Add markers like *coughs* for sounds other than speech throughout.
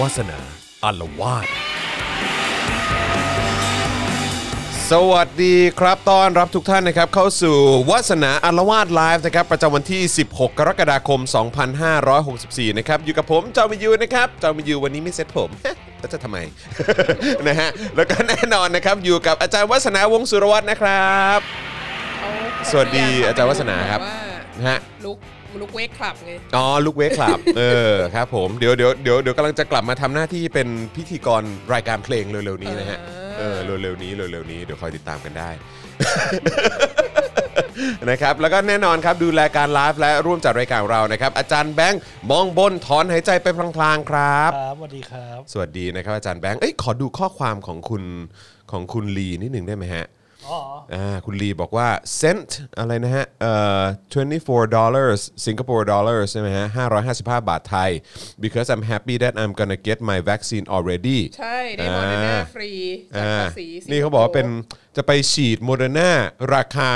วาสนาอารวาส สวัสดีครับต้อนรับทุกท่านนะครับ เข้าสู่วัสนาอารวาสไลฟ์นะครับ ประจำวันที่ 16 กรกฎาคม 2564 นะครับ อยู่กับผมจอมยูนะครับจอมยูวันนี้ไม่เซ็ตผม *laughs* แล้วจะทำไม นะฮะ แล้วก็แน่นอนนะครับ อยู่กับอาจารย์วัฒนาวงศ์สุรวัตรนะครับ สวัสดีอาจารย์วัฒนาครับนะฮะ ลุกลุกเวกคลับไง อ๋อลูกเวกคลับ เออครับผมเดี๋ยวเดี๋ยวเดี๋ยวเดี๋ยวกำลังจะกลับมาทำหน้าที่เป็นพิธีกรรายการเพลงเร็วๆนี้นะฮะเอ เอ อ อ เร็วๆนี้เร็วๆนี้เดี๋ยวคอยติดตามกันได้ *laughs* นะครับแล้วก็แน่นอนครับดูแลการไลฟ์และร่วมจัดรายการของเรานะครับ อาจารย์แบงค์มองบนถอนหายใจไปพลางๆครับ ครับสวัสดีครับ สวัสดีนะครับอาจารย์แบงค์เอ้ยขอดูข้อความของคุณของคุณลีนิดหนึ่งได้ไหมฮะ อ๋อ อ่าคุณลีบอกว่า cent อะไรนะฮะเอ่อ24 dollars Singapore dollars ใช่ไหมฮะ555 บาทไทย because I'm happy that I'm gonna get my vaccine already ใช่ ได้โมเดอร์นาฟรีจาก อ่า ภาษีสิ นี่เขาบอกว่าเป็นจะไปฉีดโมเดอร์นาราคา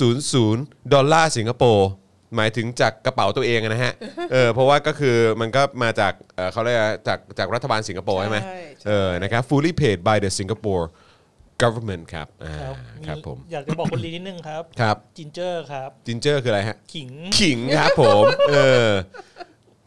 0.00 ดอลลาร์สิงคโปร์หมายถึงจากกระเป๋าตัวเองอะนะฮะ เออเพราะว่าก็คือมันก็มาจากเอ่อเขาเรียกอะไรจากจากรัฐบาลสิงคโปร์ใช่ไหมเออนะครับ fully paid by the Singapore government ครับอ่า ครับ ครับผม อยากจะบอกคุณลีนิดนึงครับ ครับ จินเจอร์ครับ จินเจอร์คืออะไรฮะ ขิง ขิงครับผม *laughs* เออ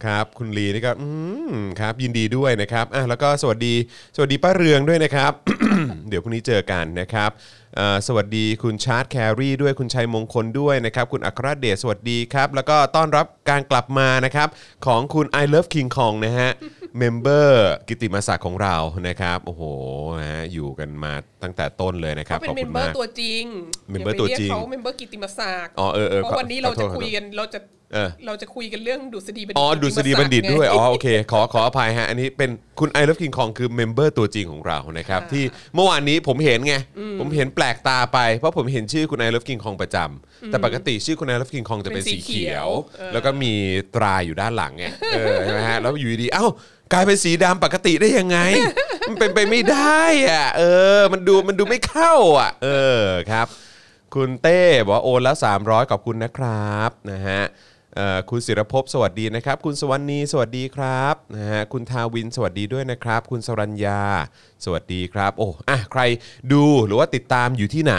ครับ คุณลีนี่ก็อืมครับ ยินดีด้วยนะครับอ่ะแล้วก็สวัสดี สวัสดีป้าเรืองด้วยนะครับ *coughs* เดี๋ยวพรุ่งนี้เจอกันนะครับเอ่อสวัสดีคุณชาร์ตแครี่ด้วยคุณชัยมงคลด้วยนะครับ คุณอัครเดชสวัสดีครับ แล้วก็ต้อนรับการกลับมานะครับ ของคุณ I Love King Kong นะฮ *laughs* ะ เมมเบอร์กิติมศักดิ์ของเรานะครับ โอ้โหนะฮะอยู่กันมาตั้งแต่ต้นเลยนะครับ เขาเป็ ขอน บคุณเมมเบอ มา ร์ ก ตัวจริง เมมเบอร์ ย่าไปยก ตัวจริง เขาเมมเบอร์กิติมศักดิ์ อ๋อเออเออ เพราะวันขนี้อ เรา โท จะ ษ คุยกันเราจะ เออ เราจะคุยกันเรื่องดุษฎีบัณฑิต อ๋อดุษฎีบัณฑิต กิติมศักไง ด้วย อ๋อ โอเค ขอขออภัยฮะ อันนี้เป็นคุณไอ o ับกิงคองคือเมมเบอร์ตัวจริงของเรานะครับ ค่ะ ที่เมื่อวานนี้ผมเห็นไง ผมเห็นแปลกตาไป เพราะผมเห็นชื่อคุณไอ o ับกิงคองประจำแต่ปกติชื่อคุณไอ o ับกิงคองจะเป็น เป็นสี สีเขียว เขียวเออ แล้วก็มีตราอยู่ด้านหลังไงเออใช่ไหมฮะ แล้วอยู่ดีๆเอ้ากลายเป็นสีดำปกติได้ยัง *laughs* ไง มันเป็นไปไม่ได้อ่ะเออ มันดูมันดูไม่เข้าอ่ะ เออครับ คุณเต้บอกว่าโอนแล้ว 300 ขอบคุณนะครับนะฮะเอ่อคุณศิรภพสวัสดีนะครับ คุณสวรรณีสวัสดีครับนะฮะคุณทาวินสวัสดีด้วยนะครับ คุณสรัญญา สวัสดีครับ โอ้อ่ะใครดูหรือว่าติดตามอยู่ที่ไหน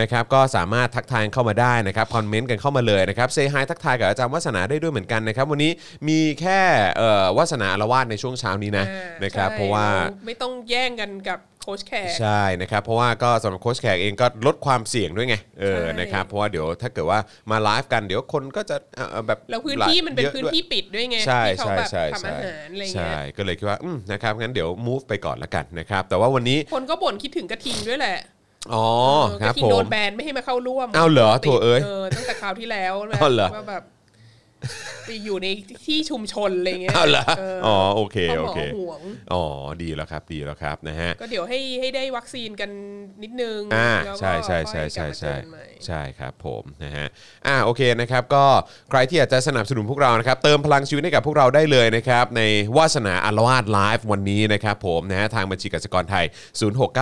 นะครับก็สามารถทักทายเข้ามาได้นะครับคอมเมนต์กันเข้ามาเลยนะครับเซฮายทักทายกับอาจารย์วัฒนาได้ด้วยเหมือนกันนะครับ วันนี้มีแค่เอ่อวัฒนาอาละวาดในช่วงเช้านี้นะ อ่า นะครับ ใช่ เพราะว่า เไม่ต้องแย่งกันกับโค้ชแขก ใช่นะครับเพราะว่าก็สำหรับโค้ชแขกเองก็ลดความเสี่ยงด้วยไงเออ ใช่ นะครับเพราะว่าเดี๋ยวถ้าเกิดว่ามาไลฟ์กันเดี๋ยวคนก็จะเอ่อแบบ แล้วพื้นที่มันเป็น ยอะ พื้น ด้วย ที่ปิดด้วยไง ใช่ ที่เขา ใช่ แบบ ใช่ ทำ ใช่ อาหารอะไร ใช่ เงี้ย ก็เลยคิดว่าอืมนะครับงั้นเดี๋ยว move ไปก่อนละกันนะครับแต่ว่าวันนี้ คนก็บ่นคิดถึงกระทิงด้วยแหละ อ๋อ เออ ค ก รั ระ บ ทิง ผ โด ม นแบนไม่ให้มาเข้าร่วม อ้าวเหรอโถเอ้ย ตั้งแต่คราวที่แล้วนะ อ้าวเหรอ ว่าแบบไปอยู่ในที่ชุมชนอะไรเงี้ย เอาละอ๋อโอเค เขา โอ บอก เค ห่วง อ๋อดีแล้วครับดีแล้วครับนะฮะ ก็เดี๋ยวให้ให้ได้วัคซีนกันนิดนึง อ่า แล้วก็ ใช่ใช่ใช่ ค่อยกลั ใช่ บมาเจ ใช่ อกันหม่ ใช่ครับผมนะฮะอ่าโอเคนะครับก็ใครที่อยากจะสนับสนุนพวกเรานะครับเติมพลังชีวิตให้กับพวกเราได้เลยนะครับในวาสนาอารวาสไลฟ์วันนี้นะครับผมนะฮะทางบัญชีกสิกรไทย 0698975539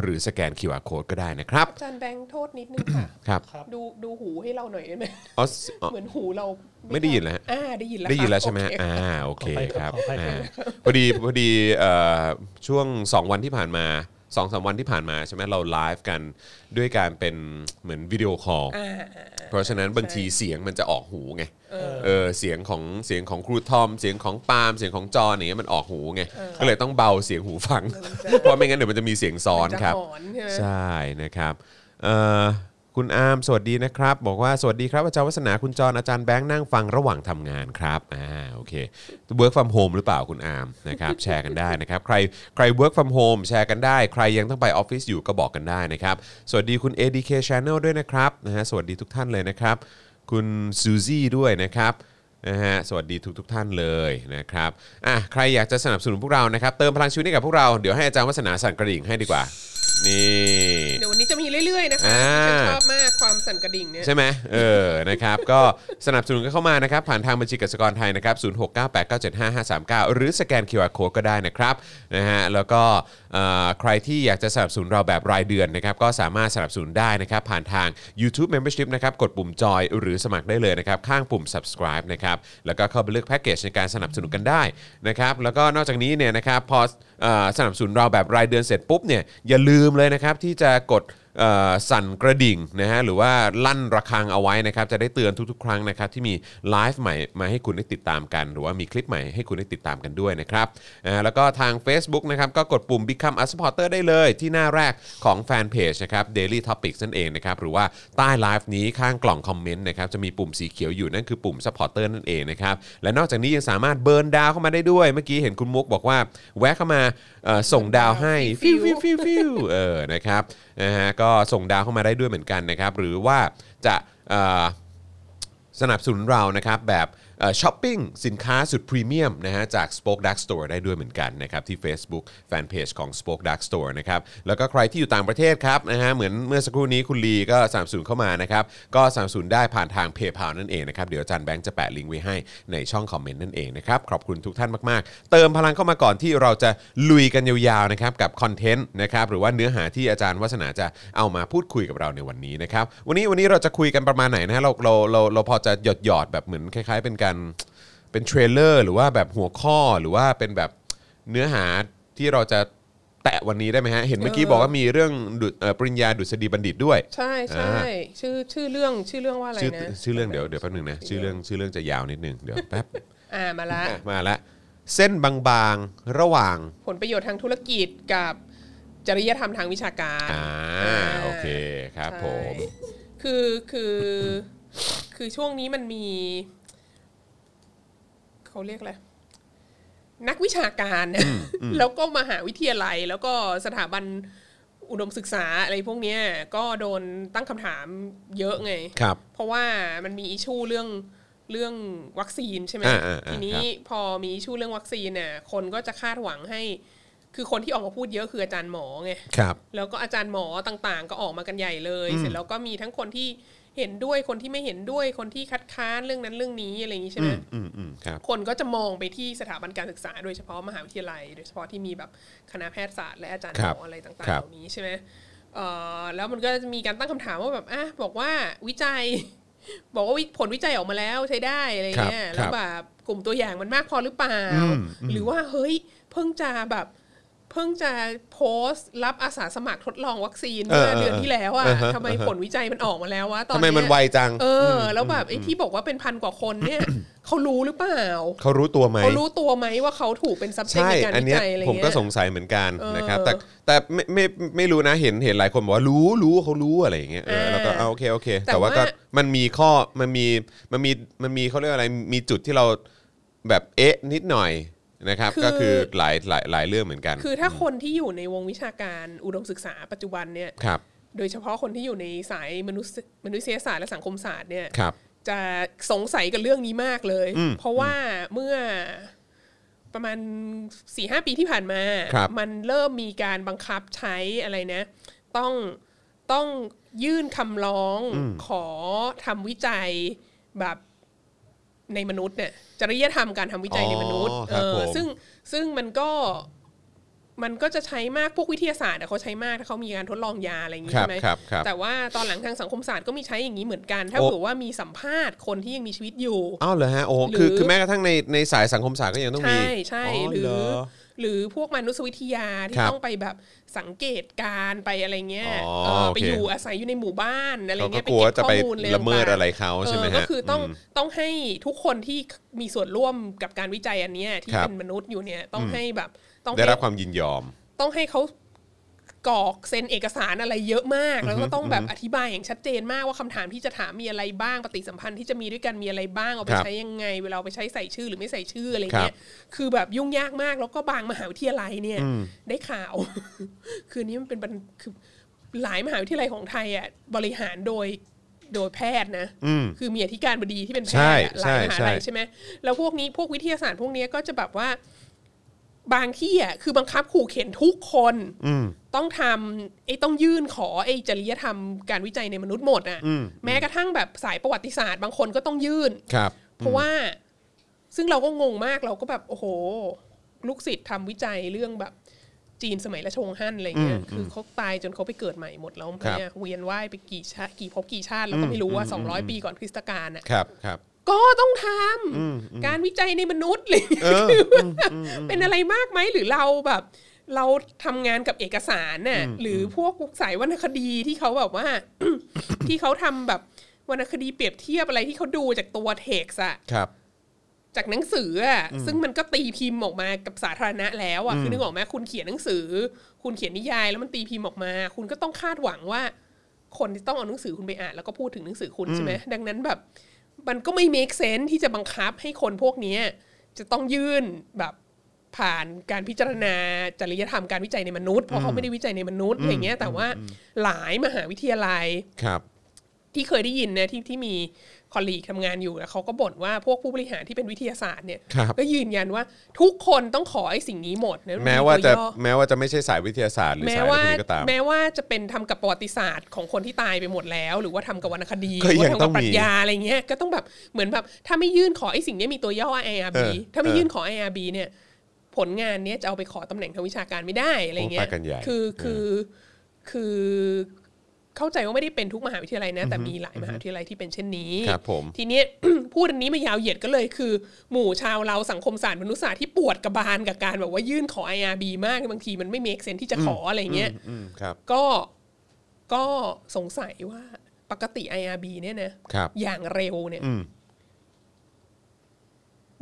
หรือสแกน QR Code ก็ได้นะครับ อาจารย์แบงค์โทษนิดนึงค่ะ ครับ ครับ ดูดูหูให้เราหน่อยได้ไหม อ๋ออ๋อ เหมือนหูเรา ไม่ได้ยินเหรอฮะ อ่าได้ยินแล้ว ได้ยินแล้วใช่ไหม โอเค อ่าโอเคครับ ขออภัยครั อ่า บ พอดีพอดีเอ่อช่วง 2 วันที่ผ่านมาสองสามวันที่ผ่านมาใช่ไหมเราไลฟ์กันด้วยการเป็นเหมือนวิดีโอคอล อ่า เพราะฉะนั้นบางทีเสียงมันจะออกหูไง เออ เออเสียงของเสียงของครูทอม เสียงของปาล์มเสียงของจออย่างเงี้ยมันออกหูไง ก็เลยต้องเบาเสียงหูฟัง มันจะ เพราะไม่งั้นเดี๋ยวมันจะมีเสียงซ้อน จะ ครับ หอนใช่ไหม ใช่นะครับเอ่อคุณอาร์มสวัสดีนะครับ บอกว่าสวัสดีครับอาจารย์วัฒนาคุณจรอาจารย์แบงค์นั่งฟังระหว่างทำงานครับอ่าโอเค work from home หรือเปล่าคุณอาร์มนะครับ *laughs* แชร์กันได้นะครับ ใครใคร work from home แชร์กันได้ ใครยังต้องไปออฟฟิศอยู่ก็บอกกันได้นะครับ สวัสดีคุณ ADK Channel ด้วยนะครับนะฮะสวัสดีทุกท่านเลยนะครับ คุณซูซี่ด้วยนะครับ นะฮะสวัสดีทุกทท่านเลยนะครับอ่ะใครอยากจะสนับสนุนพวกเรานะครับ เติมพลังชีวิตให้กับพวกเราเดี๋ยวให้อาจารย์วัฒนาสั่นกระดิ่งให้ดีกว่า นี่ เดี๋ยววันนี้จะมีเรื่อยๆนะคะ อ่า ฉันชอบมากความสั่นกระดิ่งเนี่ย ใช่ไหมเออ นะครับ ก็สนับสนุนกันเข้ามานะครับ ผ่านทางบัญชีกสิกรไทยนะครับ0 6 9 8 9 7 5 5 3 9 หรือสแกน QR Code ก็ได้นะครับนะฮะแล้วก็เอ่อใครที่อยากจะสนับสนุนเราแบบรายเดือนนะครับ ก็สามารถสนับสนุนได้นะครับ ผ่านทาง YouTube Membership นะครับ กดปุ่มจอยหรือสมัครได้เลยนะครับ ข้างปุ่ม subscribe นะครับ นะครับแล้วก็เข้าไปเลือกแพ็กเกจในการสนับสนุนกันได้นะครับแล้วก็นอกจากนี้เนี่ยนะครับพอเอ่อสนับสนุนเราแบบรายเดือนเสร็จปุ๊บเนี่ยอย่าลืมเลยนะครับที่จะกดเอ่อสั่นกระดิ่งนะฮะหรือว่าลั่นระฆังเอาไว้นะครับจะได้เตือนทุกๆ ครั้งนะครับที่มีไลฟ์ใหม่มาให้คุณได้ติดตามกัน หรือว่ามีคลิปใหม่ให้คุณได้ติดตามกันด้วยนะครับอ่าแล้วก็ทาง Facebook นะครับก็กดปุ่ม Become a supporter ได้เลยที่หน้าแรกของแฟนเพจนะครับ Daily Topics นั่นเองนะครับหรือว่าใต้ไลฟ์นี้ข้างกล่องคอมเมนต์นะครับจะมีปุ่มสีเขียวอยู่นั่นคือปุ่ม supporter นั่นเองนะครับและนอกจากนี้ยังสามารถเบิร์นดาวเข้ามาได้ด้วย เมื่อกี้เห็นคุณมุกบอกว่าแวะเข้ามาเอ่อส่งดาวให้ฟิวฟิวฟิวฟิวเออนะครับนะฮะก็ส่งดาวเข้ามาได้ด้วยเหมือนกันนะครับหรือว่าจะเอ่อ สนับสนุนเรานะครับแบบเอ่อช้อปปิ้งสินค้าสุดพรีเมียมนะฮะจาก Spoke Dark Store ได้ด้วยเหมือนกันนะครับที่ Facebook Fanpage ของ Spoke Dark Store นะครับแล้วก็ใครที่อยู่ต่างประเทศครับนะฮะเหมือนเมื่อสักครู่นี้คุณลีก็สามสูนเข้ามานะครับก็สามสูนได้ผ่านทาง PayPal นั่นเองนะครับเดี๋ยวอาจารย์แบงค์จะแปะลิงก์ไว้ให้ในช่องคอมเมนต์นั่นเองนะครับขอบคุณทุกท่านมากๆ เติมพลังเข้ามาก่อนที่เราจะลุยกันยาวๆนะครับกับคอนเทนต์นะครับหรือว่าเนื้อหาที่อาจารย์วัฒนาจะเอามาพูดคุยกับเราในวันนี้นะครับวันนี้วันนี้เราจะคุยกันประมาณไหนนะฮะเราเราเราเราพอจะหยอดหยอดๆแบบเหมือนคล้าย ๆ เป็นการเป็นเทรลเลอร์หรือว่าแบบหัวข้อหรือว่าเป็นแบบเนื้อหาที่เราจะแตะวันนี้ได้ไหมฮะเห็นเมื่อกี้ เออ บอกว่ามีเรื่องดุเอ่อปริญญาดุษฎีบัณฑิตด้วย ใช่ใช่ชื่อชื่อเรื่องชื่อเรื่องว่าอะไร ชื่อ นะ ชื่อเรื่องเดี๋ยวเดี๋ยวแป๊บนึงนะชื่อเรื่องชื่อเรื่องจะยาวนิดนึงเดี๋ยวแป๊บ อ่ามาละ อ่ะมาละเส้นบางๆระหว่าง ผลประโยชน์ทางธุรกิจกับจริยธรรมทางวิชาการ อ่า อ่า โอเคครับผม ใช่คือคือคือช่วงนี้มันมี เขาเรียกอะไรนักวิชาการ *laughs* แล้วก็มหาวิทยาลัย แล้วก็สถาบันอุดมศึกษาอะไรพวกเนี้ย ก็โดนตั้งคำถามเยอะไง ครับ เพราะว่ามันมีอิชูเรื่องเรื่องวัคซีนใช่ไหม อ่าอ่าอ่า ทีนี้พอมีอิชูเรื่องวัคซีนเนี่ยคนก็จะคาดหวังให้ คือคนที่ออกมาพูดเยอะคืออาจารย์หมอไง ครับ แล้วก็อาจารย์หมอต่างๆ ก็ออกมากันใหญ่เลย เสร็จแล้วก็มีทั้งคนที่เห็นด้วยคนที่ไม่เห็นด้วยคนที่คัดค้านเรื่องนั้นเรื่องนี้อะไรอย่างนี้ใช่ไหม อืมอืมครับ คนก็จะมองไปที่สถาบันการศึกษา โดยเฉพาะมหาวิทยาลัย โดยเฉพาะที่มีแบบคณะแพทยศาสตร์และอาจารย์หม ครั อบ อะไรต่างคๆเห รับ ล่านี้ใช่ไหมเอ่อแล้วมันก็จะมีการตั้งคำถามว่าแบบอ่ะบอกว่าวิจัย *laughs* บอกว่าวิผลวิจัยออกมาแล้วใช้ได้อะไรเงี้คยรับ แล้วแบบกลุ่มตัวอย่างมันมากพอหรือเปล่า อืมอืม หรือว่าเฮ้ยเพิ่งจะแบบ เพิ่งจะโพสต์รับอาสาสมัครทดลองวัคซีน เอ เมื่ อ อเดือนที่แล้วอะ เออฮะ ทำไมผลวิจัยมันออกมาแล้ววะตอน ทำไม เนี้ย มันไวจัง เออ แล้วแบบไอ้ที่บอกว่าเป็นพันกว่าคน *coughs* เนี่ย เขารู้หรือเปล่า เขารู้ตัวไหม เขารู้ตัวไหมว่าเขาถูกเป็น subject ใช่ ในการ อัน วิ เนี้ย จัยอะไรเงี้ย ผมก็สงสัยเหมือนกัน เออ นะครับ แต่แต่ไม่ไม่ไม่ไม่รู้นะเห็นเห็นหลายคนบอกว่ารู้รู้เขารู้อะไรอย่างเงี้ยเออ อ่า แล้วก็เอาโอเคโอเค แต่ แต่ว่าก็ ว่า มันมีข้อมันมีมันมีมันมีเขาเรียกอะไรมีจุดที่เราแบบเอ๊ะนิดหน่อยนะครับ ก็คือหลายหลายหลายเรื่องเหมือนกัน คือถ้าคนที่อยู่ในวงวิชาการอุดมศึกษาปัจจุบันเนี่ย ครับ โดยเฉพาะคนที่อยู่ในสายมนุษยมนุษยศาสตร์และสังคมศาสตร์เนี่ย ครับ จะสงสัยกับเรื่องนี้มากเลย อืม เพราะว่าเมื่อประมาณสี่ห้าปีที่ผ่านมา ครับ มันเริ่มมีการบังคับใช้อะไรนะ ต้องต้องยื่นคำร้องขอทำวิจัยแบบในมนุษย์เนี่ยจริยธรรมการทำวิจัยในมนุษย์ อ๋อค เอ รับ อ ผม ซึ่งซึ่งมันก็มันก็จะใช้มากพวกวิทยาศาสตร์อะเขาใช้มากถ้าเขามีการทดลองยาอะไรอย่างงี้ ครับ ใช่ไหม ครับครับ แต่ว่าตอนหลังทางสังคมศาสตร์ก็มีใช้อย่างนี้เหมือนกัน ถ้า โอ้ เผื่อว่ามีสัมภาษณ์คนที่ยังมีชีวิตอยู่ อ้าวเหรอฮะโอ้โหคือ หรือ คือแม้กระทั่งในในสายสังคมศาสตร์ก็ยังต้องมี ใช่ใช่หรือ เ อหรือพวกมนุษยวิทยาที่ ครับ ต้องไปแบบสังเกตการณ์ไปอะไรเงี้ย อ๋อ เออไป โอเค อยู่อาศัยอยู่ในหมู่บ้านอะไร เขาก็ เงี้ย กลัว ไป ว่า เก็ จะ บ ไป ข้อมูลอะไร ละเมิด ต่างๆ อะไรเขาใช่ไหม เออ ฮะ ก็คือต้อง ม ต้องให้ทุกคนที่มีส่วนร่วมกับการวิจัยอันเนี้ยที่ ครับ เป็นมนุษย์อยู่เนี่ยต้องให้แบบต้อง ได้ ให้ รับความยินยอม ต้องให้เขากรอกเซ็นเอกสารอะไรเยอะมาก แล้วก็ต้องแบบอธิบายอย่างชัดเจนมากว่าคำถามที่จะถามมีอะไรบ้างปฏิสัมพันธ์ที่จะมีด้วยกันมีอะไรบ้างเอาไป ครับ ใช้ยังไง เวลาเอาไปใช้ใส่ชื่อหรือไม่ใส่ชื่ออะไร ครั เงี้ บ ย คือแบบยุ่งยากมากแล้วก็บางมหาวิทยาลัยเนี่ย ได้ข่าว *laughs* คือนี้มันเป็นบันคือหลายมหาวิทยาลัยของไทยอ่ะบริหารโดยโดยแพทย์นะ อืม คือมีอธิการบดีที่เป็นแพ ใช่ ทย์อะห ใช่ ลายมหาลัย ใช่ ใช่ไหมแล้วพวกนี้พวกวิทยาศาสตร์พวกเนี้ยก็จะแบบว่า บางที่อ่ะคือบังคับขู่เข็นทุกคน อืม ต้องทำไอ้ต้องยื่นขอไอ้จริยธรรมการวิจัยในมนุษย์หมดอ่ะ อืม แม้กระทั่งแบบสายประวัติศาสตร์ บางคนก็ต้องยื่น ครับ เพราะว่าซึ่งเราก็งงมากเราก็แบบ โอ้โห ลูกศิษย์ทำวิจัยเรื่องแบบจีนสมัยราชวงศ์ฮั่นอะไรเงี้ยคือเขาตายจนเขาไปเกิดใหม่หมดแล้วเนี่ยเวียนว่ายไปกี่ชาติกี่ภพกี่ชาติเราก็ไม่รู้ว่า 200 ปีก่อนคริสตกาลอ่ะ ครับครับ ก็ต้องทำการวิจัยในมนุษย์ *laughs* เลย เออ คือแบบเป็นอะไรมากไหมหรือเราแบบ เราทำงานกับเอกสารน่ะหรือพวกสายวรรณคดีที่เขาแบบว่า *coughs* ที่เขาทำแบบวรรณคดีเปรียบเทียบอะไรที่เขาดูจากตัวเท็กซ์อะ ครับ จากหนังสืออ่ะซึ่งมันก็ตีพิมพ์ออกมากับสาธารณะแล้วอ่ะคือนึกออกไหมคุณเขียนหนังสือ คุณเขียนนิยายแล้วมันตีพิมพ์ออกมา คุณก็ต้องคาดหวังว่า คนที่ต้องเอาหนังสือคุณไปอ่าน แล้วก็พูดถึงหนังสือคุณใช่ไหมดังนั้นแบบ มันก็ไม่ make sense ที่จะบังคับให้คนพวกเนี้ยจะต้องยื่นแบบผ่านการพิจารณาจริยธรรมการวิจัยในมนุษย์เพราะเขาไม่ได้วิจัยในมนุษย์อะไรเงี้ยแต่ว่าหลายมหาวิทยาลัย ครับ ที่เคยได้ยินนะที่ที่มีคอลลีกทำงานอยู่แล้วเขาก็บ่นว่าพวกผู้บริหารที่เป็นวิทยาศาสตร์เนี่ย ครับ ก็ยืนยันว่าทุกคนต้องขอไอ้สิ่งนี้หมดนะ แม้ว่าจะ ตัย่อ แม้ว่าจะไม่ใช่สายวิทยาศาสตร์หรือ แม้ สายอะไร ว่า พวกนี้ก็ตาม แม้ว่าจะเป็นทำกับประวัติศาสตร์ของคนที่ตายไปหมดแล้ว หรือว่าทำกับวรรณคดีห ก็ รื ยั ว่าง ทำ ต้ กั องมี ปรัชญาอะไรเงี้ยก็ต้องแบบเหมือนแบบถ้าไม่ยื่นขอไอ้สิ่งนี้มีตัวย่อ IRB เออ ถ้าไม่ เออ ยื่นขอ IRB เนี่ย ผลงานเนี้ยจะเอาไปขอตำแหน่งทางวิชาการไม่ได้อะไรเงี้ย โอ้ไปกันใหญ่ คือคือคือ เข้าใจว่าไม่ได้เป็นทุกมหาวิทยาลัยนะ แต่มีหลายมหาวิทยาลัยที่เป็นเช่นนี้ ครับผม ทีเนี้ *coughs* ย พูดอันนี้มายาวเหยียดก็เลยคือ หมู่ชาวเราสังคมศาสตร์มนุษยศาสตร์ที่ปวดกระบาลกับการแบบว่ายื่นขอ IRB มากบางทีมันไม่เมคเซนที่จะขออะไรเงี้ย อืมครับ ก็ก็สงสัยว่าปกติ IRB เนี่ยนะครับ อย่างเร็วเนี่ย อืม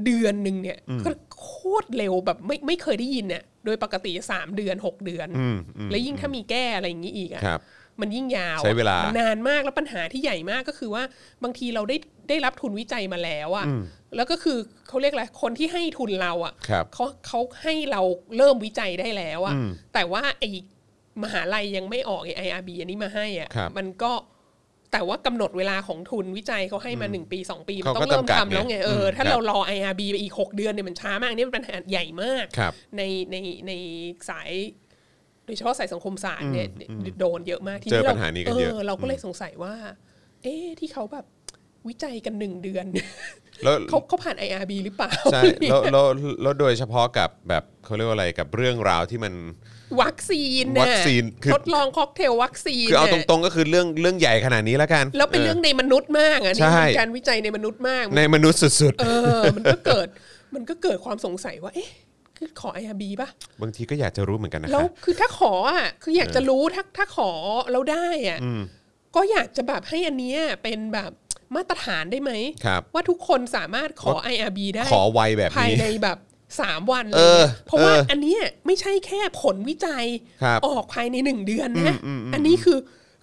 เดือนหนึ่งเนี่ยก็โคตรเร็วแบบไม่ไม่เคยได้ยินเนี่ยโดยปกติสามเดือนหกเดือน อืมอืม แล้วยิ่งถ้ามีแก้อะไรอย่างนี้อีกอะ ครับ มันยิ่งยาวอะ ใช้เวลามั นนานมากแล้วปัญหาที่ใหญ่มากก็คือว่าบางทีเราได้ได้รับทุนวิจัยมาแล้วอะแล้วก็คือเขาเรียกอะไรคนที่ให้ทุนเราอะ ครับ เขาเขาให้เราเริ่มวิจัยได้แล้วอะแต่ว่าไอมหาลัยยังไม่ออกไอ IRB อันนี้มาให้อะ ครับ มันก็แต่ว่ากำหนดเวลาของทุนวิจัยเขาให้มาหนึ่งปีสองปีมัน เขาก็ต้องเริ่ม จำกัด ทำแล้วไงเออ ไง ถ้า ครับ เรารอ IRB ไปอีก 6 เดือนเนี่ยมันช้ามากอันนี่เป็นปัญหาใหญ่มาก ครับ ในในในสายโดยเฉพาะสายสังคมศาสตร์เนี่ยโดนเยอะมากที่ เจอปัญหานี้กันเยอะ เราก็เลยสงสัยว่า เอ๊ะที่เขาแบบวิจัยกันหนึ่งเดือน *laughs* แล้ว เขาเขาผ่าน IRB หรือเปล่า ใช่แล้วแล้วแล้วโดยเฉพาะกับแบบเขาเรียกว่าอะไรกับเรื่องราวที่มัน วัคซีนน่ะ วัคซีนคือ ทดลองค็อกเทลวัคซีน คือเอาต น่ะ รงๆก็คือเรื่องเรื่องใหญ่ขนาดนี้แล้วกัน แล้วเป็นเรื่องในมนุษย์มากอ่ะนี่ ใช่ เป็นการวิจัยในมนุษย์มาก เออในมนุษย์สุด เออ มันก็เกิดมันก็เกิดความสงสัยว่า เอ๊ะคือขอ IRB ป่ะ ๆ บางทีก็อยากจะรู้เหมือนกันนะ แล้ คว รับ คือถ้าขออ่ะคืออยากจะรู้ถ้าถ้าขอแล้วได้อ่ะก็อยากจะแบบให้อันเนี้ยเป็นแบบมาตรฐานได้ไหม ครับ ว่าทุกคนสามารถขอ IRB ได้ ขอไวแบบ ภาย นี้ ในแบบสามวัน เออ เพราะว่า เอออั อันเนี้ยไม่ใช่แค่ผลวิจัย ครับ ออกภายในหนึ่งเดือนนะอันนี้คือ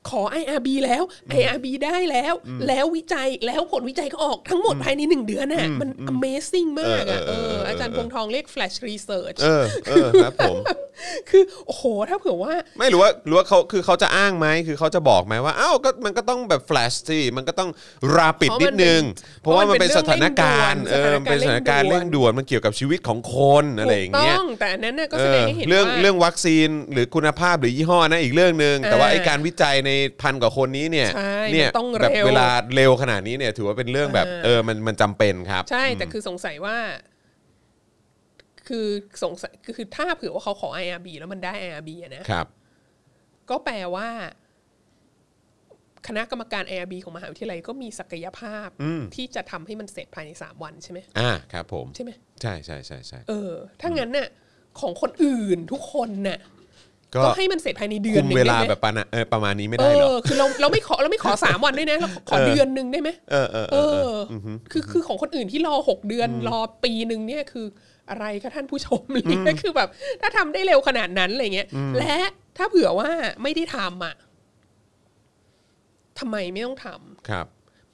ขอ IRB แล้ว IRB ได้แล้ว แล้ววิจัยแล้วผลวิจัยก็ออกทั้งหมดภายในหนึ่งเดือนน่ะมัน Amazing มากอ่ะ เออเออ เออ เอออ อาจารย์พงษ์ทองเรียก Flash Research เออเออครับผม *laughs* คือโอ้โหถ้าเผื่อว่า ไม่รู้ว่ารู้ว่าเขาคือเขาจะอ้างไหมคือเขาจะบอกไหมว่าอ้าวก็มันก็ต้องแบบแฟลชสิมันก็ต้องราปิด เพราะ นิ มั ด นเป็น นึง เพราะว่ามันเป็น เพ ส ราะมั ถาน น เป็น การณ์ เร่ เอง ด่วน อมันเป็นส ส ถา ถาน น กา การรณ์ ณ์ เร่ เร่ง งด่ ด่ว วน น มันเกี่ยวกับชีวิตของคนอะไรอย่างเงี้ย ถูกต้องแต่อันนั้นน่ะก็ เอ แสดองให้เห็น เรื่อง ว่า เรื่องวัคซีนหรือคุณภาพหรือยี่ห้อนะอีกเรื่องหนึ่งแต่ว่า เออ ไอการวิจัยในพันกว่าคนนี้เนี่ย ใช่ เนี่ย มันต้องเร็แบบวเวลาเร็วขนาดนี้เนี่ยถือว่าเป็นเรื่องแบบ เออ เออมันมันจำเป็นครับ ใช่แต่คือสงสัยว่า คือสงสัยคือถ้าเผื่อว่าเขาขอ IRB แล้วมันได้ IRB อะนะครับ ก็แปลว่า คณะกรรมการ IRB ของมหาวิทยาลัยก็มีศักยภาพที่จะทำให้มันเสร็จภายในสามวันใช่ไหม อ่าครับผม ใช่ไหม ใช่ใช่ใช่ใช่ เออถ้างั้นน่ะ ของคนอื่นทุกคนน่ะ ก็ ก็ให้มันเสร็จภายในเดือ คุมนหนึ่ง เวลา ได้ไห แบ ม บปานอะเออประมาณนี้ไม่ เอ ได้เหรอ อคือเราเราไม่ขอเราไม่ขอสามวันด้วยนะเราขอเดือนหนึ่งได้ไหม เออเออ เอ เออ ออคือคือของคนอื่นที่รอหกเดือนรอปีหนึ่งเนี่ยคืออะไรคะท่านผู้ชมเนี่ยคือแบบ ถ้าทำได้เร็วขนาดนั้นอะไรเงี้ยและถ้าเผื่อว่าไม่ได้ทำอ่ะทำไมไม่ต้องทำ ครับ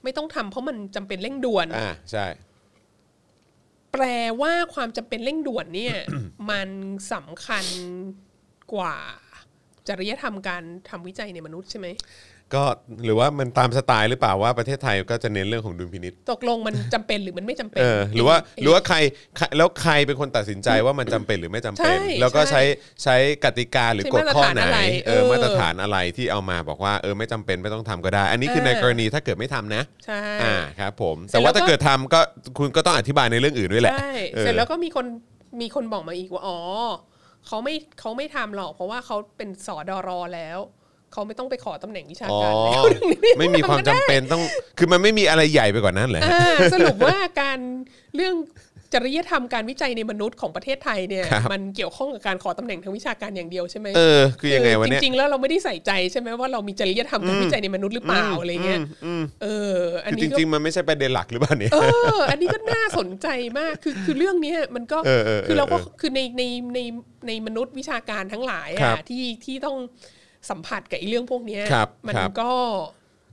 ไม่ต้องทำเพราะมันจำเป็นเร่งด่วน อ่าใช่ แปลว่าความจำเป็นเร่งด่วนเนี่ย *coughs* มันสำคัญกว่า จริยธรรมการทำวิจัยในมนุษย์ใช่ไหม ก็หรือว่ามันตามสไตล์หรือเปล่าว่าประเทศไทยก็จะเน้นเรื่องของดุลพินิษ ตกลงมันจำเป็นหรือมันไม่จำเป็ เอน อหรือว่า เ หรือว่าใครใครแล้วใครเป็นคนตัดสินใจว่ามันจำเป็นหรือไม่จำเป็น ใช่ แล้วก็ ใช่ ใช้ใช้กติกาหรือกฎข้อไหน ใช้มาตรฐานอะไร เออ เออ มาตรฐานอะไรที่เอามาบอกว่าเออไม่จำเป็นไม่ต้องทำก็ได้ อันนี้คือ เออ ในกรณีถ้าเกิดไม่ทำนะ ใช่ อ่าครับผม เสร็จ แต่ว่า แล้วก็ ถ้าเกิดทำก็คุณก็ต้องอธิบายในเรื่องอื่นด้วยแหละ ใช่ ออ เสร็จแล้วก็มีคนมีคนบอกมาอีกว่า อ๋อเขาไม่เขาไม่ทำหรอกเพราะว่าเขาเป็นสอดอรอแล้ว เขาไม่ต้องไปขอตำแหน่งวิชา อ๋อ การแล้ว ไม่มีความจำเป็นต้อง คือมันไม่มีอะไรใหญ่ไปกว่านั้นเลย อ่าสรุปว่าการเรื่องจริยธรรมการวิจัยในมนุษย์ของประเทศไทยเนี่ย ครับ มันเกี่ยวข้องกับการขอตำแหน่งทางวิชาการอย่างเดียวใช่ไหม เออ คือยังไงวัน จ นี้ย ริงๆแล้วเราไม่ได้ใส่ใจใช่ไหมว่าเรามีจริยธรรมการวิจัยในมนุษย์หรือเปล่าอะไรเงี้ยเออ อัน คือจ นี้ก็ ริง ๆ มันไม่ใช่ประเด็นหลักหรือเปล่าเนี่ย เออ อันนี้ก็น่าสนใจมากคือคือเรื่องเนี้ยมันก็ เออเออเออ คือเราก็ เออ คือในในในในมนุษยวิชาการทั้งหลาย ครั อะ บ ที่ที่ต้องสัมผัสกับไอ้เรื่องพวกเนี้ย ครับ มั ครับ ก็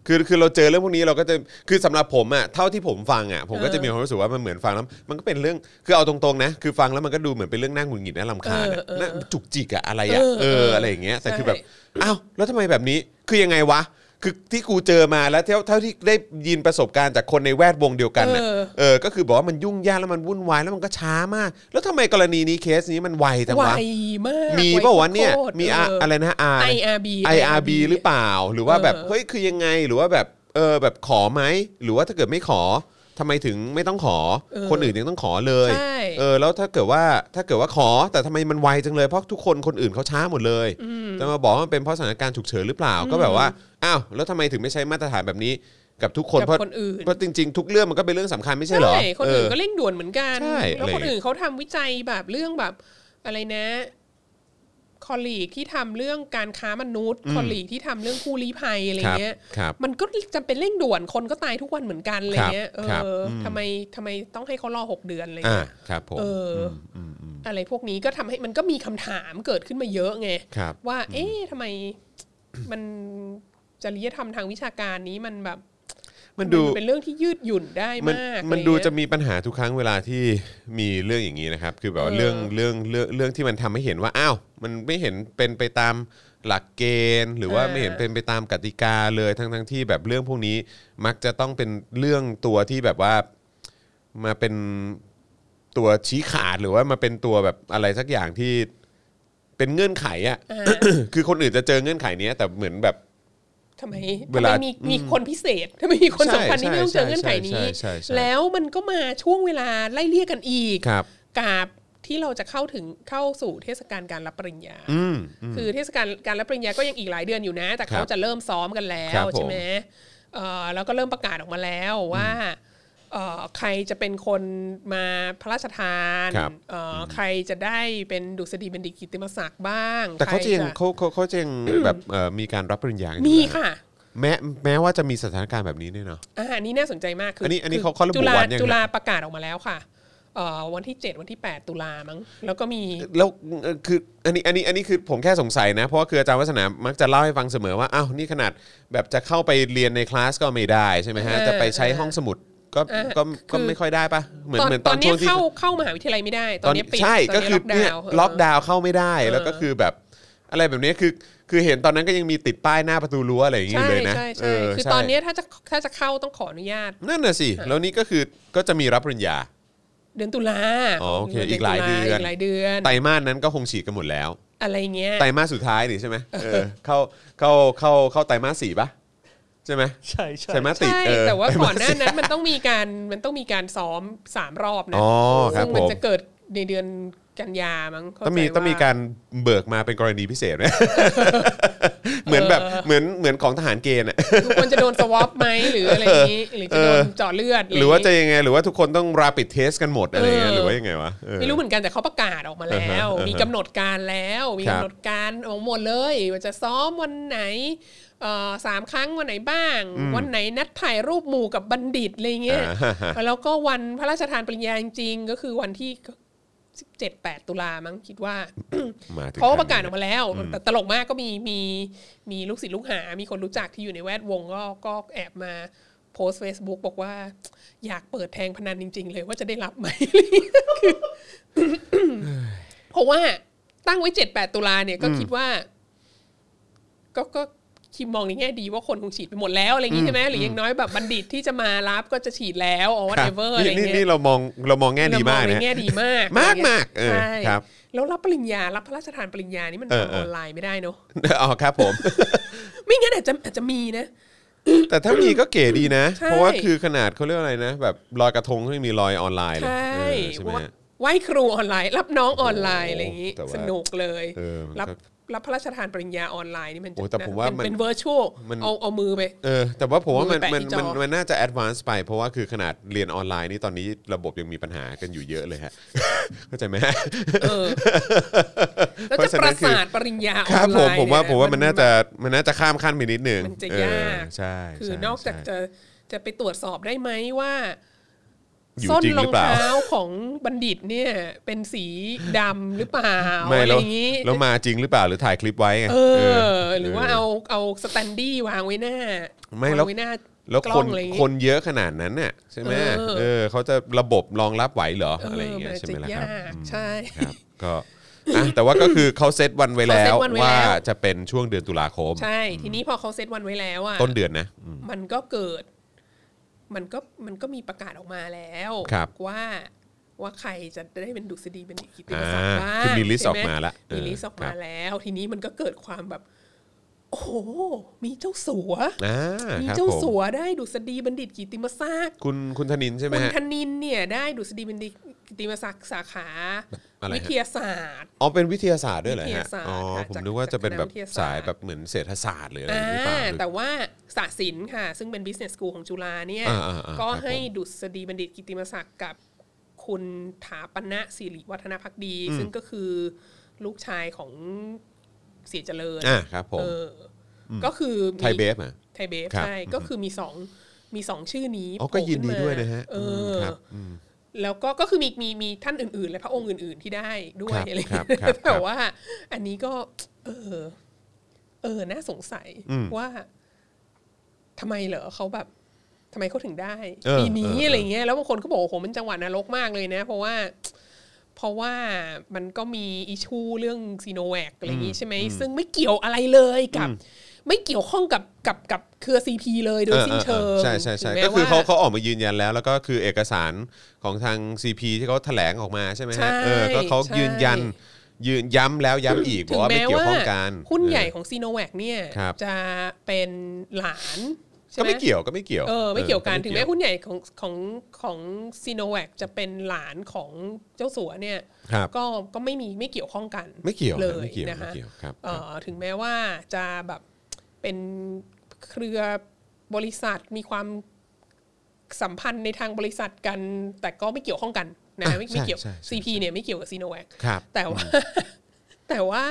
คือคือเราเจอเรื่องพวกนี้เราก็จะคือสำหรับผมอ่ะเท่าที่ผมฟังอ่ะผมก็จะมีความรู้สึกว่ามันเหมือนฟังแล้วมันก็เป็นเรื่องคือเอาตรงๆนะคือฟังแล้วมันก็ดูเหมือนเป็นเรื่องน่าหงุดหงิดน่าลำคาญอะ เออเออ น่าจุกจิกอะอะไรอะ เออ เอ เออ ออะไรอย่างเงี้ยแต่ ใช่ คือแบบอ้าวแล้วทำไมแบบนี้คือยังไงวะ คือที่กูเจอมาแล้วเท่าเท่าที่ได้ยินประสบการณ์จากคนในแวดวงเดียวกันน่ะ เออ เออก็คือบอกว่ามันยุ่งยากแล้วมันวุ่นวายแล้วมันก็ช้ามาก แล้วทำไมกรณีนี้เคสนี้มันไวจัง ไว วะ มาก มีเปล่าวะเนี่ย ไโคตร มีอะ เ อะไรนะ R นะ IRB IRB หรือเปล่าหรือว่าแบบ เออ เฮ้ยคือยังไงหรือว่าแบบเออแบบขอไหมหรือว่าถ้าเกิดไม่ขอทำไมถึงไม่ต้องขอ คนอื่นยังต้องขอเลย ใช่ เออแล้วถ้าเกิดว่าถ้าเกิดว่าขอแต่ทำไมมันไวจังเลยเพราะทุกคนคนอื่นเขาช้าหมดเลยจะมาบอกว่ามันเป็นเพราะสถานการณ์ฉุกเฉินหรือเปล่าก็แบบว่าอ้าวแล้วทำไมถึงไม่ใช้มาตรฐานแบบนี้กับทุกคน กับ เพราะ คนอื่น เพราะจริง ๆ ทุกเรื่องมันก็เป็นเรื่องสำคัญไม่ใช่เหรอ คนอื่น เออ ก็เร่งด่วนเหมือนกัน ใช่ แล้ว อะไร คนอื่นเขาทำวิจัยแบบเรื่องแบบอะไรนะ คอลลีกที่ทำเรื่องการค้ามนุษย์ อืม คอลลีกที่ทำเรื่องผู้ลี้ภัยอะไร ครับ เงี้ย ครับ มันก็จำเป็นเร่งด่วนคนก็ตายทุกวันเหมือนกันอะไรเงี้ย ครัคเอบรับ ออ ม ทำไมทำไมต้องให้เขารอหกเดือนอะไร อ่า เงี้ย ครับผม เออออะไรพวกนี้ก็ทำให้มันก็มีคำถามเกิดขึ้นมาเยอะไง ครับ ว่า เอ๊ะทำไมมันจริยธรรมทางวิชาการนี้มันแบบ มันดู เป็นเรื่องที่ยืดหยุ่นได้ม มัน าก มัน อไรเงี้ย ดูจะมีปัญหาทุกครั้งเวลาที่มีเรื่องอย่างนี้นะครับ คือแบบว่า เออ เรื่องเรื่องเรื่องเรื่องที่มันทำให้เห็นว่าอ้าวมันไม่เห็นเป็นไปตามหลักเกณฑ์ หรือว่า เออ ไม่เห็นเป็นไปตามกติกาเลยทั้งทั้งที่แบบเรื่องพวกนี้มักจะต้องเป็นเรื่องตัวที่แบบว่ามาเป็นตัวชี้ขาดหรือว่ามาเป็นตัวแบบอะไรสักอย่างที่เป็นเงื่อนไขอะ อ่า *coughs* คือคนอื่นจะเจอเงื่อนไขเนี้ยแต่เหมือนแบบ ทำไม เว ทำไม ลา มี อืม มีคนพิเศษทำไมมีคน ใช่ สำคัญที่ไม่ต้องเจอ ใช่ เงื่อนไขนี้ ใช่ใช่ใช่ แล้วมันก็มาช่วงเวลาไล่เลี่ยกันอีก ครับ กับที่เราจะเข้าถึงเข้าสู่เทศกาลการรับปริญญา อืม คือเทศกาลการรับปริญญาก็ยังอีกหลายเดือนอยู่นะ แต่ ค เขา รับ จะเริ่มซ้อมกันแล้ ครั ว บผม ใช่ไหมเอ่อแล้วก็เริ่มประกาศออกมาแล้วว่าเอ่อใครจะเป็นคนมาพระราชทาน ครับ เอ่ออใครจะได้เป็นดุษฎีบัณฑิตกิตติมศักดิ์บ้าง แต่เขาจะยัง ใคร เขาเขาเขา *coughs* จะยังแบบเอ่อมีการรับปริญญากันอยู่ มี ไหม ค่ะ แม้แม้ว่าจะมีสถานการณ์แบบนี้เนี่ยเนาะ อ่าอันนี้น่าสนใจมากคือน นี้อันนี้ คื เขาเขาระบุ จุฬ วันยัง จุฬาประกาศออกมาแล้วค่ะเอ่อวันที่ 7 วันที่ 8 ตุลามั้งแล้วก็มี แล้วเอ่อคืออันนี้อันนี้อันนี้คือผมแค่สงสัยนะ เพราะว่าคืออาจารย์วัฒนามักจะเล่าให้ฟังเสมอว่าอ้าวนี่ขนาดแบบจะเข้าไปเรียนในคลาสก็ไม่ได้ใช่ไหมฮะ เออ จะไปใช้ห้องสมุดก็ เออ ก็ คือ ก็ไม่ค่อยได้ปะเหมือน ตอน เหมือน ต ต อ อน น เนี้ ช่ ยว งที่ เข้าเข้ามหาวิทยาลัยไม่ได้ ตอนเนี้ยปิด ใช่ ตน ก็ เนี้ย คือเนี่ยล็อก ดาดาววน์น์เข้าไม่ได้แล้วก็คือแบบอะไรแบบเนี้ยคือ คือเห็นตอนนั้นก็ยังมีติดป้ายหน้าประตูรั้วอะไรอย่างเงี้ย ใช่ เลยนะ ใช่ เ ใช่คือ ใช่ ตอนเนี้ยถ้าจะถ้าจะเข้าต้องขออนุญาต นั่นน่ะสิแล้วนี่ก็คือก็จะมีรับปริญญา เดือนตุลา อ๋อโอเค ดืน อีกหลายเดือน ตุกหลายเดือน ไตรมาสนั้นก็คงฉีดกันหมดแล้ว อะไรเงี้ย ไตรมาสสุดท้ายนี่ใช่ไหมเออเข้าเข้าเข้าเข้าไตรมาสสี่ปะใช่ไหม ใช่ใช่ ไตรมาสสี่ ใช่ เออ แต่ว่า ไตรม ก่อ ส นหน้า สี่ นั้นมันต้องมีการมันต้องมีการซ้อมสามรอบนะ อ๋อครับ ซึ่งมัน ผม จะเกิดในเดือนกันยามั้งเข้าใจ *laughs* ต้องมี ว่ ต้องมีการเบิกมาเป็นกรณีพิเศษไหม *laughs* เหมือนแบบเหมือนเหมือนของทหารเกณฑ์อะ ทุกคนจะโดนสวอปไหมหรืออะไรนี้หรือจะโดนเจาะเลือด หรือว่าจะ ไย่ยังงี้งไงหรือว่าทุกคนต้องราปิดเทสกันหมดอะไรเงี้ย เออ หรือว่ายังไงวะเออ ไม่รู้เหมือนกันแต่เขาประกาศออกมาแล้ว อ่าฮะอ่าฮะ มีกำหนดการแล้วมี ครับ กำหนดการออกหมดเลย ว่าจะซ้อมวันไหนเอ่อสามครั้งวันไหนบ้าง วันไหนนัดถ่ายรูปหมู่กับบัณฑิตอะไรเงี้ย อ่า *laughs* ฮะ แล้วก็วันพระราชทานปริญญาจริงๆ ก็คือวันที่เจ็ดแปดตุลามั้งคิดว่า มาถึง เขาก็ประกาศออกมาแล้ว แต่ตลกมากก็มีมีมีลูกศิษย์ลูกหา มีคนรู้จักที่อยู่ในแวดวงก็ก็แอบมาโพสต์ Facebook บอกว่า อยากเปิดแทงพนันจริง ๆ เลยว่าจะได้รับไหม คือเพราะว่าตั้งไว้เจ็ดแปดตุลาเนี่ยก็คิดว่า ก็ก็คิมมองในแง่ดีว่าคนคงฉีดไปหมดแล้วอะไรอย่างงี้ใช่ไหมหรืออยังน้อยแบบบัณฑิตที่จะมารับก็จะฉีดแล้วอ๋อ ครับ whatever อะไร *laughs* นี่นี่ เงี้ย นี่เรามองเรามองแง่ดีมาก เรอง นะ ในแง่ดีมาก มาก อะไรเงี้ย มากเออ ใช่ ครับ แล้วรับปริญญา รับพระราชทานปริญญานี่มัน เออ ทำ เอ อ อ อนไลน์ไม่ได้เนอะ อ๋อครับผม ไม่งั้นอาจจะอาจจะมีนะ แต่ถ้ามีก็เก๋ดีนะ ใช่ เพราะว่าคือขนาดเขาเรียกว่าอะไรนะ แบบลอยกระทงก็ยังมีลอยออนไลน์เล ใช ยเอ่ อใช่ไหมฮะ ไหว้ครูออนไลน์ รับน้องออนไลน์อะไรอย่างงี้ แต่ว่า สนุกเลย เออมันก็ รับ รับพระราชทานปริญญาออนไลน์นี่มันจะ โอ้แต่ผมว่า เป็น มัน เป็นเวอร์ชวล มัน เอาเอามือไป เออแต่ว่าผมว่ามัน มือแปะ มัน ที่จอ มันมันน่าจะแอดวานซ์ไป เพราะว่าคือขนาดเรียนออนไลน์นี่ตอนนี้ระบบยังมีปัญหากันอยู่เยอะเลย *laughs* ฮะ เข้าใจไหมฮะ เออ แล้วจะ เพราะฉะ ป นั้ ระ นคือ สาทปริญญาอ ค อ รับ นไลน์ ผมผมว่า เย ผมว่ามันน่าจะ แบบ มันน่าจะข้ามขั้นไปนิดนึง มันจะ เออย าก ใช่ คือ ใช่ นอกจาก ใช่ จะจะไปตรวจสอบได้ไหมว่า อยู่ ส้น จริง ร หรือ อง เปล่า เท้าของบัณฑิตเนี่ย เป็นสีดำหรือเปล่า ไม่ อะไร แล้ว อย่างนี้ แล้วมาจริงหรือเปล่าหรือถ่ายคลิปไว้ไงเอเออ อ หรือว่าเอาเอาสแตนดี้วางไว้หน้า ไม่แล้ว างไว้หน้า แล้ว กล้ ค อง น อะไรอย่าง ค งี้ นเยอะขนาดนั้นเนี่ยใช่ไหม เออ เออเขาจะระบบรองรับไหวเหรออะไรอย่างเงี้ย มัน ใช่ไห จะ มล่ะค ยา รับ กใช่ ครับก็อ่ะแต่ว่าก็คือเขาเซตวันไว้แล้ว เขาเซ็ตวันไว้ ว่า แล้ว จะเป็นช่วงเดือนตุลาคม ใช่ ทีนี้พอเขาเซตวันไว้แล้วอ่ะ ต้นเดือนนะ มันก็เกิด มันก็มันก็มีประกาศออกมาแล้ว ครับ ว่าว่าใครจะได้เป็นดุษฎีเป็นกิตติ อ่า ประสาทบ้าง คือมีลิสต์อ ใช่ อก ไห มาละเ มีลิสต์ออกมา ครับ แล้ว ทีนี้มันก็เกิดความแบบ โอ้โห มีเจ้าสัว อ่า มี ครับ เจ้า ผม สัวได้ดุษฎีบัณฑิตกิตติมศักดิ์ คุณคุณธนินใช่ไหม คุณ ฮะ ธนินเนี่ยได้ดุษฎีบัณฑิตกิตติมศักดิ์สาขา อะไรฮะ วิทยาศาสตร์ อ๋อเป็นวิทยาศาสตร์ด้วยเหรอ วิท ฮะ ยาศาสตร์ อ๋อ ค่ะ ผม จาก นึกว่าจะเป็นแบบ จากคณะวิทยาศา สา สยตร์ แบบเหมือนเศรษฐศาสตร์หรืออะไร อ่า หรือเปล่าหรือ แต่ว่าศาสตร์ศิลป์ค่ะ ซึ่งเป็น business school ของจุฬาเนี่ย อ่าอ่าอ่า ก็ ครับ ให้ ผม ดุษฎีบัณฑิตกิตติมศักดิ์กับคุณถาปณะสิริวัฒนพักดี ซึ่งก็คือลูกชายของเสียเจริญ อ่าครับผม เอออก็คือมี ไทยเบฟอ่ะ ไทยเบฟ ครับ ใช่ก็คือมีสองมีสองชื่อนี้ อ๋อก็ยินดี โผล่ขึ้มา ด้วยนะฮะ เอ ม อ ครับอืม แล้วก็ก็คือมีมีมีท่านอื่นๆและพระองค์อื่น ๆที่ได้ด้วคยรับ อะไรอย่าง ครับ เงี้ย ครับ แต่ว่า อันนี้ก็ เออ เออน่าสงสัย อืม ว่าทำไมเหรอเขาแบบทำไมเขาถึงได้ เออ ปีนี้ เอออ อะไรเงี้ยแล้วบางคนก็บอกโอ้โหมันจังหวะนรกมากเลยนะ เพราะว่า เพราะว่ามันก็มีอิชูเรื่องซีโนแวคอะไรอย่างงี้ใช่ไหมซึ่งไม่เกี่ยวอะไรเลยกับ ไม่เกี่ยวข้องกับกับกับเครือซีพีเลยโดยสิ้นเชิง ใช่ใช่ใช่ ถึงแม้ ก็คือ ว่ เขาเขาออกมายืนยันแล้ว แล้วก็คือเอกสารของทาง CP ที่เขาแถลงออกมาใช่ไหม ใช่ ฮะเออก็เขา ใช่ ยืนยัน ยืนย้ำแล้วย้ำอีกบ ถึ อก ง ว่าไม่ แม้ เกี่ยว ว่า ข้องกัน หุ้นใหญ่ เอ ของซีโนแวคเนี่ย ครับ จะเป็นหลาน อ ใช่ ก็ ไหม ไม่เกี่ยวก็ไม่เกี่ยว เออไม่เกี่ยวกันถึงแม้ เยว หุ้นใหญ่ของของของซีโนแวคจะเป็นหลานของเจ้าสัวเนี่ย ครับ ก็ก็ไม่มีไม่เกี่ยวข้องกัน ไม่เกี่ยว เล นะ ย ไม่เกี่ยว นะ ไม่ คะ เกี่ยวครับ เอ่อถึงแม้ว่าจะแบบเป็นเครือบริษัทมีความสัมพันธ์ในทางบริษัทกัน แต่ก็ไม่เกี่ยวข้องกันนะไม่ไม่เกี่ยว ใช่ใช่ใช่ CP เนี่ยไม่เกี่ยวกับซีโนแวค ครับ แต่ว่า แต่ว่า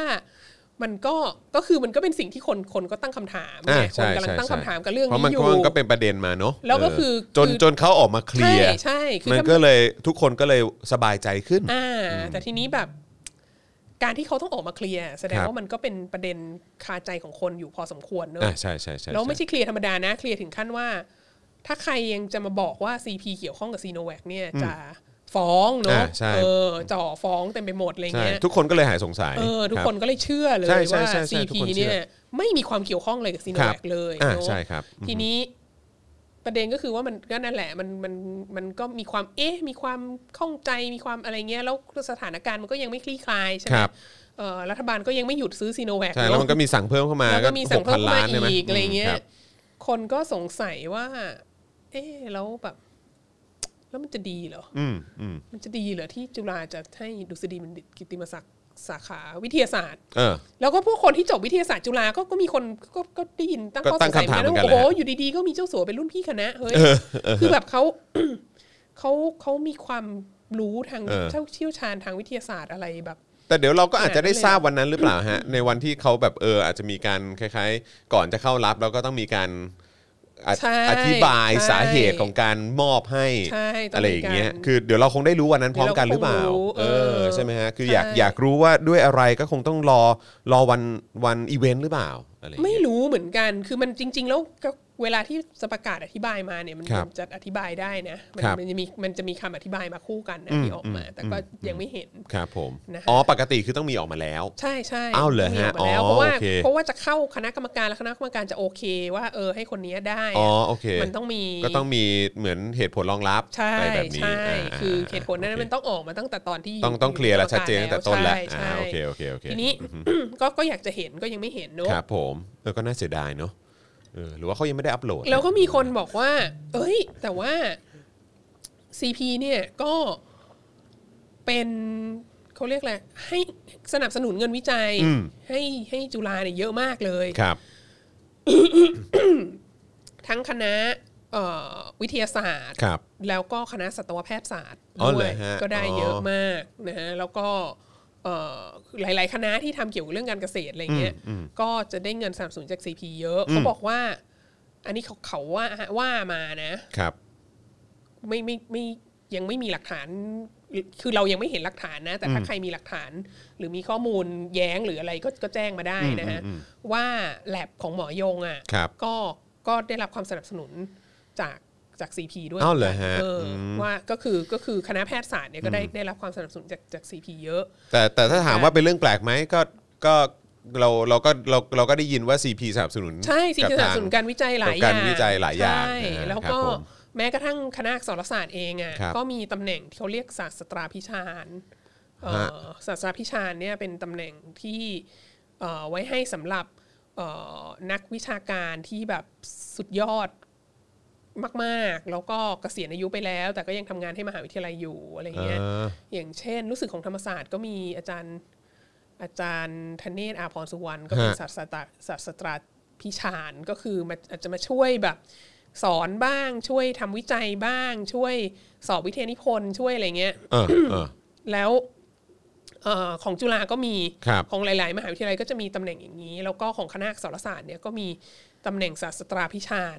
มันก็ก็คือมันก็เป็นสิ่งที่คนคนก็ตั้งคำถามไง อ่า คน ใช่ กำลัง ใช่ ตั้งคำ ใช่ ถามกับเรื่อง เพราะ นี้ มันก็อยู่ มันก็เป็นประเด็นมาเนาะ แล้วก็ เ คือ จน คือ จนเขาออกมาเคลี ใช่ ยร์ ใช่คือ มัน ถ้า ก็เลยทุกคนก็เลยสบายใจขึ้น อ่า แต่ทีนี้แบบ การที่เขาต้องออกมาเคลียร์แสดง ครับ ว่ามันก็เป็นประเด็นคาใจของคนอยู่พอสมควรเนอะ อ่าใช่ใช่ใช่ แล้วไม่ ใช่ ใช่เคลียร์ธรรมดานะเคลียร์ถึงขั้นว่า ถ้าใครยังจะมาบอกว่า CP เกี่ยวข้องกับซีโนแวคเนี่ยจะฟ้องเนาะ าใช่ เออจ่อฟ้องเต็มไปหมดอะไร ใช่ เงี้ย ทุกคนก็เลยหายสงสัย เออทุก รับ คนก็เลยเชื่อเลย ใช่ใช่ ว่า ใช่ใช่ทุ CP กคนเชื่อ เนี่ยไม่มีความเกี่ยวข้องเลยกับซีโน ครั แว บ คเลย อ่า เนอะ ใช่ครับอืม ทีนี้ประเด็นก็คือว่ามันก็นั่นแหละมันมันมันก็มีความเอ๊ะมีความข้องใจมีความอะไรเงี้ยแล้วสถานการณ์มันก็ยังไม่คลี่คลายใช่ไห ค ม รับ เอ่อรัฐบาลก็ยังไม่หยุดซื้อซีโนแวค ใช่แล้วมันก็มีสั่งเพิ่มเข้ามา แล้วก็มีสั่งเพิ่ม 6,000 เข้ามา ใช่ห อีกอะไรเงี้ ค ย บ คนก็สงสัยว่า เอ๊ะแล้วแบบ แล้วมันจะดีเหรอ อืมอืม มันจะดีเหรอที่จุฬาจะให้ดุษฎีบัณฑิตกิตติมศักดิ์สาขาวิทยาศาสตร์ เออ แล้วก็พวกคนที่จบวิทยาศาสตร์จุฬาก็ก็มีคนก็ก็ได้ยินตั้ง ก็ ข้อ ตั้ ส ง งสัย คำถาม นะ เหมือนกัน โอ้โห แหละ อยู่ดีๆก็มีเจ้าสัวเป็นรุ่นพี่คณะเฮ้ยคือแบบเขา เขาเขามีความรู้ทาง เออ เชี่ยวชาญทางวิทยาศาสตร์อะไรแบบ แต่เดี๋ยวเราก็อาจจะได้ ขทนาดนั้นเลยราบวันนั้นหรือเปล่าฮะ ในวันที่เขาแบบเออ อาจจะมีการคล้ายๆ ก่อนจะเข้ารับเราก็ต้องมีการอ ใช่ อธิบาย ใช่ สาเหตุของการมอบให้ ใช่ต้องมีการ อะไรอย่างเงี้ยคือเดี๋ยวเราคงได้รู้วันนั้นพร้อมกันหรือเปล่า เราก็คงรู้ เอ เอ อ อ ใช่ไหมฮะคือ ใช่ อยากอยากรู้ว่าด้วยอะไรก็คงต้องรอรอวันวันอีเวนต์หรือเปล่าอะไรอย่าง ไม่ เงี้ย รู้เหมือนกัน คือมันจริง ๆ แล้วก็เวลาที่สประกาศอธิบายมาเนี่ยมัน ครับ มันจะอธิบายได้นะ มัน ครับ มันจะมีมันจะมีคำอธิบายมาคู่กันนะ อืม ที่ออกมา อืม แต่ก็ยังไม่เห็น ครับผม นะฮะ อ๋อปกติคือต้องมีออกมาแล้ว ใช่ใช่ อ้าวเหรอ มีก ฮะ มาแล้ว อ๋อ เพราะว่า โอเค เพราะว่าจะเข้าคณะกรรมการแล้วคณะกรรมการจะโอเค ว่าเออให้คนเนี้ยได้ อ๋อ อะ โอเค มันต้องมี ก็ต้องมีเหมือนเหตุผลรองรับ ใช่ อะไรแบบนี้ ใช่ าา คือเหตุผลนั้น โค มันต้องออกมาตั้งแต่ตอนที่ ต้องต้องเคลียร์และชัดเจนตั้งแต่ต้นแล้ว ใช่ อ่า ใช่ โอเคโอเคโอเค ทีนี้ ก็ก็อยากจะเห็นก็ยังไม่เห็นเนอะ ครับผมเออก็น่าเสียดายเนาะเออหรือว่าเขายังไม่ได้อัปโหลด แล้วก็มีคนบอกว่า เอ้ย แต่ว่า CP เนี่ยก็เป็น เขาเรียกอะไรให้สนับสนุนเงินวิจัย อืม ให้ให้จุฬาเนี่ยเยอะมากเลย ครับ ทั้งคณะเอ่อวิทยาศาสตร์ ครับ แล้วก็คณะสัตวแพทยศาสตร์ อ๋อ ด้ เหร วย อฮะ ก็ได้ อ๋อ เยอะมากนะฮะแล้วก็เอ่อหลาย ๆ คณะที่ทำเกี่ยวกับเรื่องการเกษตรอะไรเงี้ยก็จะได้เงินสนับสนุนจาก CP เยอะเขาบอกว่า อันนี้เขาเขาว่าว่ามานะ ครับ ไม่ไม่ไม่ยังไม่มีหลักฐาน คือเรายังไม่เห็นหลักฐานนะ แต่ถ้าใครมีหลักฐาน หรือมีข้อมูลแย้งหรืออะไรก็ก็แจ้งมาได้นะฮะว่าแลบของหมอยงอ่ะ ครับ ก็ก็ได้รับความสนับสนุนจากจากซีพีด้วย อ้าวเหรอฮะ เอออ ม ว่าก็คือก็คือคณะแพทยศาสตร์เนี่ยก็ได้ได้รับความสนับสนุนจากจากซีพีเยอะ แต่แต่ถ้าถามว่าเป็นเรื่องแปลกไหมก็ก็เราเราก็เราเราก็ได้ยินว่า CP สนับสนุน ใช่ซีพี กับสนับ ทง สนุนการวิจัยหลายอ กับย่าง การวิจัยหลายอย่าง ใช่ นะฮะ แล้ว ครับ ก็ ผม แม้กระทั่งคณะอักษรศาสตร์เองอ่ะ ครับ ก็มีตำแหน่งที่เขาเรียกศาสตราพิชานเอ่อ ฮะ ศาสตราพิชานเนี่ยเป็นตำแหน่งที่เอ่อไว้ให้สำหรับเอ่อนักวิชาการที่แบบสุดยอดมากๆ แล้วก็เกษียณอายุไปแล้ว แต่ก็ยังทำงานให้มหาวิทยาลัยอยู่อะไรเงี้ย อ่า อย่างเช่น รู้สึกของธรรมศาสตร์ก็มีอาจารย์อาจารย์ธเนศอาพรสุวรรณก็เป็น ฮะ ศาสตราศาสตราพิชานก็คือมาอาจจะมาช่วยแบบ สอนบ้างช่วยทำวิจัยบ้าง ช่วยสอบวิทยานิพนธ์ช่วยอะไรเงี้ย เออเออ แล้วเออของจุฬาก็มี ครับ ของหลาย ๆ มหาวิทยาลัยก็จะมีตำแหน่งอย่างนี้ แล้วก็ของคณะอักษรศาสตร์เนี่ยก็มีตำแหน่งศาสตราพิชาน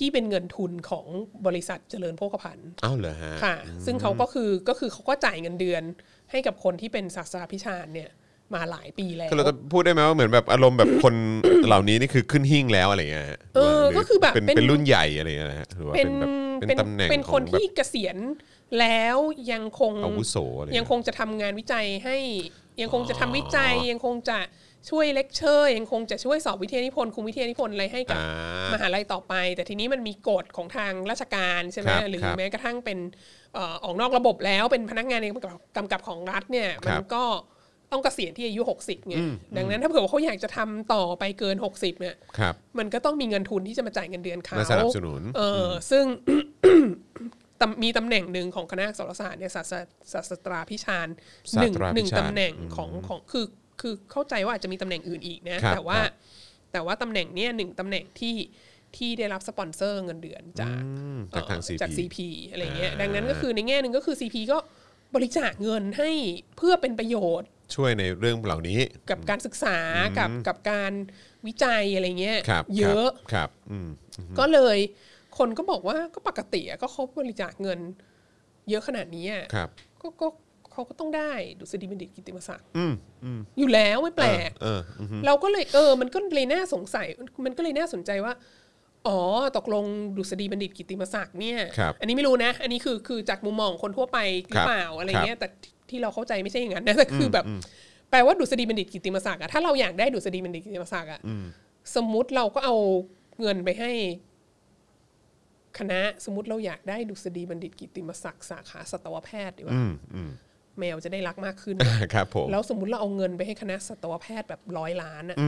ที่เป็นเงินทุนของบริษัทเจริญโภคภัณฑ์ เอ้าเหรอฮะ ค่ะ ซึ่งเขาก็คือก็คือเขาก็จ่ายเงินเดือนให้กับคนที่เป็นศาสตราพิชานเนี่ยมาหลายปีแล้ว คือเราจะพูดได้ไหมว่าเหมือนแบบอารมณ์แบบคน เหล่านี้นี่คือขึ้นหิ้งแล้วอะไรเงี้ยฮะ เออ หรื ก็คือแบบ เป็น เป็น เป็นรุ่นใหญ่อะไรเงี้ยนะฮะหรือว่า เป็ เป็น นแบบเป็น เป็น ตำแหน่ง เป็น ข ค อน งแบบ ที่เกษียณแล้วยังคง อาวุโสอะไรเงี้ ยัง ย คงจะทำงานวิจัยให้ยังคงจะทำวิจัย ยังคงจะช่วยเลคเชอร์ยังคงจะช่วยสอบวิทยานิพนธ์คุมวิทยานิพนธ์อะไรให้กับ อ่าม หาลัยต่อไป แต่ทีนี้มันมีกฎของทางราชการใช่ไหม ครับ หรือ ครับ แม้กระทั่งเป็นเอ่อออกนอกระบบแล้วเป็นพนักงานในกำกับกำกับของรัฐเนี่ย ค มั รั น บ ก็ต้องเกษียณที่อายุ 60ไงดังนั้นถ้าเผื่อว่าเขาอยากจะทำต่อไปเกิน 60เนี่ย ครับ มันก็ต้องมีเงินทุนที่จะมาจ่ายเงินเดือนเขา มาสนับสนุน เอออซึ่ง *coughs* ตำมีตำแหน่งหนึ่งของคณะอักษรศาสตร์เนี่ยศาสตราศาสตราพิชานหนึ่ง ศาสตราพิชาญ หนึ่งตำแหน่งของของคือคือเข้าใจว่าอาจจะมีตำแหน่งอื่นอีกนะ ครับ แต่ว่า ครับ แต่ว่าตำแหน่งเนี่ยหนึ่งตำแหน่งที่ที่ได้รับสปอนเซอร์เงินเดือนจาก อืมจากทาง เอ่อ CP จาก CP อะไรเงี้ย อ่า ดังนั้นก็คือในแง่หนึ่งก็คือ CP ก็บริจาคเงินให้เพื่อเป็นประโยชน์ ช่วยในเรื่องเหล่านี้ กับการศึกษากับกับการวิจัยอะไรเงี้ย ครับ เยอะ ครับอืม ก็เลยคนก็บอกว่าก็ปกติอะก็เขาบริจาคเงิน เยอะขนาดนี้อะ ครับ ก็ก็เขาก็ต้องได้ดุษฎีบัณฑิตกิตติมศักดิ์ อืมอืม อยู่แล้วไม่แปลก เออเอออืม เราก็เลยเออ มันก็เลยน่าสงสัย มันก็เลยน่าสนใจว่า อ๋อ ตกลงดุษฎีบัณฑิตกิตติมศักดิ์เนี่ย ครับ อันนี้ไม่รู้นะ อันนี้คือคือจากมุมมองของคนทั่วไปหรือเปล่า ครับ อะไรเงี้ย แต่ที่ที่เราเข้าใจไม่ใช่อย่างนั้นนะ แต่คืออแบบ แปลว่าดุษฎีบัณฑิตกิตติมศักดิ์อะถ้าเราอยากได้ดุษฎีบัณฑิตกิตติมศักดิ์อะสมมุติเราก็เอาเงินไปให้ คณะ สมมติเราอยากได้ดุษฎีบัณฑิตกิตติมศักดิ์สาขาสัตวแพทย์ดีกว่า อืมอืม *laughs* แมวจะได้รักมากขึ้น ครับผม แล้วสมมติเราเอาเงินไปให้คณะสัตวแพทย์แบบร้อยล้านอ่ะ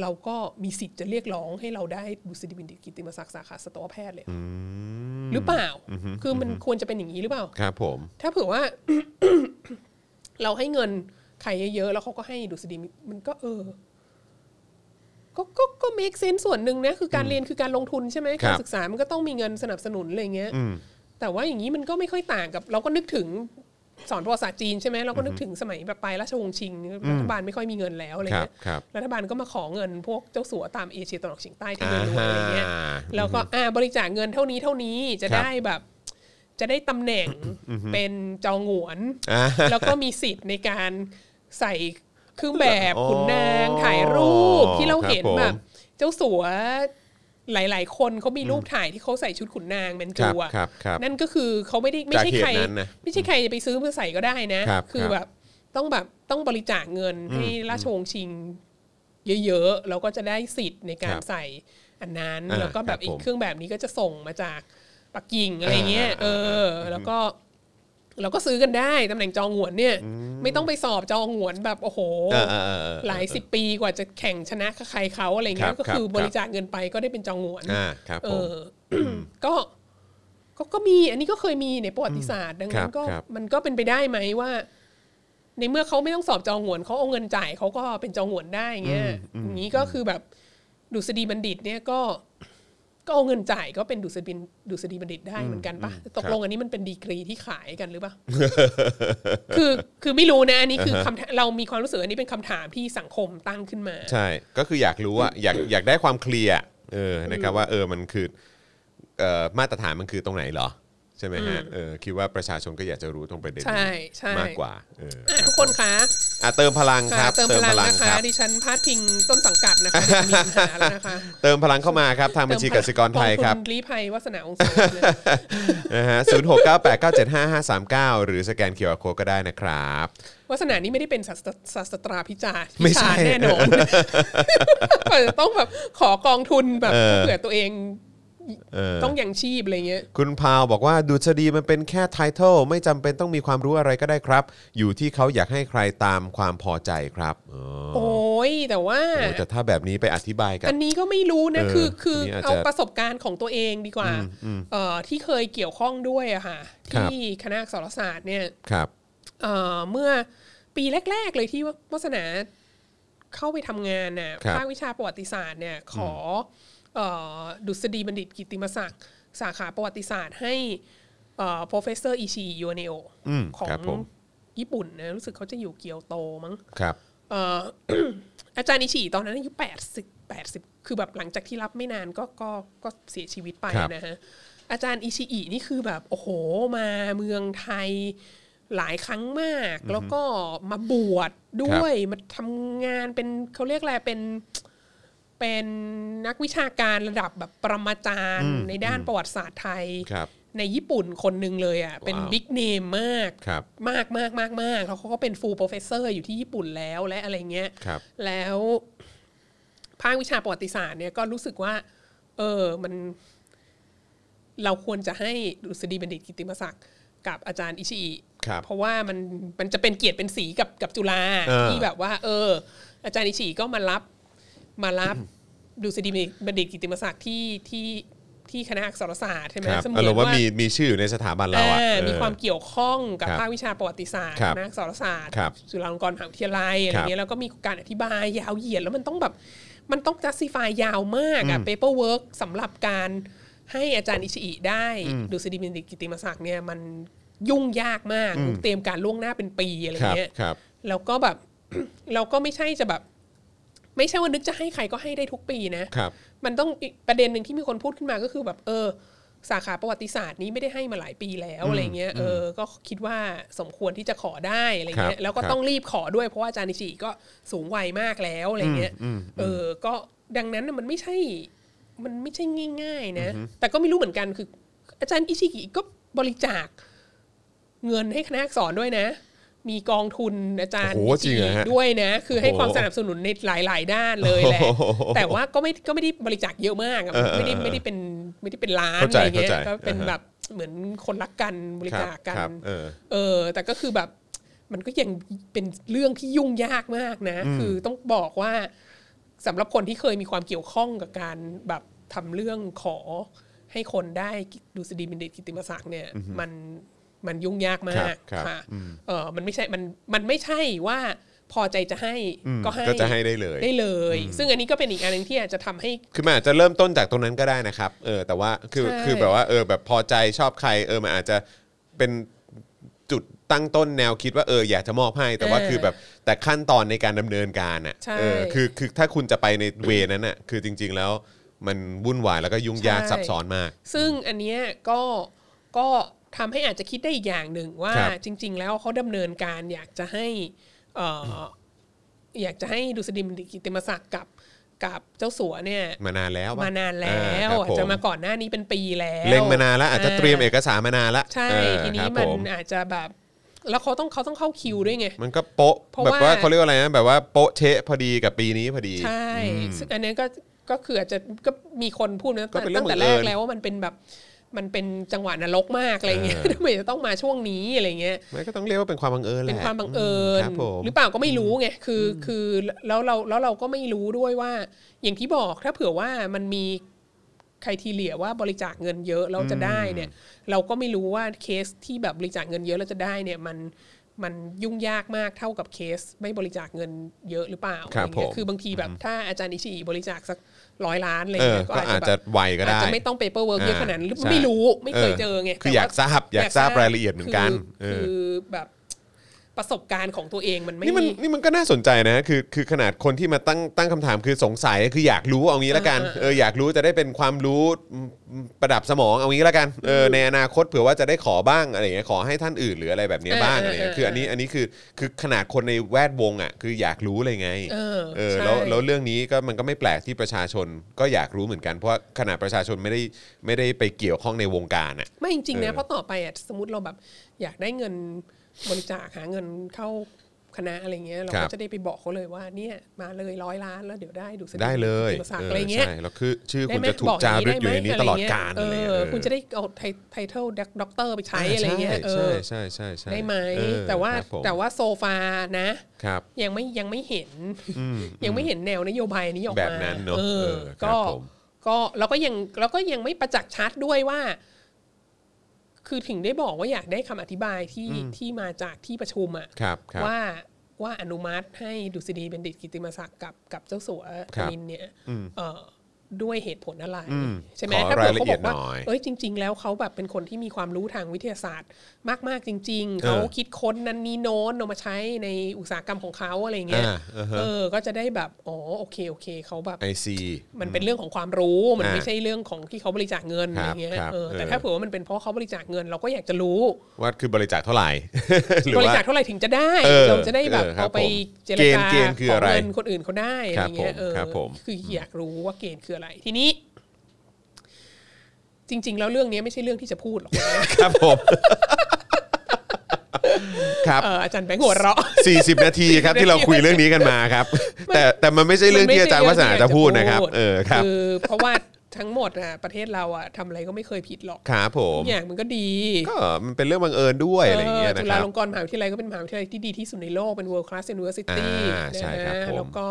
เราก็มีสิทธิ์จะเรียกร้องให้เราได้บุษฎีบินดิตกิตติมศักดิ์สาขาสัตวแพทย์เลย หรือเปล่า คือมันควรจะเป็นอย่างนี้หรือเปล่า ครับผม ถ้าเผื่อว่า *coughs* เราให้เงินใครเยอะๆแล้วเขาก็ให้ดุษฎีมันก็เออ ก็ก็ก็ make sense ส่วนหนึ่งนะคือการเรียนคือการลงทุนใช่ไหม ครับ การศึกษามันก็ต้องมีเงินสนับสนุนอะไรเงี้ยแต่ว่าอย่างนี้มันก็ไม่ค่อยต่างกับ เราก็นึกถึงสอนประวัติศาสตร์จีนใช่ไหมเราก็นึกถึงสมัยแบบปลายราชวงศ์ชิงรัฐบาลไม่ค่อยมีเงินแล้วอะไร ครับ เงี้ย ครับ รัฐบาลก็มาขอเงินพวกเจ้าสัวตามเอเชียตะวันออกเฉียงใต้ที่ อ่า เงินรวยอะไรเงี้ย ฮะ แล้วก็อ่าบริจาคเงินเท่านี้เท่านี้จะ ครับ ได้แบบ จะได้ตำแหน่งเป็นจองหวน อ่า แล้วก็มีสิทธิ์ในการใส่เครื่องแบบ อ๋อ ขุนนางถ่ายรูปที่เราเห็น ครับผม แบบ เจ้าสัวหลาย ๆ คนเขามีรูปถ่ายที่เขาใส่ชุดขุนนางเป็นจัว ครับครับครับ นั่นก็คือเขาไม่ได้ไม่ใช่ จากเหตุ ใคร นั้นนะ ไม่ใช่ใครจะไปซื้อเพื่อใส่ก็ได้นะครับอ ครับ แบบต้องแบบต้องบริจาคเงินให้ราชวงศ์ชิง เยอะๆแล้วก็จะได้สิทธิ์ในกา ค ร รับ ใส่อันนั้น อ่า แล้วก็แบคบรับ อี ผ ก ม เครื่องแบบนี้ก็จะส่งมาจากปักกิ่งอะไรเงี้ย อ่า เออ แล้วก็เราก็ซื้อกันได้ตำแหน่งจองหวนเนี่ย ไม่ต้องไปสอบจองหวนแบบโอ้โห เออเออเออเออ หลายสิบปีกว่าจะแข่งชนะใครเขาอะไรคเงี้รั ย บ ก็คือ ครับ บริจาคเงินไปก็ได้เป็นจองหวน อ่าครับ เอ ผม ออก็ก็ก็มีอันนี้ก็เคยมีในประวัติศาสตร์ดังนั้นก็ ครับ มันก็เป็นไปได้ไหมว่า ในเมื่อเขาไม่ต้องสอบจองหวนเขาเอาเงินจ่ายเขาก็เป็นจองหวนได้อย่างเงี้ยอย่างนี้ก็คือแบบดุษฎีบัณฑิตเนี่ยก็ ก็เอาเงินจ่ายก็เป็นดุษฎีดุษฎีบัณฑิตได้เหมือนกันปะตกลงอันนี้มันเป็นดีกรีที่ขายกันหรือปะ คือคือไม่รู้นะอันนี้คือคำถามเรามีความรู้สึกอันนี้เป็นคำถามที่สังคมตั้งขึ้นมา ใช่ ก็คืออยากรู้อะอยากอยากได้ความเคลียร์อะเออนะครับว่าเออมันคือเอ่อมาตรฐานมันคือตรงไหนเหรอ ใช่ไหมฮะเออคิดว่าประชาชนก็อยากจะรู้ตรงประเด็น ใช่ นี้ ใช่ มากกว่าเออ อ่ะทุกคนคะ อ่ะเติมพลังค ค่ะ รับ เติมพลังนะ ค คะ รับ ดิฉันพาดพิงต้นสังกัดนะคะเดี๋ยวมีปัญหาแล้วนะคะ เติมพลังเข้ามาครับ ทางบัญชีกสิกรไทยครับ กองทุนลีภัยวาสนาองค์สูงเลย นะฮะศูนย์หกเก้าแปดเก้าเจ็ดห้าห้าสามเก้าหรือสแกนเคอร์โคก็ได้นะครับ วาสนานี่ไม่ได้เป็นศาสตศาสตราพิจารณ์ ไม่ใช่ พิจารณ์แน่นอน อาจจะต้องแบบขอกองทุนแบบ เออ เผื่อตัวเองต้องยังชีพอะไรเงี้ย คุณพาวบอกว่าดุษฎีมันเป็นแค่ไทท l e ไม่จำเป็นต้องมีความรู้อะไรก็ได้ครับ อยู่ที่เขาอยากให้ใครตามความพอใจครับอ๋อ โอ้ยแต่ว่า โอ้แต่ถ้าแบบนี้ไปอธิบายกับ อันนี้ก็ไม่รู้นะ เออ คือคืออน นี้อาจจะ เอาประสบการณ์ของตัวเองดีกว่าเอ่อที่เคยเกี่ยวข้องด้วยอะค่ะ ครับ ที่คณะอักษรศาสตร์เนี่ย ครับ เอ่อเมื่อปีแรก ๆ เลยที่วาสนาเข้าไปทำงานน่ะ ครับ ภาควิชาประวัติศาสตร์เนี่ยขอเอ่อดุษฎีบัณฑิตกิตติมศักดิ์สาขาประวัติศาสตร์ให้เอ่อ professor อิชิยูเนโอ อืม ของ ครับผม ญี่ปุ่นนะรู้สึกเขาจะอยู่เกียวโตมั้ง ครับ เอ่ *coughs* อ อาจารย์อิชิตอนนั้นอายุแปดสิบแปดสิบคือแบบหลังจากที่รับไม่นานก็ก็ก็เสียชีวิตไป ครับ นะฮะอาจารย์อิชิอินี่คือแบบโอ้โหมาเมืองไทยหลายครั้งมาก แล้วก็มาบวชด้วยมาทำงานเป็นเขาเรียกอะไรเป็น เป็นนักวิชาการระดับแบบปรมาจารย์ในด้านประวัติศาสตร์ไทย ครับ ในญี่ปุ่นคนหนึ่งเลยอ่ะเป็น ว้าว บิ๊กเนมมาก ครับ มากมากมากมากแล้วเขาก็เป็นฟูลโปรเฟสเซอร์อยู่ที่ญี่ปุ่นแล้วและอะไรเงี้ย ครับ แล้วภาควิชาประวัติศาสตร์เนี่ยก็รู้สึกว่า เออมัน เราควรจะให้ดุษฎีบัณฑิตกิติมศักดิ์กับอาจารย์อิชิอิ ครับ เพราะว่ามันมันจะเป็นเกียรติเป็นสีกับกับจุฬา เออ ที่แบบว่า เออ อาจารย์อิชิอิก็มารับ มารับ ดุษฎีบัณฑิตกิติมศักดิ์ที่ที่ที่คณะอักษรศาสตร์ใช่ไหม ครับ เสมื อารมอน ณ์ว่า ว่า มีมีชื่ออยู่ในสถาบันเราอะ อ่า เออ มีความเกี่ยวข้องกับ ครับ ภาควิชาประวัติศาสตร์ ครับ นะสารศาสตร์ ครับ จุฬาลงกรณ์มหาวิทยาลัยอะไร ครับ เงี้ยแล้วก็มีการอธิบายยาวเหยียดแล้วมันต้องแบบ มันต้อง justify ยาวมากอะ paper work สำหรับการให้อาจารย์อิชิอิได้ดุษฎีบัณฑิตกิติมศักดิ์เนี่ยมันยุ่งยากมากเตรียมการล่วงหน้าเป็นปีอะไรเงี้คยรับครับ แล้วก็แบบ *clears throat* เราก็ไม่ใช่จะแบบ ไม่ใช่ว่านึกจะให้ใครก็ให้ได้ทุกปีนะ ครับ มันต้องอีกประเด็นหนึ่งที่มีคนพูดขึ้นมาก็คือแบบเออ สาขาประวัติศาสตร์นี้ไม่ได้ให้มาหลายปีแล้วอะไรเงี้ยเออก็คิดว่าสมควรที่จะขอได้อะไรเงี้ ครั ย บ แล้วก็ ครับ ต้องรีบขอด้วยเพราะว่าอาจารย์นิชิก็สูงวัยมากแล้วอะไรเงี้ยเออก็ดังนั้นน่ะมันไม่ใช่ มันไม่ใช่ง่าย ๆ นะ แต่ก็ไม่รู้เหมือนกันคือ อาจารย์อิชิกิก็บริจาค เงินให้คณะอักษรด้วยนะ มีกองทุนอาจารย์ โอ้โหจริงเหรอฮะ ด้วยนะ คือให้ โอ้โห ความสนับสนุนในหลาย ๆ ด้านเลยแหละ โอ้โห แต่ว่าก็ไม่ก็ไม่ได้บริจาคเยอะมากอะ เออเออ ไม่ได้ไม่ได้เป็นไม่ได้เป็นล้าน เข้า อะ ใจ ไรเงี้ย เข้าใจ ก็เป็น อ่าฮะ แบบเหมือนคนรักกันบริ ครับ จาคกัน ครับเออ เออ แต่ก็คือแบบมันก็ยังเป็นเรื่องที่ยุ่งยากมากนะ คือต้องบอกว่าสำหรับคนที่เคยมีความเกี่ยวข้องกับการแบบทำเรื่องขอให้คนได้ดูสดีบินเดตกิติมศักดิ์เนี่ยมันมันยุ่งยากมา ครั ก บครับ ค่ะเออมันไม่ใช่มันมันไม่ใช่ว่าพอใจจะให้ อืม ก็ให้ ก็จะให้ได้เลย ได้เลย ซึ่งอันนี้ก็เป็นอีกอันหนึ่งที่อาจจะทำให้ คือมันอาจจะเริ่มต้นจากตรงนั้นก็ได้นะครับ เออ แต่ว่าคือ ใช่ คือแบบว่าเออแบบพอใจชอบใคร เออมันอาจจะเป็นจุดตั้งต้นแนวคิดว่าเอออยากจะมอบให้แต่ว่าคือแบบแต่ขั้นตอนในการดำเนินการอ่ะ ใช่ เออคือคือถ้าคุณจะไปในเวนั้นอ่ะคือจริง ๆ แล้วมันวุ่นวายแล้วก็ยุ่งยาก ใช่ ซับซ้อนมาก ซึ่งอันเนี้ยก็ก็ทำให้อาจจะคิดได้อีกอย่างหนึ่งว่า ครับ จริง ๆ แล้วเขาดำเนินการอยากจะให้เอ่อออยากจะให้ดุษฎีบัณฑิตกิตติมศักดิ์กับกับเจ้าสัวเนี่ย มานานแล้วปะ มานาน อ่ แล้ คว รับ อาจจะมาก่อนหน้านี้เป็นปีแล้ว เล็งมานานแล้วอาจจะเตรียมเอ าก สารมานานละ ใช่ เออ ที ค นี้ รับ มัน ผ อาจจะแบบ แล้วเขาต้องเขาต้องเข้าคิวด้วยไง มันก็โป๊ะ เพราะ แบบว่า ว่า เขาเรียกว่าอะไรนะแบบว่าโป๊ะเชะพอดีกับปีนี้พอดี ใช่ ซึ่งอันนี้ก็ ก็คืออาจจะ ก็มีคนพูดนะ ก็เป็นเรื่อ ตั้ ง ง บังแต่เอิ แร ญ กแล้วว่ามันเป็นแบบ มันเป็นจังหวะนรกมากอะไรเงี้ย เออ ทำไมจะต้องมาช่วงนี้อะไรเงี้ย มันก็ต้องเรียกว่าเป็นความบังเอิญแหละ เป็นความบังเอิญ ครับผม หรือเปล่าก็ไม่รู้ไง คือ คือ แล้วเรา แล้วเราก็ไม่รู้ด้วยว่า อย่างที่บอก ถ้าเผื่อว่ามันมีใครทีเหลียว่าบริจาคเงินเยอะเราจะได้เนี่ย เราก็ไม่รู้ว่าเคสที่แบบบริจาคเงินเยอะแล้วจะได้เนี่ย มัน มันยุ่งยากมากเท่ากับเคส ไม่บริจาคเงินเยอะหรือเปล่า ครับ อะไเงี้ ผม ยคือบางทีแบบถ้าอาจารย์นิชิบริจาคสักร้อยล้านอะไร เออ เงี้ย ก็ ก็ อา อา จ จ จะ จะ ไว แบ ก็ บอาจ ได้ จะไม่ต้องเปเปอร์เวิร์กเยอะขนาดนั้นหรือ ใช่ ไม่รู้ไม่เคยเจอไง คือ แต่ว่ อยากทราบอยากทราบรายละเอียดเหมือนกันเอ คือ อ คือแบบประสบการณ์ของตัวเองมันไม่ นี่มันนี่มันก็น่าสนใจนะ คือคือขนาดคนที่มาตั้งตั้งคำถามคือสงสัยคืออยากรู้เอางี้ละกัน เออเออ เอออยากรู้จะได้เป็นความรู้อืมประดับสมองเอางี้ละกันเออในอนาคตเผื่อว่าจะได้ขอบ้างอะไรอย่างเงี้ยขอให้ท่านอื่นหรืออะไรแบบเนี้ยบ้างอะไรเงี้ยคืออันนี้อันนี้คือคือขนาดคนในแวดวงอ่ะคืออยากรู้เลยไง เออ เออ ใช่ แล้วแล้วเรื่องนี้ก็มันก็ไม่แปลกที่ประชาชนก็อยากรู้เหมือนกันเพราะว่าขนาดประชาชนไม่ได้ไม่ได้ไปเกี่ยวข้องในวงการอ่ะ ไม่จริงๆ เออ นะเพราะต่อไปอ่ะสมมติเราแบบอยากได้เงินบริจาคหาเงินเข้าคณะอะไรเงี้ยเรา ครั ก็ บ จะได้ไปบอกเขาเลยว่าเนี่ยมาเลยร้อยล้านแล้วเดี๋ยวได้ดู ได้เลย ดูสัก เออ อะไรเงี้ย ใช่แล้วคือชื่อ ได้ คุณ ไหม จะถู บ ก อก จารึกอได้ไหยู่ในมนี้ตลอดกาล เอ เลย อ เออ คุณจะได้เอาไทเทิลด็อกเตอร์ไปใช้อะไรเงี้ยเอ ใช่ อ ใช่ใช่ใช่ ได้ไหม เออ แต่ว่า ครับผม แต่ว่าโซฟานะ ครับ ยังไม่ยังไม่เห็นยังไม่เห็นแนวนโยบายนี้ออกมา แบบนั้นเนอะ ออ เออครับ ก็ ผม ก็แล้วก็ยังแล้วก็ยังไม่ประจักษ์ชัดด้วยว่า คือถึงได้บอกว่าอยากได้คำอธิบายที่ที่มาจากที่ประชุมอะ ครับครับ ว่าว่าอนุมัติให้ดุษฎีเบนดิตกิติมศักดิ์กับกับเจ้าสัว ครับ นินเนี่ยเอ่อด้วยเหตุผลอะไร อืม ใช่ไหม ขอ ถ้าเกิด รายละ เขา เอียบอ ด กว่า หน่อย เอ้ยจริง ๆ แล้วเขาแบบเป็นคนที่มีความรู้ทางวิทยาศาสตร์ มาก ๆ จริง ๆ เออ เขาคิดค้นนั้นนี้โน้นเอามาใช้ในอุตสาหกรรมของเขาอะไรอย่างเงี้ย อ่าอ่าฮะ เออ ก็จะได้แบบ อ๋อ โอเค โอเค เขาแบบ ไอซี มันเป็นเรื่องของความรู้ มัน อ่า ไม่ใช่เรื่องของที่เขาบริจาคเงิน ค อะ รับ ไรเงี้ย ครับ เออ แต่ เออ ถ้าเผื่อว่ามันเป็นเพราะเขาบริจาคเงิน เราก็อยากจะรู้ ว่าคือบริจาคเท่าไหร่ ห บริ ว่า จาคเท่าไหร่ถึงจะได้ เออ เราจะได้แบบ เออครับ เอาไปเจรผจามเกณฑ์เกณฑ์คืออะไร ขเงินคนอื่นเขาได้อะไรเงี้ย ครับผม เออ ครับผม คืออยากรู้ว่าเกณฑ์คืออะไร ทีนี้ จริง ๆ แล้วเรื่องนี้ไม่ใช่เรื่องที่จะพูดหรอกนะครับ ผม ครับ เอออาจารย์แบงค์หัวเราะ 40 นาทีครับ 40 ที่เราคุยเรื่องนี้กันมาครับ *laughs* แต่แต่มันไม่ใช่เรื่องที่อาจารย์วัฒนาจะพูดนะครับ เออครับ คือเพราะว่าทั้งหมดอ่ะประเทศเราอ่ะทำอะไรก็ไม่เคยผิดหรอก ครับผม ทุกอย่างมันก็ดี ก็มันเป็นเรื่องบังเอิญด้วยอะไรอย่างเงี้ย เออ นะ จุ ค ฬา รับ ลงกรณ์มหาวิทยาลัยก็เป็นมหาวิทยาลัยที่ดีที่สุดในโลกเป็น world class university อ่าใช่ นะครับ ผม แล้วก็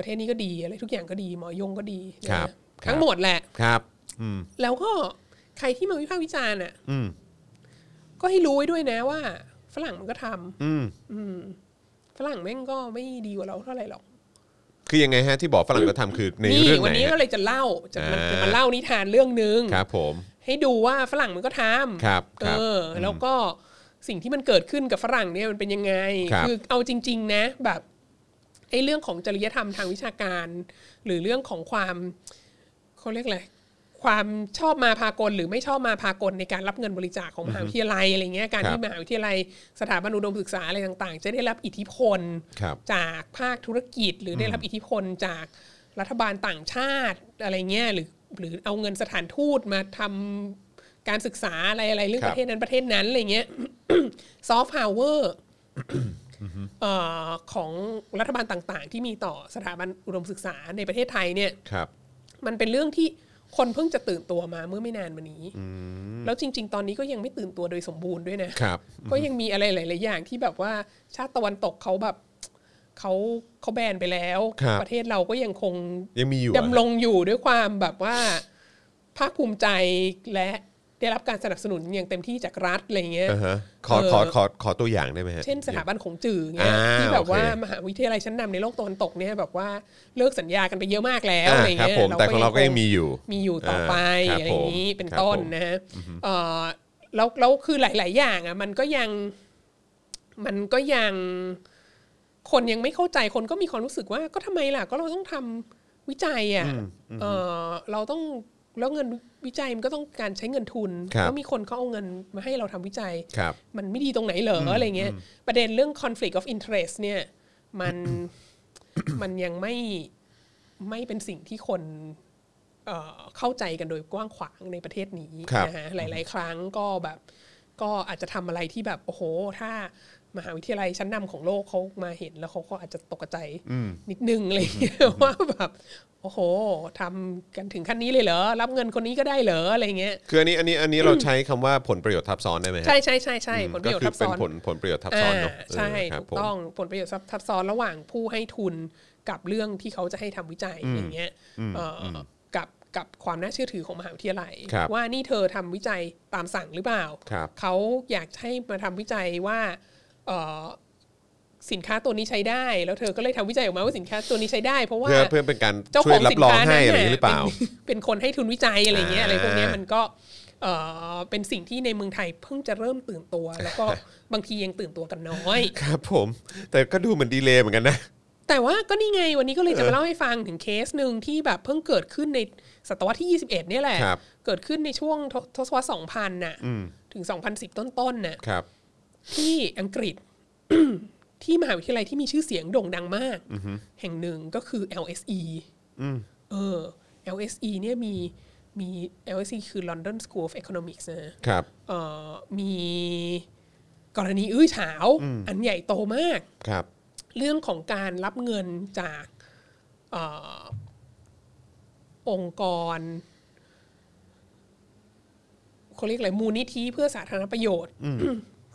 ประเทศนี้ก็ดีอะไรทุกอย่างก็ดีหมอยงก็ดีนะครับ ครับ ทั้งหมดแหละ ครับ อืม แล้วก็ใครที่มาวิพากษ์วิจารณ์อ่ะ อืม ก็ให้รู้ไว้ด้วยนะว่า ฝรั่งมันก็ทำ อืม ฝรั่งแม่งก็ไม่ดีกว่าเราเท่าไหร่หรอก คือยังไงฮะที่บอกฝรั่งก็ทำคือใน นี่ เรื่อง วั ไหน นี้ก็ ฮะ เลยจะเล่าจะมัน อ่า จะมาเล่านิทานเรื่องหนึ่ง ครับผม ให้ดูว่าฝรั่งมันก็ทำ ครับคเอรับ อ แล้วก็สิ่งที่มันเกิดขึ้นกับฝรั่งเนี่ยมันเป็นยังไง ครับ อเอาจริง ๆ นะ แบบไอ้เรื่องของจริยธรรมทางวิชาการ หรือเรื่องของความเขาเรียกอะไรความชอบมาพากลหรือไม่ชอบมาพากลในการรับเงินบริจาคของมหาวิทยาลัยอะไรเงี้ยการ ครับ ที่มหาวิทยาลัยสถาบันอุดมศึกษาอะไรต่าง ๆ จะได้รับอิทธิพล ครับ จากภาคธุรกิจ หรือได้รับอิทธิพลจากรัฐบาลต่างชาติอะไรเงี้ยหรือหรือเอาเงินสถานทูตมาทำ การศึกษาอะไรอะไรเรื่อง ครั ป บ ระเทศนั้นประเทศนั้นอะไรเงี้ย *coughs* ซอฟต์พาวเวอ *coughs* ร์ของรัฐบาลต่างๆ ที่มีต่อสถาบันอุดมศึกษาในประเทศไทยเนี่ย ครับ มันเป็นเรื่องที่คนเพิ่งจะตื่นตัวมาเมื่อไม่นานมานี้ แล้วจริง ๆ ตอนนี้ก็ยังไม่ตื่นตัวโดยสมบูรณ์ด้วยนะ ครับ ก็ยังมีอะไรหลาย ๆ อย่างที่แบบว่าชาติตะวันตกเขาแบบเขาเขาแบนไปแล้ว ครับ ประเทศเราก็ยังคง ยังมีอยู่อะ ดำรงอยู่ด้วยความแบบว่าภาคภูมิใจและได้รับการสนับสนุนอย่างเต็มที่จากรัฐอะไรเงี้ย อ่าฮะขอ เออ ขอขอขอตัวอย่างได้ไหมฮะ เช่นสถาบันของจื่อเงี้ย อ่า ที่แบบว่า โอเค มหาวิทยาลัยชั้นนำในโลกตะวันตกเนี่ยแบบว่าเลิกสัญญากันไปเยอะมากแล้วอะไร ครับ เงี้ย ผมแต่ของเราก็ยังมี ค อยู่ มีอยู่ต่อไป อ่าครับ อะไรอย่างนี้ ผม เป็น ครับ ต้น ผม นะฮะเอ่อแล้วแล้วคือหลาย ๆ อย่างอ่ะมันก็ยังมันก็ยังคนยังไม่เข้าใจคนก็มีความรู้สึกว่า ก็ทำไมล่ะ ก็เราต้องทำวิจัยอ่ะเอ่อเราต้องแล้วเงินวิจัยมันก็ต้องการใช้เงินทุน ครับ แล้วมีคนเขาเอาเงินมาให้เราทำวิจัย ครับ มันไม่ดีตรงไหนเหรออะไรเงี้ยประเด็นเรื่อง conflict of interest เนี่ยมัน *coughs* มันยังไม่ไม่เป็นสิ่งที่คนเอ่อเข้าใจกันโดยกว้างขวางในประเทศนี้ ครับ นะฮะหลาย ๆ ครั้งก็แบบก็อาจจะทำอะไรที่แบบโอ้โห ถ้ามหาวิทยาลัยชั้นนำของโลกเขามาเห็นแล้วเขาก็อาจจะตกใจนิดนึงอะไรเงี้ยว่าแบบโอ้โหทำกันถึงขั้นนี้เลยเหรอ รับเงินคนนี้ก็ได้เหรออะไรเงี้ย คืออันนี้อันนี้อันนี้เราใช้คำว่าผลประโยชน์ทับซ้อนได้ไหมฮะ ใช่ใช่ใช่ใช่ผลประโยชน์ทับซ้อก็คืนอเป็นผลผลประโยชน์ทับซ้อนเนาะ อ่าใช่ เออครับ ถูผกม ต้องผลประโยชน์ทับซ้อนระหว่างผู้ให้ทุนกับเรื่องที่เขาจะให้ทำวิจัยอย่างเงี้ยเอ่ออกับกับความน่าเชื่อถือของมหาวิทยาลัย ครับ ว่านี่เธอทำวิจัยตามสั่งหรือเปล่า ครับ เขาอยากให้มาทำวิจัยว่า เอ่อสินค้าตัวนี้ใช้ได้ แล้วเธอก็เลยทำวิจัยออกมาว่าสินค้าตัวนี้ใช้ได้ เพราะว่า เพื่อเพื่อเป็นการ เจ้า ช่ ข ว อย ง รั สิ บ น รอง ค้า ให้ นั้น อะไรอย่างน่ะนี้หรือเปล่า *laughs* เป็นเป็นคนให้ทุนวิจัยอะไรเงี้ยอะไรพวกเนี้ย อ่ามั มันก็เอ่อเป็นสิ่งที่ในเมืองไทยเพิ่งจะเริ่มตื่นตัว แล้วก็ บางทียังตื่นตัวกันน้อย ครับผม แต่ก็ดูเหมือนดีเลย์เหมือนกันนะ แต่ว่าก็นี่ไงวันนี้ก็เลยจะ เออ มาเล่าให้ฟังถึงเคสหนึ่งที่แบบเพิ่งเกิดขึ้นในศตวรรษที่ 21 เนี่ยแหละ ครับ เกิดขึ้นในช่วงทศทศวรรษ 2000 น่ะ ถึง 2010 ต้นๆน่ะ ครับ ที่อังกฤษ *coughs* ที่มหาวิทยาลัยที่มีชื่อเสียงโด่งดังมาก แห่งหนึ่งก็คือ LSE เออ LSE เนี่ยมีมี LSE คือ London School of Economics นะ ครับ เอ่อมีกรณีอื้อฉาว อันใหญ่โตมาก ครับ เรื่องของการรับเงินจากเอ่อองค์กรเขาเรียกอะไรมูลนิธิเพื่อสาธารณประโยชน์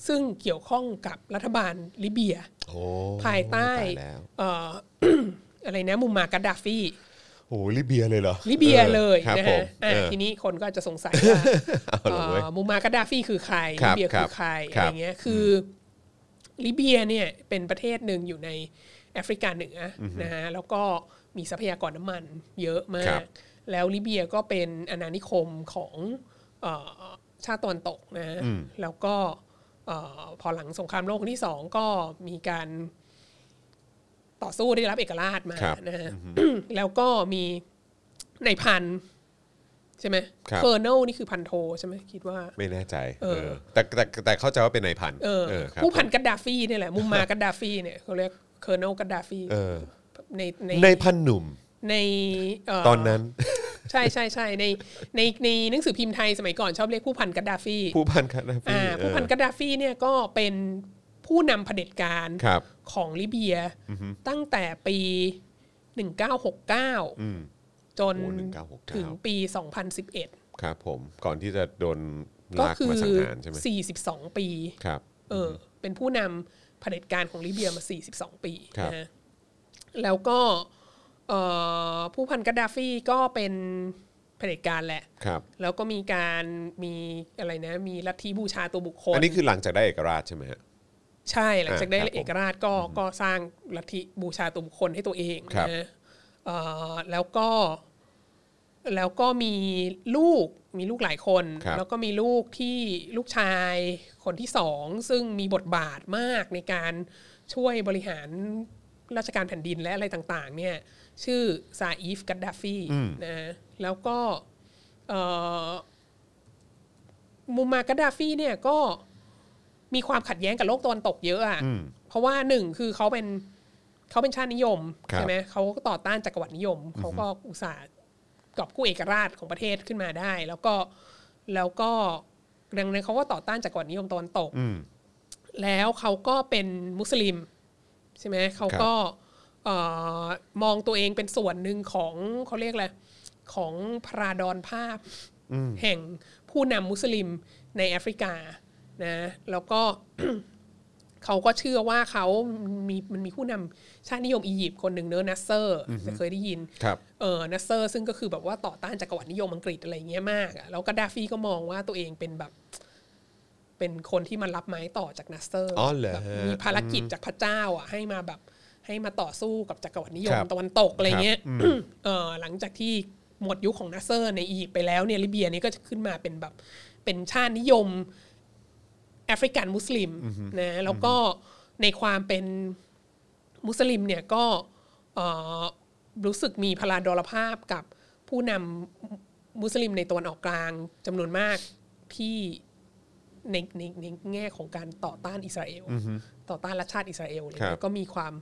ซึ่งเกี่ยวข้องกับรัฐบาลลิเบีย โอ้ ภายใต้ ยแล้ว เอ่ *coughs* อ อะไรนะมุมมาร์กัดดาฟี โอ้ลิเบียเลยเหรอ ลิเบีย ออ เลย ครับ นะ ผ ฮะ ม อ่ะ เออ ทีนี้คนก็จะสงสัยว่า *laughs* เอาละเว้ย เอ่อมุมมาร์กัดดาฟีคือใคร ครั ลิ บ เบียคือใคร ค อะ รับ ไรเงี้ยคืออลิเบียเนี่ยเป็นประเทศหนึ่งอยู่ในแอฟริกาเหนืออนะฮะแล้วก็มีทรัพยากรน้ำมันเยอะมาก แล้วลิเบียก็เป็นอาณานิคมของเออชาติตะวันตกนะ แล้วก็เอ่อพอหลังสงครามโลกครั้งที่สองก็มีการ ต่อสู้ได้รับเอกราชมา ครับ นะฮะ แล้วก็มีในายพันใช่ไหม ครับ เคอร์เนลนี่คือพันโทใช่ไหมคิดว่า ไม่แน่ใจ เออ เออแต่แต่แต่เข้าใจว่าเป็นนายพัน เออ ครับ ผู้พันกัดดาฟีเนี่ยแหละ มุมมากัดดาฟีเนี่ยเขาเรียกเคอร์เนลกัดดาฟี เออ ในใน ในายพันหนุ่ม ในเ ตอนนั้น ใช่ใช่ใช่ในในในหนังสือพิมพ์ไทยสมัยก่อนชอบเรียกผู้พันกัดดาฟี ผู้พันคานาฟี อ่าผู้พันกัดดาฟีเนี่ยก็เป็นผู้นำเผด็จการ ครับ ของลิเบียตั้งแต่ปี 1969 จน โอ้1969 ถึงปี 2011 ครับผมก่อนที่จะโดน ก็ ลาก คือ มาสังหารใช่ไหม 42 ปี ครับ เอออเป็นผู้นำเผด็จการของลิเบียมา 42 ปี ครับ นะฮะแล้วก็เอ่อผู้พันกัดดาฟีก็เป็นเผด็จการแหละ ครับ แล้วก็มีการมีอะไรนะ มีลัทธิบูชาตัวบุคคล อันนี้คือหลังจากได้เอกราชใช่ไหมฮะ ใช่หลังจากได้ อ่าครับผม เอกราชก็ก็สร้างลัทธิบูชาตัวบุคคลให้ตัวเอง ครับ นะเอ่อแล้วก็แล้วก็มีลูกมีลูกหลายคน ครับ แล้วก็มีลูกที่ลูกชายคนที่สองซึ่งมีบทบาทมากในการช่วยบริหารราชการแผ่นดินและอะไรต่าง ๆ เนี่ย ชื่อซาอีฟกัดดาฟีนะแล้วก็เอ่อมูมากัดดาฟีเนี่ยก็ มีความขัดแย้งกับโลกตะวันตกเยอะอ่ะ *laughs* เพราะว่าหนึ่งคือเขาเป็นเขาเป็นชาตินิยม ครับ ใช่ไหมเขาก็ต่อต้านจักรวรรดินิยม เขาก็อุตส่าห์กอบกู้เอกราชของประเทศขึ้นมาได้ แล้วก็แล้วก็ดังนั้นเขาก็ต่อต้านจักรวรรดินิยมตะวันตก อืม แล้วเขาก็เป็นมุสลิมใช่ไหมเขาก็เอ่อมองตัวเองเป็นส่วนหนึ่งของเขาเรียกอะไรของพระราดอนภาพแห่งผู้นำมุสลิมในแอฟริกานะแล้วก็ *coughs* เขาก็เชื่อว่าเขามีมันมีผู้นำชาตินิยมอียิปต์คนหนึ่งเนอะนัสเซอร์จะเคยได้ยิน ครับ เออนัสเซอร์ซึ่งก็คือแบบว่าต่อต้านจักรวรรดินิยมอังกฤษอะไรเงี้ยมากอะแล้วก็ดาฟีก็มองว่าตัวเองเป็นแบบ เป็นคนที่มันรับไม้ต่อจากนัสเซอร์ อ๋อเหรอ แบบมีภารกิจจากพระเจ้าอ่ะให้มาแบบให้มาต่อสู้กับจักรวรรดินิยม ครับ ตะวันตกอะไรเงี้ยเออหลังจากที่หมดยุคของนัสเซอร์ในอียิปต์ไปแล้วเนี่ยลิเบียเนี่ยก็จะขึ้นมาเป็นแบบเป็นชาตินิยม แอฟริกันมุสลิมนะแล้วก็ในความเป็นมุสลิมเนี่ยก็เอ่อรู้สึกมีพลาดลภาพกับผู้นำมุสลิมในตะวันออกกลางจำนวนมากที่ในในในแง่ของการต่อต้านอิสราเอล ต่อต้านรัฐชาติอิสราเอลเลย ครับ ก็มีความ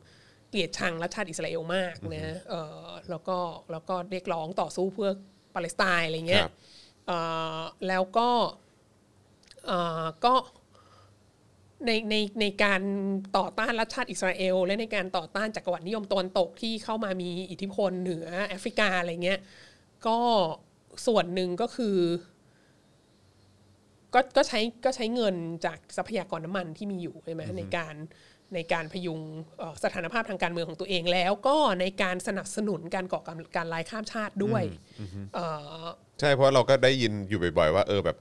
เกลียดชังรัฐชาติอิสราเอลมากนะเออแล้วก็แล้วก็เรียกร้องต่อสู้เพื่อปาเลสไตน์อะไรเงี้ ค ย รับ เอ่อแล้วก็ เอ่อก็ในในในการต่อต้านรัฐชาติอิสราเอล และในการต่อต้านจักรวรรดินิยมตะวันตกที่เข้ามามีอิทธิพลเหนือแอฟริกาอะไรเงี้ยก็ส่วนหนึ่งก็คือ ก็ก็ใช้ก็ใช้เงินจากทรัพยากรน้ำมันที่มีอยู่ใช่ไหมในการ ในการพยุงเอ่อสถานภาพทางการเมืองของตัวเองแล้วก็ในการสนับสนุนการก่อการการลายข้ามชาติด้วยเอ่อ ใช่เพราะเราก็ได้ยินอยู่บ่อยๆว่าเออแบบ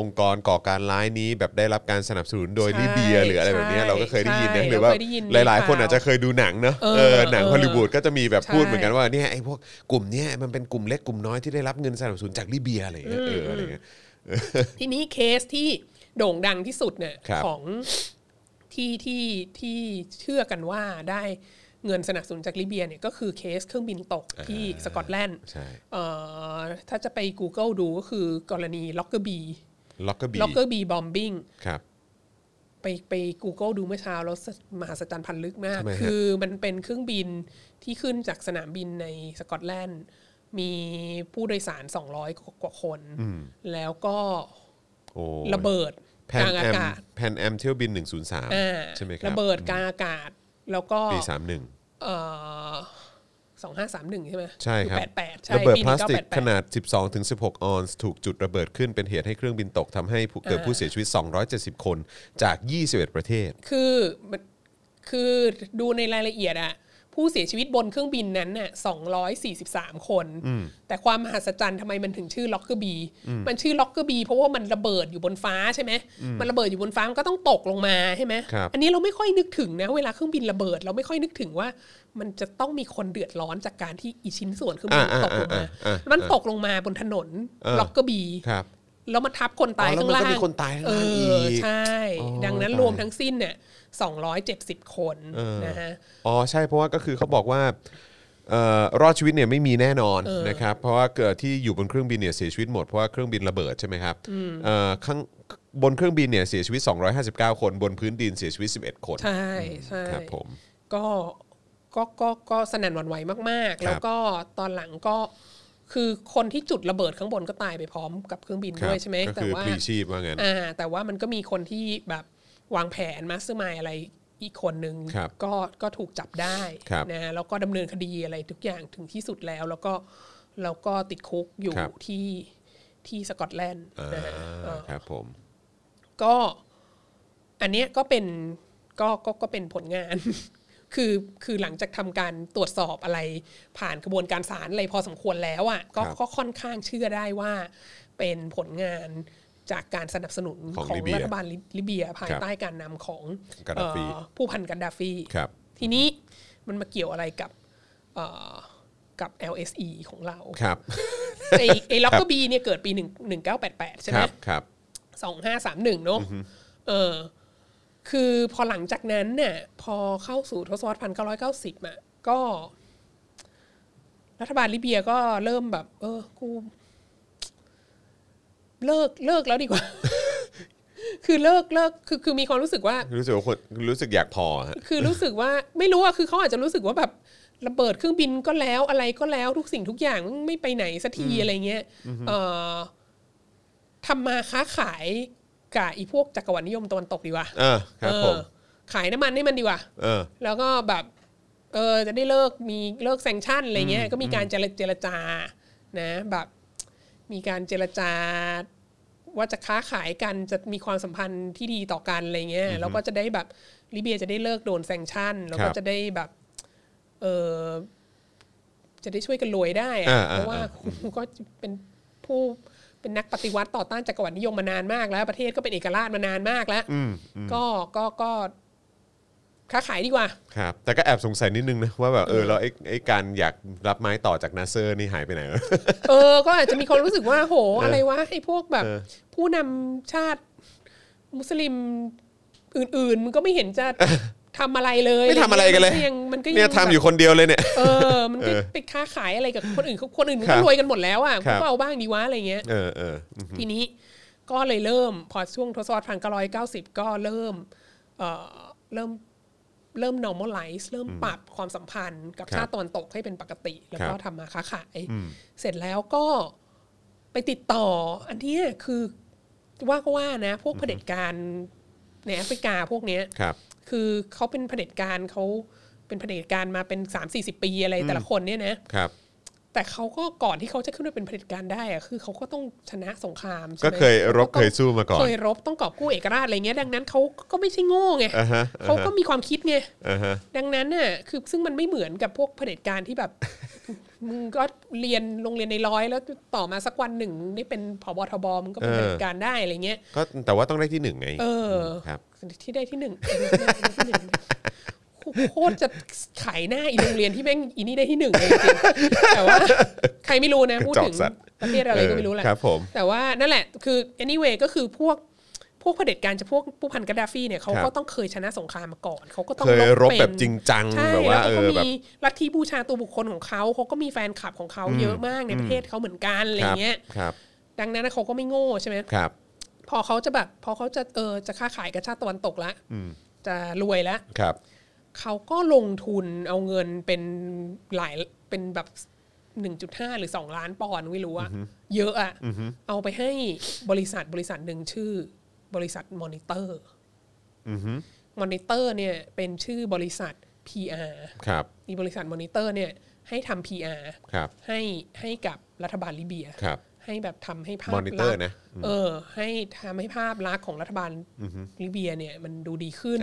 องค์กรก่อการร้ายนี้แบบได้รับการสนับสนุนโดย ใช่ ลิเบียหรืออะไรแบบเนี้ย ใช่ เราก็เคยได้ยินนะ ใช่ หรือว่า เราเคยได้ยิน หลาย ๆ คน ข่าว อาจจะเคยดูหนังเนอะ เออ เออหนัง เออ ฮอลลีวูดก็จะมีแบบ ใช่ พูดเหมือนกันว่าเนี่ยไอ้พวกกลุ่มเนี้ยมันเป็นกลุ่มเล็กกลุ่มน้อยที่ได้รับเงินสนับสนุนจากลิเบียอะไรอย่างเงี้ยเอออะไรอย่างเงี้ย ทีนี้เคสที่โด่งดังที่สุดเนี่ย ครับ ของที่ที่ที่เชื่อกันว่าได้เงินสนับสนุนจากลิเบียเนี่ยก็คือเคสเครื่องบินตกที่สกอตแลนด์ ใช่ เอ่อถ้าจะไป Google ดูก็คือกรณีล็อกเกอร์บี ล็อกเกอร์บี ล็อกเกอร์บีบอมบิง ครับ ไปไป Google ดูเมื่อเช้าแล้วมหัศจรรย์พันลึกมาก ทำไมฮะ คือมันเป็นเครื่องบินที่ขึ้นจากสนามบินในสกอตแลนด์ มีผู้โดยสาร 200 กว่าคน แล้วก็ โอ้ ระเบิด แพ ก น ลางอา แอม กาศ แพนแอมเที่ยวบิน อ่า 103 ใช่ไหมครับ ระเบิดกลางอากาศแล้วก็ ปี31 สองห้าสามหนึ่งใช่ไหม ใช่ครับ แปดแปดใช่ ระเบิด ปี พลาสติก 1988 ขนาด 12ถึง16 ออนซ์ถูกจุดระเบิดขึ้นเป็นเหตุให้เครื่องบินตกทำให้ผู้เกิดผู้เสียชีวิต 270 คนจาก 21 ประเทศ คือมันคือดูในรายละเอียดอะผู้เสียชีวิตบนเครื่องบินนั้นน่ะ243 คน แต่ความมหัศจรรย์ทำไมมันถึงชื่อล็อกเกอร์บีมันชื่อล็อกเกอร์บีเพราะว่ามันระเบิดอยู่บนฟ้าใช่ไหมมันระเบิดอยู่บนฟ้ามันก็ต้องตกลงมาใช่ไหม ครับ อันนี้เราไม่ค่อยนึกถึงนะเวลาเครื่องบินระเบิด เราไม่ค่อยนึกถึงว่า มันจะต้องมีคนเดือดร้อนจากการที่อีชิ้นส่วนเครื่องบินตกลงมา มันตกลงมาบนถนนล็อกเกอร์บี ครับ แล้วมาทับคนตาย อ๋อแล้วมันข้างล่า ก็ ง มีคนตายข้าง เอ ล่างอี อก ใช่ อ๋อ ดังนั้น ตาย รวมทั้งสิ้นเนี่ยสองร้อยเจ็ดสิบคนนะฮะ อ๋อใช่เพราะว่าก็คือเขาบอกว่าเอ่อรอดชีวิตเนี่ยไม่มีแน่นอนนะครับเพราะว่าเกิดที่อยู่บนเครื่องบินเนี่ยเสียชีวิตหมดเพราะว่าเครื่องบินระเบิดใช่ไหมครับเอ่อข้างบนเครื่องบินเนี่ยเสียชีวิต 259 คนบนพื้นดินเสียชีวิต 11 คน ใช่ใช่ ครับผม ก็ก็ก็ก็สนั่นหวั่นไหวมาก ครับ ๆ แล้วก็ตอนหลังก็คือคนที่จุดระเบิดข้างบนก็ตายไปพร้อมกับเครื่องบิน ครับ ด้วยใช่ไหม ก็คือ แต่ว่า พลีชีพว่างั้น อ่าแต่ว่ามันก็มีคนที่แบบวางแผนมาสมายอะไรอีกคนนึง ครับ ก็ก็ถูกจับได้ ครับ นะ แล้วก็ดำเนินคดีอะไรทุกอย่างถึงที่สุดแล้ว แล้วก็แล้วก็ติดคุกอยู่ ครับ ที่ที่สกอตแลนด์ อ่า นะฮะเออ ครับผม ก็อันเนี้ยก็เป็นก็ก็ก็เป็นผลงาน *laughs* คือคือหลังจากทำการตรวจสอบอะไร ผ่านกระบวนการศาลอะไรพอสมควรแล้วอะ่ะก็ ครับ ก็ค่อนข้างเชื่อได้ว่า เป็นผลงานจากการสนับสนุน ของลิเบีย รัฐบาลลิลิเบีย ภาย ครับ ใต้การนำของ กาดาฟี เอ่อผู้พันกันดาฟี ครับ ทีนี้มันมาเกี่ยวอะไรกับเอ่อกับ LSE ของเรา ครับ ไอ้ไอ้ล็อกเกอร์บีเนี่ยเกิดปี1 1988คใช่ไหม รับครับ สองห้าสามหนึ่งเนาะเออ คือพอหลังจากนั้นเนี่ยพอเข้าสู่ทศวรรษพันเก้าร้อยเก้าสิบอ่ะก็ รัฐบาลลิเบียก็เริ่มแบบ เออ กู เลิกเลิกแล้วดีกว่า *laughs* คือเลิกเลิกคือคือมีความรู้สึกว่า รู้สึกว่าคนรู้สึกอยากพอฮะ คือรู้สึกว่าไม่รู้อะคือเขาอาจจะรู้สึกว่าแบบระเบิดเครื่องบินก็แล้วอะไรก็แล้วทุกสิ่งทุกอย่างไม่ไปไหนสักทีอะไรเงี้ยเอ่อทำมาค้าขายกับอีพวกจักรวรรดินิยมตะวันตกดีกว่า เออครับ เออ ผม ขายน้ำมันให้มันดีกว่า เออ แล้วก็แบบเออจะได้เลิกมีเลิกแซงชั่นอะไรเงี้ยก็มีการเจรเจรจานะแบบมีการเจรจาว่าจะค้าขายกันจะมีความสัมพันธ์ที่ดีต่อกันอะไรเงี้ยแล้วก็จะได้แบบลิเบียจะได้เลิกโดนแซงชั่น แล้ว ครั ก็ บ จะได้แบบเออจะได้ช่วยกันรวยได้อะ อ่าอ่า เพราะว่า *laughs* อ่า กูก็เป็นผู้เป็นนักปฏิวัติต่อต้านจักรวรรดินิยมมานานมากแล้ว ประเทศก็เป็นเอกราชมานานมากแล้วก็ก็ก็ค้าขายดีกว่า ครับ แต่ก็แอบสงสัยนิดนึงนะ ว่าแบบเออเราไอ้ไอ้การอยากรับไม้ต่อจากนาเซอร์นี่หายไปไหนวะ เออ ก็อาจจะมีความรู้สึกว่า โห อะไรวะไอ้พวกแบบ เออ ผู้นำชาติมุสลิมอื่นๆ มันก็ไม่เห็นจะทำอะไรเลย ไม่ทำอะไรกันเลย มัยังมันก็ยัง เนี่ยทำอยู่คนเดียวเลยเนี่ย เออ มันก็ไปค้าขายอะไรกับคนอื่นเขาคนอื่นเขาก็รวยกันหมดแล้วอ่ะ ครั กู บ ก็เอาบ้างดีวะอะไรเงี้ย เออเอออืม ทีนี้ก็เลยเริ่มพอช่วงทศวรรษพันเก้าร้อยเก้าสิบก็เริ่มเอ่อเริ่มเริ่ม normalize เริ่มปรับความสัมพันธ์กับชาติตะวันตกให้เป็นปกติ แล้วก็ทำมาค้าขาย เสร็จแล้วก็ไปติดต่อ อันเนี้ยคือว่าก็ว่านะ พวกเผด็จการในแอฟริกาพวกเนี้ย ครับ คือเขาเป็นเผด็จการเขาเป็นเผด็จการมาเป็นสามสี่สิบปีอะไรแต่ละคนเนี่ยนะ ครับ แต่เขาก็ก่อนที่เขาจะขึ้นมาเป็นเผด็จการได้อะคือเขาก็ต้องชนะสงครามใช่ไหม ก็เคยรบเคยสู้มาก่อน เคยรบต้องกอบกู้เอกราชอะไรเงี้ยดังนั้นเขาก็ไม่ใช่โง่ไง อ่าฮะอ่ เขาก็มีความคิดไง าฮะ ดังนั้นน่ะคือซึ่งมันไม่เหมือนกับพวกเผด็จการที่แบบ มึงก็เรียนโรงเรียนในร้อยแล้วต่อมาสักวันหนึ่งได้เป็นผบทบมึงก็เป็น เออ เผด็จการได้อะไรเงี้ย ก็แต่ว่าต้องได้ที่หนึ่งไง เออ ครับ ที่ได้ที่หนึ่งได้ที่หนึ่งโคตรจะขายหน้าอีโรงเรียนที่แม่งอีนี่ได้ที่หนึ่งเลยจริงๆแต่ว่าใครไม่รู้นะพูดถึงประเทศอะไรก็ไม่รู้แหละ เออครับผม แต่ว่านั่นแหละคือ anyway ก็คือพวกพวกเผด็จการจะพวกผู้พันกาดาฟีเนี่ยเขา ครับ ก็ต้องเคยชนะสงครามมาก่อนเขาก็ต้อง เคยรบ เป็น แบบจริงจัง ใช่ แบแล้วบ่าว เอ เขาก็ อแบบ มีลัทธิบูชาตัวบุคคลของเขาเขาก็มีแฟนคลับของเขาเยอะมากในประเทศเขาเหมือนกันอะไรเงี้ย ครับ ดังนั้นเขาก็ไม่โง่ใช่ไหม ครับ พอเขาจะแบบพอเขาจะเออจะค้าขายกับชาติตะวันตกละ อืม จะรวยละ ครับ เขาก็ลงทุนเอาเงินเป็นหลายเป็นแบบ 1.5 หรือ 2 ล้านปอนด์ไม่รู้อะเยอะอะเอาไปให้บริษัทบริษัทหนึ่งชื่อ บริษัทมอนิเตอร์ อือฮึ มอนิเตอร์เนี่ยเป็นชื่อบริษัท PR ครับ มีบริษัทมอนิเตอร์เนี่ยให้ทำ PR ครับ ให้ให้กับรัฐบาลลิเบีย ครับ ให้แบบทำให้ภาพ มอนิเตอร์ ลักษณ์ นะ เออ ให้ทำให้ภาพลักษณ์ของรัฐบาลลิเบียเนี่ยมันดูดีขึ้น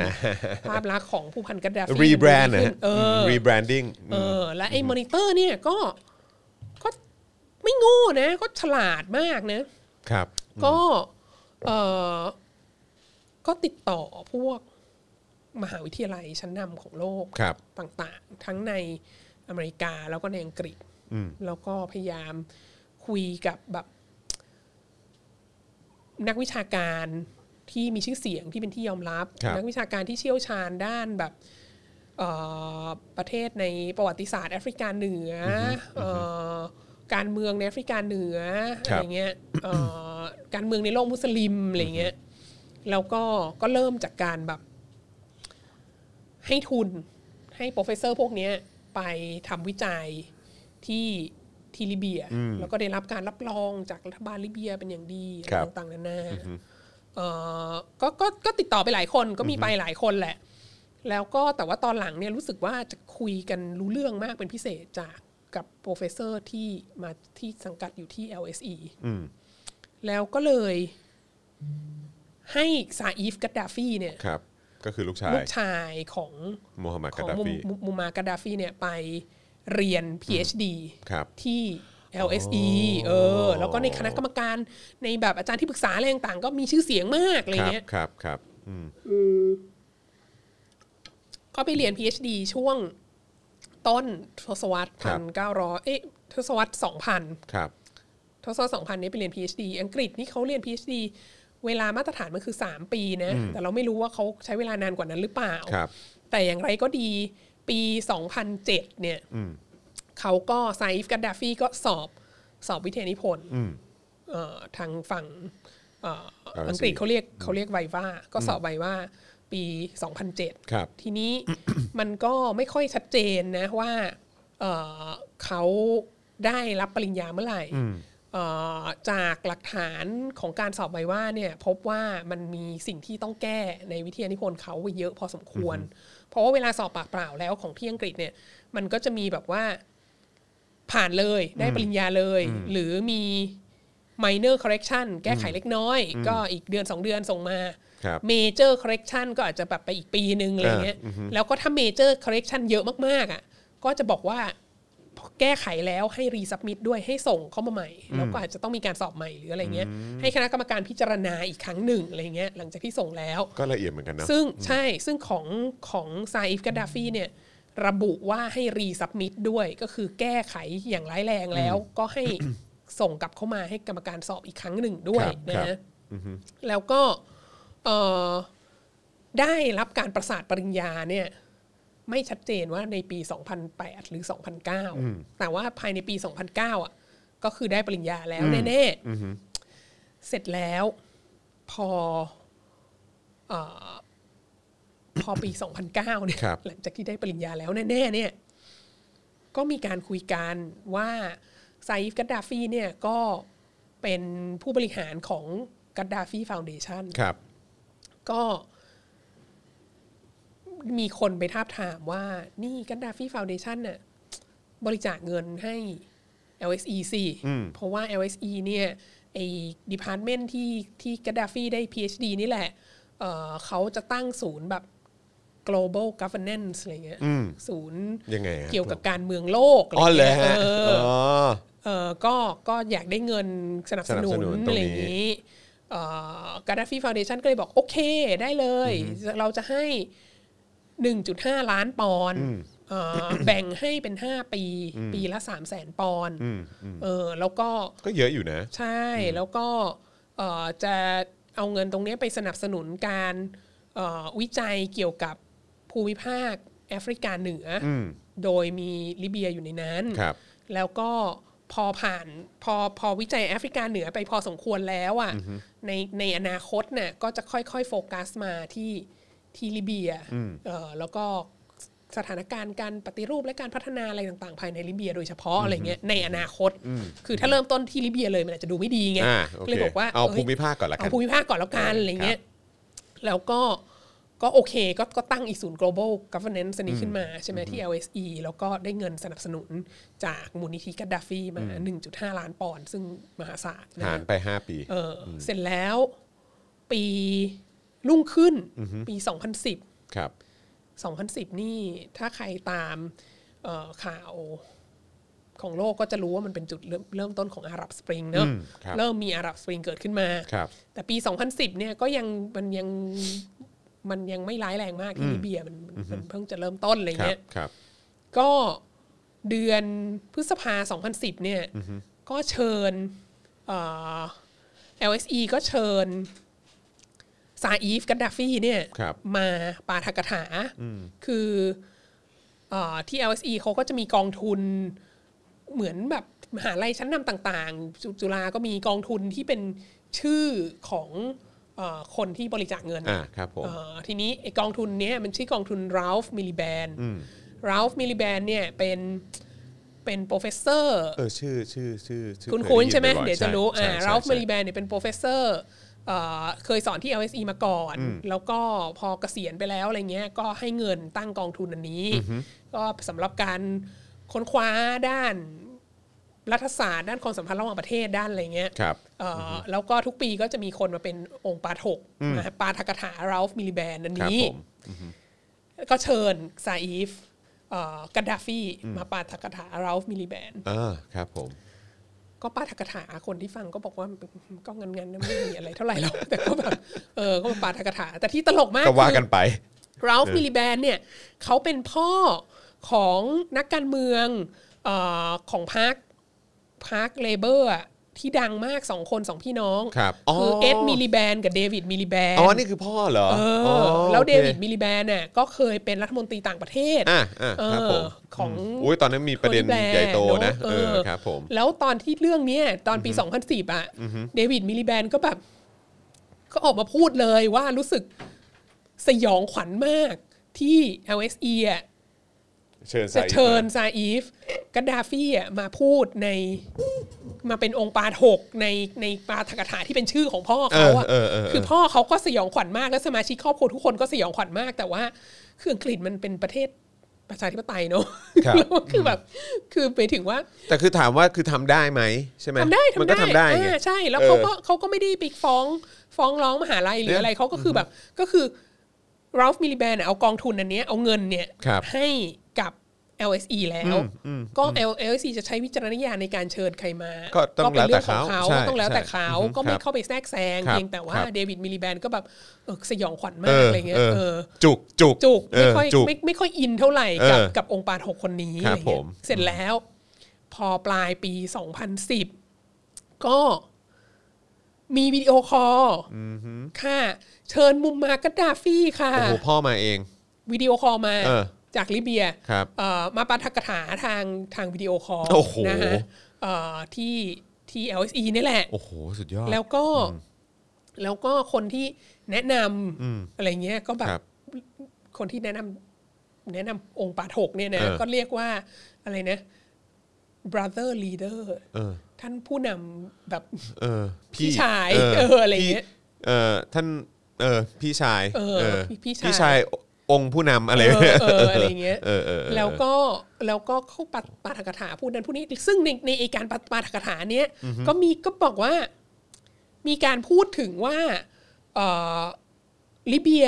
ภาพลักษณ์ของผู้พันกาดาฟี รีแบรนด์ มั นะ ดูดีขึ้เออ รีแบรนดิ้ง เออ และไอ้มอนิเตอร์เนี่ยก็ก็ไม่โง่นะ ก็ฉลาดมากนะ ครับ ก็เออก็ติดต่อพวกมหาวิทยาลัยชั้นนำของโลก ครับ ต่างๆ ทั้งในอเมริกาแล้วก็ในอังกฤษ อืม แล้วก็พยายามคุยกับแบบนักวิชาการที่มีชื่อเสียงที่เป็นที่ยอมรับ ครับ นักวิชาการที่เชี่ยวชาญด้านแบบเอ่อประเทศในประวัติศาสตร์แอฟริกาเหนือเอ่อการเมืองในแอฟริกาเหนืออะไรเงี้ยเอ่อการเมืองในโลกมุสลิมอะไรเงี้ยแล้วก็ก็เริ่มจากการแบบ ให้ทุนให้โปรเฟสเซอร์พวกเนี้ยไปทำวิจัยที่ที่ลิเบีย แล้วก็ได้รับการรับรองจากรัฐบาลลิเบียเป็นอย่างดี ครับ ต่างๆนานาเอ่อก็ก็ก็ติดต่อไปหลายคนก็มีไปหลายคนแหละ แล้วก็แต่ว่าตอนหลังเนี่ยรู้สึกว่าจะคุยกันรู้เรื่องมากเป็นพิเศษจากกับโปรเฟสเซอร์ที่มาที่สังกัดอยู่ที่ LSE อืม แล้วก็เลยให้ซาอีฟกัดดาฟีเนี่ย ครับ ก็คือลูกชาย ลูกชายของ มูฮัมหมัด ข กา อง ดา มุม ฟี มุมมุมมากาดาฟีเนี่ยไปเรียน PhD ครับ ที่ LSE เออ แล้วก็ในคณะกรรมการในแบบอาจารย์ที่ปรึกษาอะไรต่างๆ ก็มีชื่อเสียงมากอะไร ครับ เงี้ย ครับครับอืม ก็ไปเรียน PhD ช่วงต้นทศวรรษพันเก้าร้อยเอ๊ะทศวรรษสองพัน ครับ ทศวรรษสองพันนี้ไปเรียน PhD อังกฤษนี่เขาเรียน PhD เวลามาตรฐานมันคือ 3 ปีนะ แต่เราไม่รู้ว่าเขาใช้เวลานานกว่านั้นหรือเปล่า ครับ แต่อย่างไรก็ดีปี 2007 เนี่ยเขาก็ไซฟกัดดาฟีก็สอบสอบวิทยานิพนธ์เอ่อทางฝั่งเอ่อ เอาละสิ อังกฤษเขาเรียกเขาเรียกไวว่า ก็สอบไวว่าปี 2007 ครับ ที *coughs* นี้ มันก็ไม่ค่อยชัดเจนนะว่าเอ่อเขาได้รับปริญญาเมื่อไหร่เอ่อจากหลักฐานของการสอบใบว่าเนี่ยพบว่ามันมีสิ่งที่ต้องแก้ในวิทยานิพนธ์เขาไว้เยอะพอสมควร เพราะว่าเวลาสอบปากเปล่าแล้วของที่อังกฤษเนี่ยมันก็จะมีแบบว่าผ่านเลยได้ปริญญาเลย หรือมี minor correction แก้ไขเล็กน้อย ก็อีกเดือน 2 เดือนส่งมา ครับ เมเจอร์คอ e เร i ชันก็อาจจะแบบไปอีกปีนึงอะไรเงี้ย แล้วก็ถ้าเมเจอร์คอ e เร i ชันเยอะมากๆอ่ะ ก็จะบอกว่าแก้ไขแล้วให้รีซับมิดด้วยให้ส่งเข้ามาใหม่ แล้วก็อาจจะต้องมีการสอบใหม่หรืออะไรเงี้ย ให้คณะกรรมการพิจารณาอีกครั้งหนึ่งอะไรเงี้ยหลังจากที่ส่งแล้ว ก็ละเอียดเหมือนกันเนอะ ซึ่งใช่ซึ่งของของซาอิฟกัดดาฟีเนี่ยระบุว่าให้รีซับมิดด้วยก็คือแก้ไขอย่างร้ายแรงแล้ว ก็ให้ ส่งกลับเข้ามาให้กรรมการสอบอีกครั้งหนึ่งด้วยนะฮะแล้วก็เอ่อได้รับการประสาทปริญญาเนี่ยไม่ชัดเจนว่าในปี 2008 หรือ 2009 แต่ว่าภายในปี 2009อ่ะก็คือได้ปริญญาแล้วแน่ๆเสร็จแล้วพอ เออพอปี 2009เนี่ย ครับ หลังจากที่ได้ปริญญาแล้วแน่ๆเนี่ยก็มีการคุยกันว่าไซฟกัดดาฟีเนี่ยก็เป็นผู้บริหารของกัดดาฟีฟาวเดชัน ครับ ก็มีคนไปทาบถามว่า นี่กัดดาฟีฟาวเดชันน่ะบริจาคเงินให้ LSE สิเพราะว่า LSE เนี่ยไอ้ดิพาร์ตเมนต์ที่ที่กาดาฟีได้ PhD นี่แหละเอ่อเขาจะตั้งศูนย์แบบ global governance อะไรเงี้ยศูนย์ ยังไงฮะ เกี่ยวกับการเมืองโลก อ๋อเหรอฮะ เอ อ๋ อ อ เออก็ก็อยากได้เงินสนับสนุ สนับสนุนนตรงนี้ อะไรอย่างนี้การ์ดฟีฟาวเดชันก็เลยบอก โอเคได้เลย เราจะให้ 1.5 ล้านปอนด์เอ่อแบ่งให้เป็น 5 ปี ปีละ 3 0 0แสนปอนด์เออแล้วก็ ก็เยอะอยู่นะ ใช่แล้วก็เอ่อจะเอาเงินตรงเนี้ยไปสนับสนุนการเอ่อวิจัยเกี่ยวกับภูมิภาคแอฟริกาเหนืออโดยมีลิเบียอยู่ในนั้น ครับ แล้วก็พอผ่านพอพอวิจัยแอฟริกาเหนือไปพอสมควรแล้วอะ่ะในในอนาคตเนี่ยก็จะค่อยๆโฟกัสมาที่ที่ลิเบียเออแล้วก็สถานการณ์การปฏิรูปและการพัฒนาอะไรต่างๆ ภายในลิเบีย โดยเฉพาะอะไรเงี้ยในอนาคต คือถ้าเริ่มต้นที่ลิเบียเลยมันอาจจะดูไม่ดีไง อ่าโอ ก็ เค เลยบอกว่า เอา ย ภูมิภาคก่อนละกัน เอาภูมิภาคก่อนแล้วกันอะไรเงี้คยรับ แล้วก็ก็โอเคก็ก็ตั้งอีกศูนย์ global governance อันนี้ขึ้นมาใช่ไหมที่ LSE แล้วก็ได้เงินสนับสนุนจากมูลนิธิกัดดาฟีมา 1.5 ล้านปอนด์ซึ่งมหาศาลนะ หารไป 5 ปี เอออเสร็จแล้วปีรุ่งขึ้นปี 2010 ครับ 2010 นี่ถ้าใครตามเอ่อข่าวของโลกก็จะรู้ว่ามันเป็นจุดเริ่มเริ่มต้นของอาหรับสปริงเนอะ อืมครับ เริ่มมีอาหรับสปริงเกิดขึ้นมา ครับ แต่ปี 2010 เนี่ยก็ยังมันยังมันยังไม่ร้ายแรงมากที่ลิเบียมันมันมันเพิ่งจะเริ่มต้นอะไร ครับ เงี้ย ครับ ก็เดือนพฤษภา 2010 เนี่ยก็เชิญเอ่อ LSE ก็เชิญซาอีฟกัดดาฟีเนี่ย ครับ มาปาทกถา คือเออที่ LSE เขาก็จะมีกองทุนเหมือนแบบมหาลัยชั้นนำต่างๆจจุฬาก็มีกองทุนที่เป็นชื่อของเออคนที่บริจาคเงิน อ่า ครับผม เอ่อทีนี้ไอกองทุนเนี้ยมันชื่อกองทุน Ralph Miliband Ralph Miliband เนี่ยเป็นเป็นโปรเฟสเซอร์ เออ ชื่อ ชื่อ ชื่อชื่อ คุณ เคย คุ้น ด้ยิ ใช่ไหม บ่อๆ เดี๋ยวจะรู้ ใช่ อ่า ใช่ ราฟ ใช่ มารีแบนเนี่ยเป็นโปรเฟสเซอร์เอ่อเคยสอนที่ LSE มาก่อน แล้วก็พอเกษียณไปแล้วอะไรเงี้ยก็ให้เงินตั้งกองทุนอันนี้ ก็สำหรับการค้นคว้าด้านรัฐศาสตร์ ด้านความสัมพันธ์ระหว่างประเทศด้านอะไรเงี้ย ครับ เอ่ออแล้วก็ทุกปีก็จะมีคนมาเป็นองค์ปาถกมาปาทกถาราฟมิลิแบนอัน ครับ นี้ ผม ก็เชิญซาอีฟเอ่อกัดดาฟีมาปาทกถาราฟมิลิแบน อ่า ครับผม ก็ป้าทักถาคนที่ฟังก็บอกว่าก็งันงันๆนะไม่มีอะไรเท่าไหร่หรอก *laughs* แต่ก็แบบเออก็มาป้าทักถาแต่ที่ตลกมาก ก็ว่ากันไป ราฟมิลิแบนเนี่ยเขาเป็นพ่อของนักการเมืองเอ่อของพรรคพรรคเลเบอร์อะที่ดังมากสองคนสองพี่น้อง ครับอ๋อ คือเอ็ดมิลิแบนกับเดวิดมิลิแบน อ๋อ นี่คือพ่อเหรอ เออ อ แล้ว โอค เดวิดมิลิแบนน่ะก็เคยเป็นรัฐมนตรีต่างประเทศ อ่าอ่า เอ ครับผ อ ม ของ อุ้ยตอนนั้นมีประเด็น คนแปล ใหญ่โตนะเอเนอะเออ อ ครับผม แล้วตอนที่เรื่องเนี้ยตอนปี 2010 อ่ะ เดวิดมิลลิแบนก็แบบ ก็ออกมาพูดเลยว่ารู้สึกสยองขวัญมากที่ LSE อ่ะ เชิญ จะ ใส่ เชิญซาอีฟกัดดาฟี่อ่ะมาพูดในมาเป็นองค์ปาถกในในปาฐกถาที่เป็นชื่อของพ่อ เอ เขา อ อ่ะ เออเออเอ คือ อ พ่อเขาก็สยองขวัญมากและสมาชิกครอบครัวทุกคนก็สยองขวัญมาก แต่ว่าคืออังกฤษมันเป็นประเทศประชาธิปไตยเนอะ ครับ แล้วก็คือแบบ คือไปถึงว่า แต่คือถามว่าคือทำได้ไหมใช่ไหม ทำได้ มั ทำ ก็ ได้ ทำได้ไง อ่าใช่แล้ว เออ เขาก็เขาก็ไม่ได้ไปฟ้องฟ้องร้องมหาลัยหรืออะไรเขาก็คือแบบก็คือราฟมิลิแบนเอากองทุนอันเนี้ยเอาเงินเนี่ย ครับ ให้กับ LSE แล้ว ก็ LSE จะใช้วิจารณญาณในการเชิญใครมา ก็ต้อง เป็น แล้วแต่ เรื่องของเขา เขาใช่ ก็ต้องแล้วแต่ ใช่ เขา อือฮึ ก็คไม่รับ เข้าไปแทรกแซง ครับ เพียงแต่ว่า ครับ เดวิดมิลิแบนก็แบบเออสยองขวัญมา เอก อ อะไรเงี้ย เออ เออ จุกจุก จุก เออไม่ค่อย จุก ไม่ไม่ค่อยอินเท่าไหร่กับ เออ กับองค์ปาถกคนนี้ ค อะ รับไรผ เงี้ ม ยเสร็จแล้ว พอปลายปี 2010 ก็มีวิดีโอคอลค่ะ เชิญมุมมากัดดาฟี่ค่ะ โอ้โหพ่อมาเอง วิดีโอคอลมา เออ จากลิเบีย ครับ เอ่อมาปาทกถาทางทางวิดีโอคอล โอ้โห นะฮะเอ่อที่ที่ LSE นี่แหละ โอ้โห สุดยอด แล้วก็แล้วก็คนที่แนะนำอะไรเงี้ยก็แบ ครับ บ คนที่แนะนำแนะนำองค์ปาถกเนี่ยนะ เออ ก็เรียกว่าอะไรนะ brother leader เออ ท่านผู้นำแบบ เออ พี่ชายเอออะไรเงี้ย พี่เออท่านเออพี่ชาย เออพี่พี่ชาย พี่ชายโอ องค์ผู้นำอะไร เออเอออะไรเงี้ย เออเออเออ แล้วก็แล้วก็เข้าปาปาฐกถาพูดนั้นพูดนี้ซึ่งในในไอ้การปาปาฐกถาเนี้ยก็มีก็บอกว่า มีการพูดถึงว่าเอ่อลิเบีย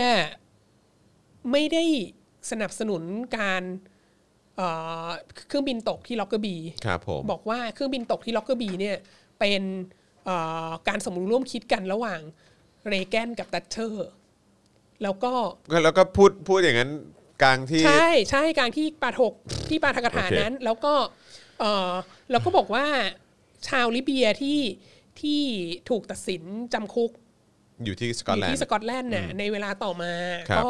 ไม่ได้สนับสนุนการเอ่อเครื่องบินตกที่ล็อกเกอร์บี ครับผม บอกว่าเครื่องบินตกที่ล็อกเกอร์บีเนี่ยเป็นเอ่อการสมรู้ร่วมคิดกันระหว่างเรแกนกับดัตเชอร์ แล้วก็ ก็แล้วก็พูดพูดอย่างนั้นกลางที่ ใช่ใช่กลางที่ปาถกที่ปาทกถา โอเค นั้น แล้วก็เออแล้วก็บอกว่าชาวลิเบียที่ที่ถูกตัดสินจำคุก อยู่ที่ส อก อต ยู่ แลน ที่ ด์ สกอตแลนด์น่ะในเวลาต่อมา ครับ ก็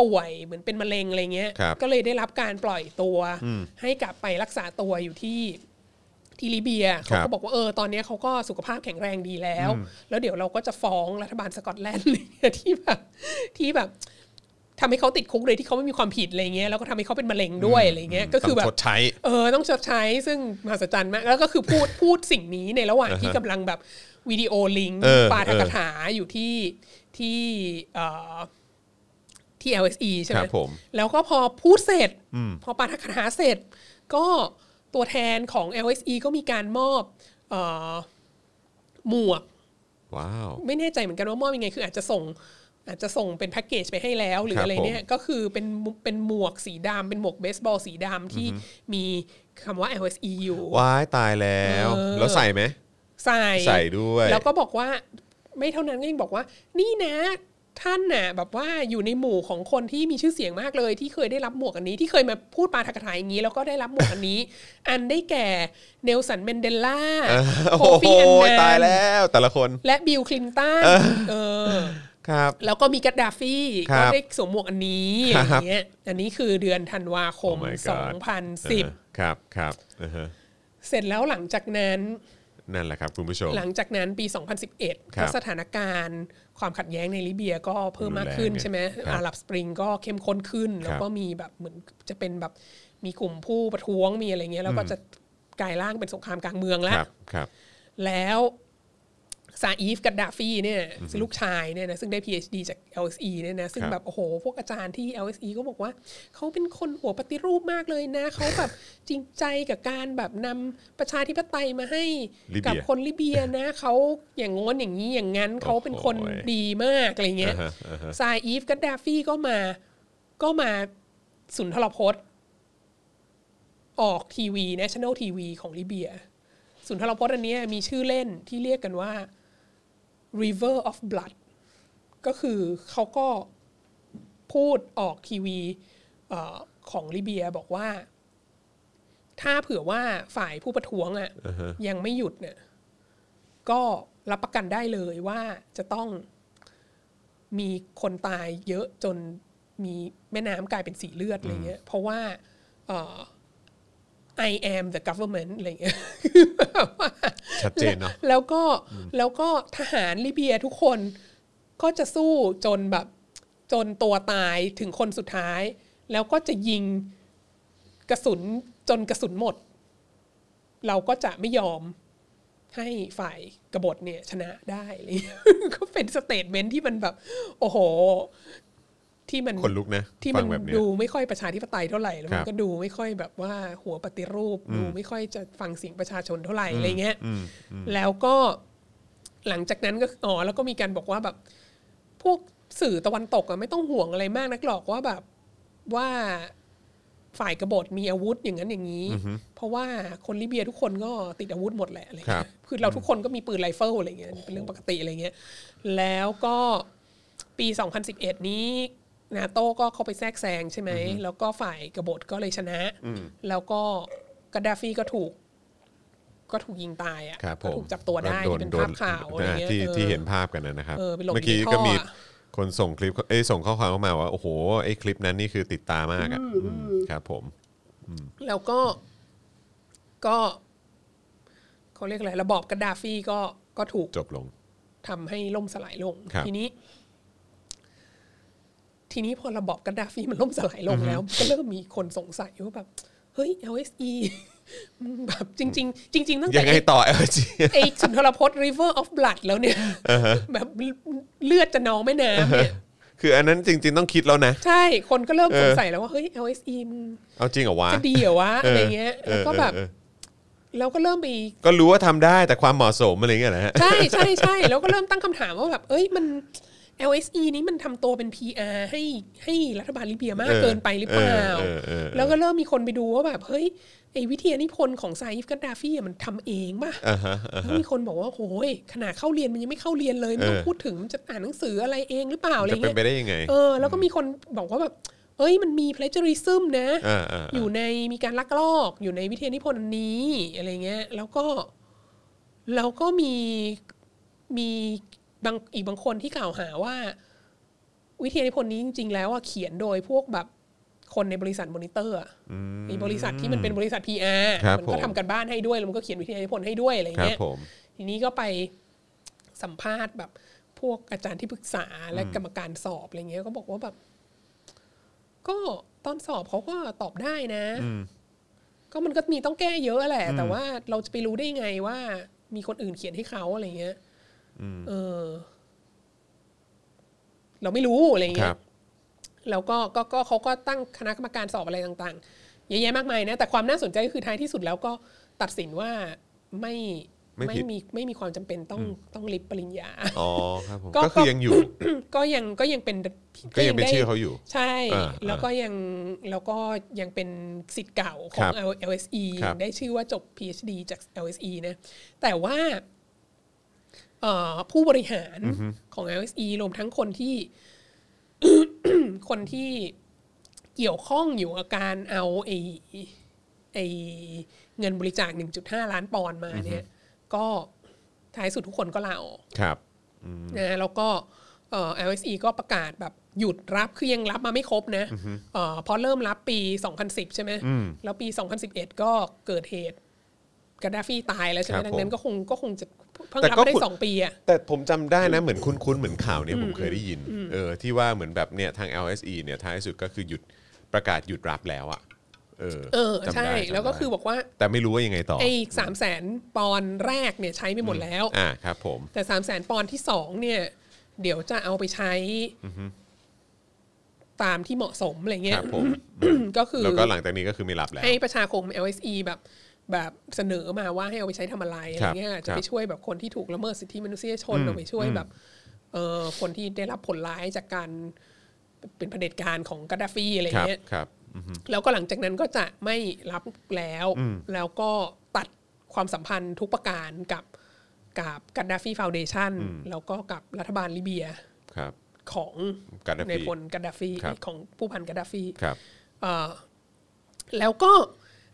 ป่วยเหมือนเป็นมะเร็งอะไรเงี้ย ครับ ก็เลยได้รับการปล่อยตัวให้กลับไปรักษาตัวอยู่ที่ที่ลิเบีย ครับเขาก็บอกว่าเออตอนเนี้ยเขาก็สุขภาพแข็งแรงดีแล้ว แล้วเดี๋ยวเราก็จะฟ้องรัฐบาลสกอตแลนด์ *laughs* อะไรเงี้ยที่แบบที่แบบ ทำให้เขาติดคุกเลยที่เขาไม่มีความผิดอะไรเงี้ยแล้วก็ทำให้เขาเป็นมะเร็งด้วยอะไรเงี้ยก็คือแบ ต้งช บ ดใช้ เออต้องชดใช้ซึ่งมหัศจรรย์มาก แล้วก็คือพูด พูดสิ่งนี้ในระหว่างที่กำลังแบบวิดีโอลิงก์ เออ ปาทกถาอยู่ที่ที่เอ่อที่ LSE ใช่ไห ครับผม แล้วก็พอพูดเสร็จ พอปาทกถาเสร็จ ก็ตัวแทนของ LSE ก็มีการมอบเอ่อหมวก ว้าว ไม่แน่ใจเหมือนกันว่ามอบยังไง คืออาจจะส่งอาจจะส่งเป็นแพ็กเกจไปให้แล้วหรืออะไรเนี่ยก็คือเป็นเป็นหมวกสีดำเป็นหมวกเบสบอลสีดำที่มีคำว่า LSE อยู่ ว้ายตายแล้ว เออ แล้วใส่ไหม ใส่ ใส่ด้วย แล้วก็บอกว่าไม่เท่านั้นก็ยังบอกว่า นี่นะท่านน่ะแบบว่าอยู่ในหมู่ของคนที่มีชื่อเสียงมากเลย ที่เคยได้รับหมวกอันนี้ที่เคยมาพูดปาทกถาอย่างนี้ แล้วก็ได้รับหมวกอันนี้ *laughs* อันได้แก่เนลสันเมนเดลล่าโค โอ้โห ฟีอันนัน ตายแล้วแต่ละคน และบิลคลินตันเออ ครับ แล้วก็มีกัดดาฟี่ ครั ก็ บ ได้สวมหมวกอันนี้ ค อ รับ ย่างเงี้ยอันนี้คือเดือนธันวาคม Oh my god เออ 2010 ครับครับอือฮะ เสร็จแล้วหลังจากนั้น นั่นแหละครับ คุณผู้ชม หลังจากนั้นปี 2011 ครับ ก็สถานการณ์ความขัดแย้งในลิเบียก็เพิ่มมากขึ้น รุนแรง ใช่ไหม ครับ อาหรับสปริงก็เข้มข้นขึ้น แล้วก็มีแบบเหมือนจะเป็นแบบมีกลุ่มผู้ประท้วงมีอะไรเงี้ยแล้วก็ อืม จะกลายร่างเป็นสงครามกลางเมืองแล้ คว รับครับ แล้วซาอีฟกัดดาฟีเนี่ยซึ่งลูกชายเนี่ยนะซึ่งได้ PhD จาก LSE เนี่ยนะซึ่งแบบโอ้โห พวกอาจารย์ที่ LSE ก็บอกว่า เขาเป็นคนหัวปฏิรูปมากเลยนะ เขาแบบจริงใจกับการแบบนำประชาธิปไตยมาให้กัคนลิเบียนะ เขาอย่างง้นอย่างนี้อย่างนั้นเขาเป็นคนดีมากอะไรเงี้ย อ่าฮะอ่าฮะ ซาอีฟกัดดาฟีก็มาก็มาสุนทรพจน์ ออกทีวี National TV ของลิเบีย สุนทรพจน์อันเนี้ยมีชื่อเล่นที่เรียกกันว่า River of Blood ก็คือเขาก็พูดออกทีวีเออของลิเบียบอกว่า ถ้าเผื่อว่าฝ่ายผู้ประท้วงอะยังไม่หยุดเนี่ยก็รับประกันได้เลยว่าจะต้องมีคนตายเยอะจนมีแม่น้ำกลายเป็นสีเลือดอะไรเงี้ยเพราะว่าเอ่อ I am the government อะไรเงี้ย ชัดเจนเนาะ แล้วก็แล้วก็ทหารลิเบียทุกคนก็จะสู้จนแบบจนตัวตายถึงคนสุดท้าย แล้วก็จะยิงกระสุนจนกระสุนหมด เราก็จะไม่ยอมให้ฝ่ายกบฏเนี่ยชนะได้อะไรเงี้ย *laughs* ก็เป็นสเตทเมนต์ที่มันแบบ โอ้โห ที่มัน คนลุกนะ ที่ ฟั มัน งแบบเนี้ย ดูไม่ค่อยประชาธิปไตยเท่าไหร่แล้ว ค มั รั น บ ก็ดูไม่ค่อยแบบว่าหัวปฏิรูป ดูไม่ค่อยจะฟังเสียงประชาชนเท่าไหร่อะไรเงี้ยแล้วก็หลังจากนั้นก็อ๋อแล้วก็มีการบอกว่าแบบ พวกสื่อตะวันตกอะไม่ต้องห่วงอะไรมากนักหรอกว่าแบบว่าฝ่ายกบฏมีอาวุธอย่างนั้นอย่างนี้ เพราะว่าคนลิเบียทุกคนก็ติดอาวุธหมดแหละอะไร ครั เงี้ บ ยคือเราทุกคนก็มีปืนไรเฟิลอะไรเงี้ยเป็นเรื่องปกติอะไรเงี้ยแล้วก็ ปี 2011 นี้นาโต้ก็เข้าไปแทรกแซงใช่ไหม แล้วก็ฝ่ายกบฏก็เลยชนะ แล้วก็กัดดาฟีก็ถูก ก็ถูกยิงตายอ่ะ ครับผ ก็ ม ถูกจับตัวได้ โ ที่เป็นภาพข่าวอะไรเงี้ย ที่ ออ ที่เห็นภาพกันนะนะครับ เออไปหลบ เมื่อกี้ อยู่ในท่อ ก็มี อะ คนส่งคลิปเอ้ยส่งข้อความเข้ามาว่า โอ้โหไอ้คลิปนั้นนี่คือติดตามากอ่ะอืมครับผม แล้วก็ ก็เขาเรียกอะไร ระบอบกัดดาฟีก็ก็ถูก จบลง ทำให้ล่มสลายลง ครับ ทีนี้ ทีนี้พอระบอบกัดดาฟีมันล่มสลายลงแล้ว ก็เริ่มมีคนสงสัยว่าแบบ เฮ้ย LSE มึง *laughs* แบบจริง ๆ จริง ๆ ตั้ง ยั แต่ งไงต่อเออจี ไอ้สุนทรพจน์ River of Blood แล้วเนี่ย แบบเลือดจะนองแม่น้ำเนี่ย คืออันนั้นจริง ๆ ต้องคิดแล้วนะ ใช่คนก็เริ่ม เออ สงสัยแล้วว่าเฮ้ย LSE มัน เอาจริงเหรอวะ จะดีเหรอวะอะไรเงี้ย อ แล้ว อ ก็แบบ เออเออ เราก็เริ่มไป ก็รู้ว่าทำได้แต่ความเหมาะสมอะไรเงี้ยนะฮะ ใช่ใช่ใช่แล้วก็เริ่มตั้งคำถามว่าแบบ เอ้ยมัน LSE นี้มันทำตัวเป็น PR ให้ให้รัฐบาลลิเบียมาก เออ เกินไปหรือเปล่า เออเออเออ แล้วก็เริ่มมีคนไปดูว่าแบบ เฮ้ยไอวิทยานิพนธ์ของซาอิฟกัดดาฟี่อะมันทำเองป่ะ อ่าฮะอ่า แล้ว ฮะ มีคนบอกว่าโอ้ยขนาดเข้าเรียนมันยังไม่เข้าเรียนเลยไม่ต้อง เออ พูดถึงมันจะอ่านหนังสืออะไรเองหรือเปล่าอะไร จะเป็น เงี้ย ไปได้ยังไง เออแล้วก็มีคนบอกว่าแบบเอ้ยมันมีเพลจอริซึมนะ าาา อยู่ในมีการลักลอกอยู่ในวิทยานิพนธ์อันนี้อะไรเงี้ย แล้วก็แล้วก็มีมีบางอีกบางคนที่กล่าวหาว่า วิทยานิพนธ์นี้จริง ๆ แล้วอะเขียนโดยพวกแบบคนในบริษัทมอนิเตอร์อะมีบริษัทที่มันเป็นบริษัท PR ครับ มัก็ ผม ทำกันบ้านให้ด้วยแล้วมันก็เขียนวิทยานิพนธ์ให้ด้วยอะไร ครับ เงี้ย ผม ทีนี้ก็ไปสัมภาษณ์แบบพวกอาจารย์ที่ปรึกษาและกรรมการสอบอะไรเงี้ยก็บอกว่าแบบ ก็ตอนสอบเขาก็ตอบได้นะ ก็มันก็มีต้องแก้เยอะแหละ แต่ว่าเราจะไปรู้ได้ยังไงว่า มีคนอื่นเขียนให้เขาอะไรเงี้ยเออ เราไม่รู้อะไร ค เงี้ รั ย บ แล้วก็ก็ก็เขาก็ตั้งคณะกรรมการสอบอะไรต่างๆเยอะแยะมากมายนะ แต่ความน่าสนใจก็คือท้ายที่สุดแล้วก็ตัดสินว่าไม่ ไม่ผิด มีไม่มีความจำเป็นต้องต้องริบปริญญา *laughs* อ๋อครับผม ก็ ก็คือยังอยู่ ก็ยังก็ยังเป็น ก็ยังเป็น ได้ ชื่อเขาอยู่ ใช่ อ่า แล้วก็ยังแล้วก็ยังเป็นสิทธิ์เก่าข ค อ รั ง บ LSE ครับ ได้ชื่อว่าจบ PhD จาก LSE นะแต่ว่าเอ่อผู้บริหารของ LSE รวมทั้งคนที่ *coughs* คนที่เกี่ยวข้องอยู่อาการเอาไอไอเงินบริจาค 1.5 ล้านปอนด์มาเนี่ย ก็ท้ายสุดทุกคนก็ลาออก ครับ นะแล้วก็เอ่อ LSE ก็ประกาศแบบหยุดรับคือยังรับมาไม่ครบนะเอ่อพอเริ่มรับปี 2010 ใช่ไหมแล้วปี 2011 ก็เกิดเหตุกาดาฟีตายแล้วใช่ไหม ครับ ดังนั้น ผม ก็คงก็คงจะเพิ่ง แต่ รับ ก็ มาได้ คุณ สองปีอะ แต่ผมจำได้นะเหมือนคุ้นๆเหมือนข่าวเนี่ยผมเคยได้ยินเออที่ว่าเหมือนแบบเนี่ยทาง LSE เนี่ยท้ายสุดก็คือหยุดประกาศหยุดรับแล้วอ่ะเออ เออ จำได้ ใช่ จำได้ แล้วก็คือบอกว่า แต่ไม่รู้ว่ายังไงต่อ ไอ้สามแสนปอนด์แรกเนี่ยใช้ไปหมดแล้ว อ่าครับผม แต่สามแสนปอนด์ที่สองเนี่ย เดี๋ยวจะเอาไปใช้ตามที่เหมาะสมอะไรเงี้ ค ย รับผม ก็คือ แล้วก็หลังจากนี้ก็คือไม่รับแล้ว ให้ประชาคม LSE แบบแบบเสนอมาว่าให้เอาไปใช้ทำอะไรอะไรเงี้ย ครับ จะ ค ไป รับ ช่วยแบบคนที่ถูกละเมิดสิทธิมนุษยชนเอาไปช่วยแบบเออคนที่ได้รับผลร้ายจากการเป็นเผด็จการของกาดาฟีอะไร ครับ เงี้ย ครับ แล้วก็หลังจากนั้นก็จะไม่รับแล้ว แล้วก็ตัดความสัมพันธ์ทุกประการกับกับกาดาฟีฟาวเดชันแล้วก็กับรัฐบาลลิเบีย ครับ ของ กาดาฟี ในพลกาดาฟี ครับ ของผู้พันกาดาฟี ครับ เอ่อแล้วก็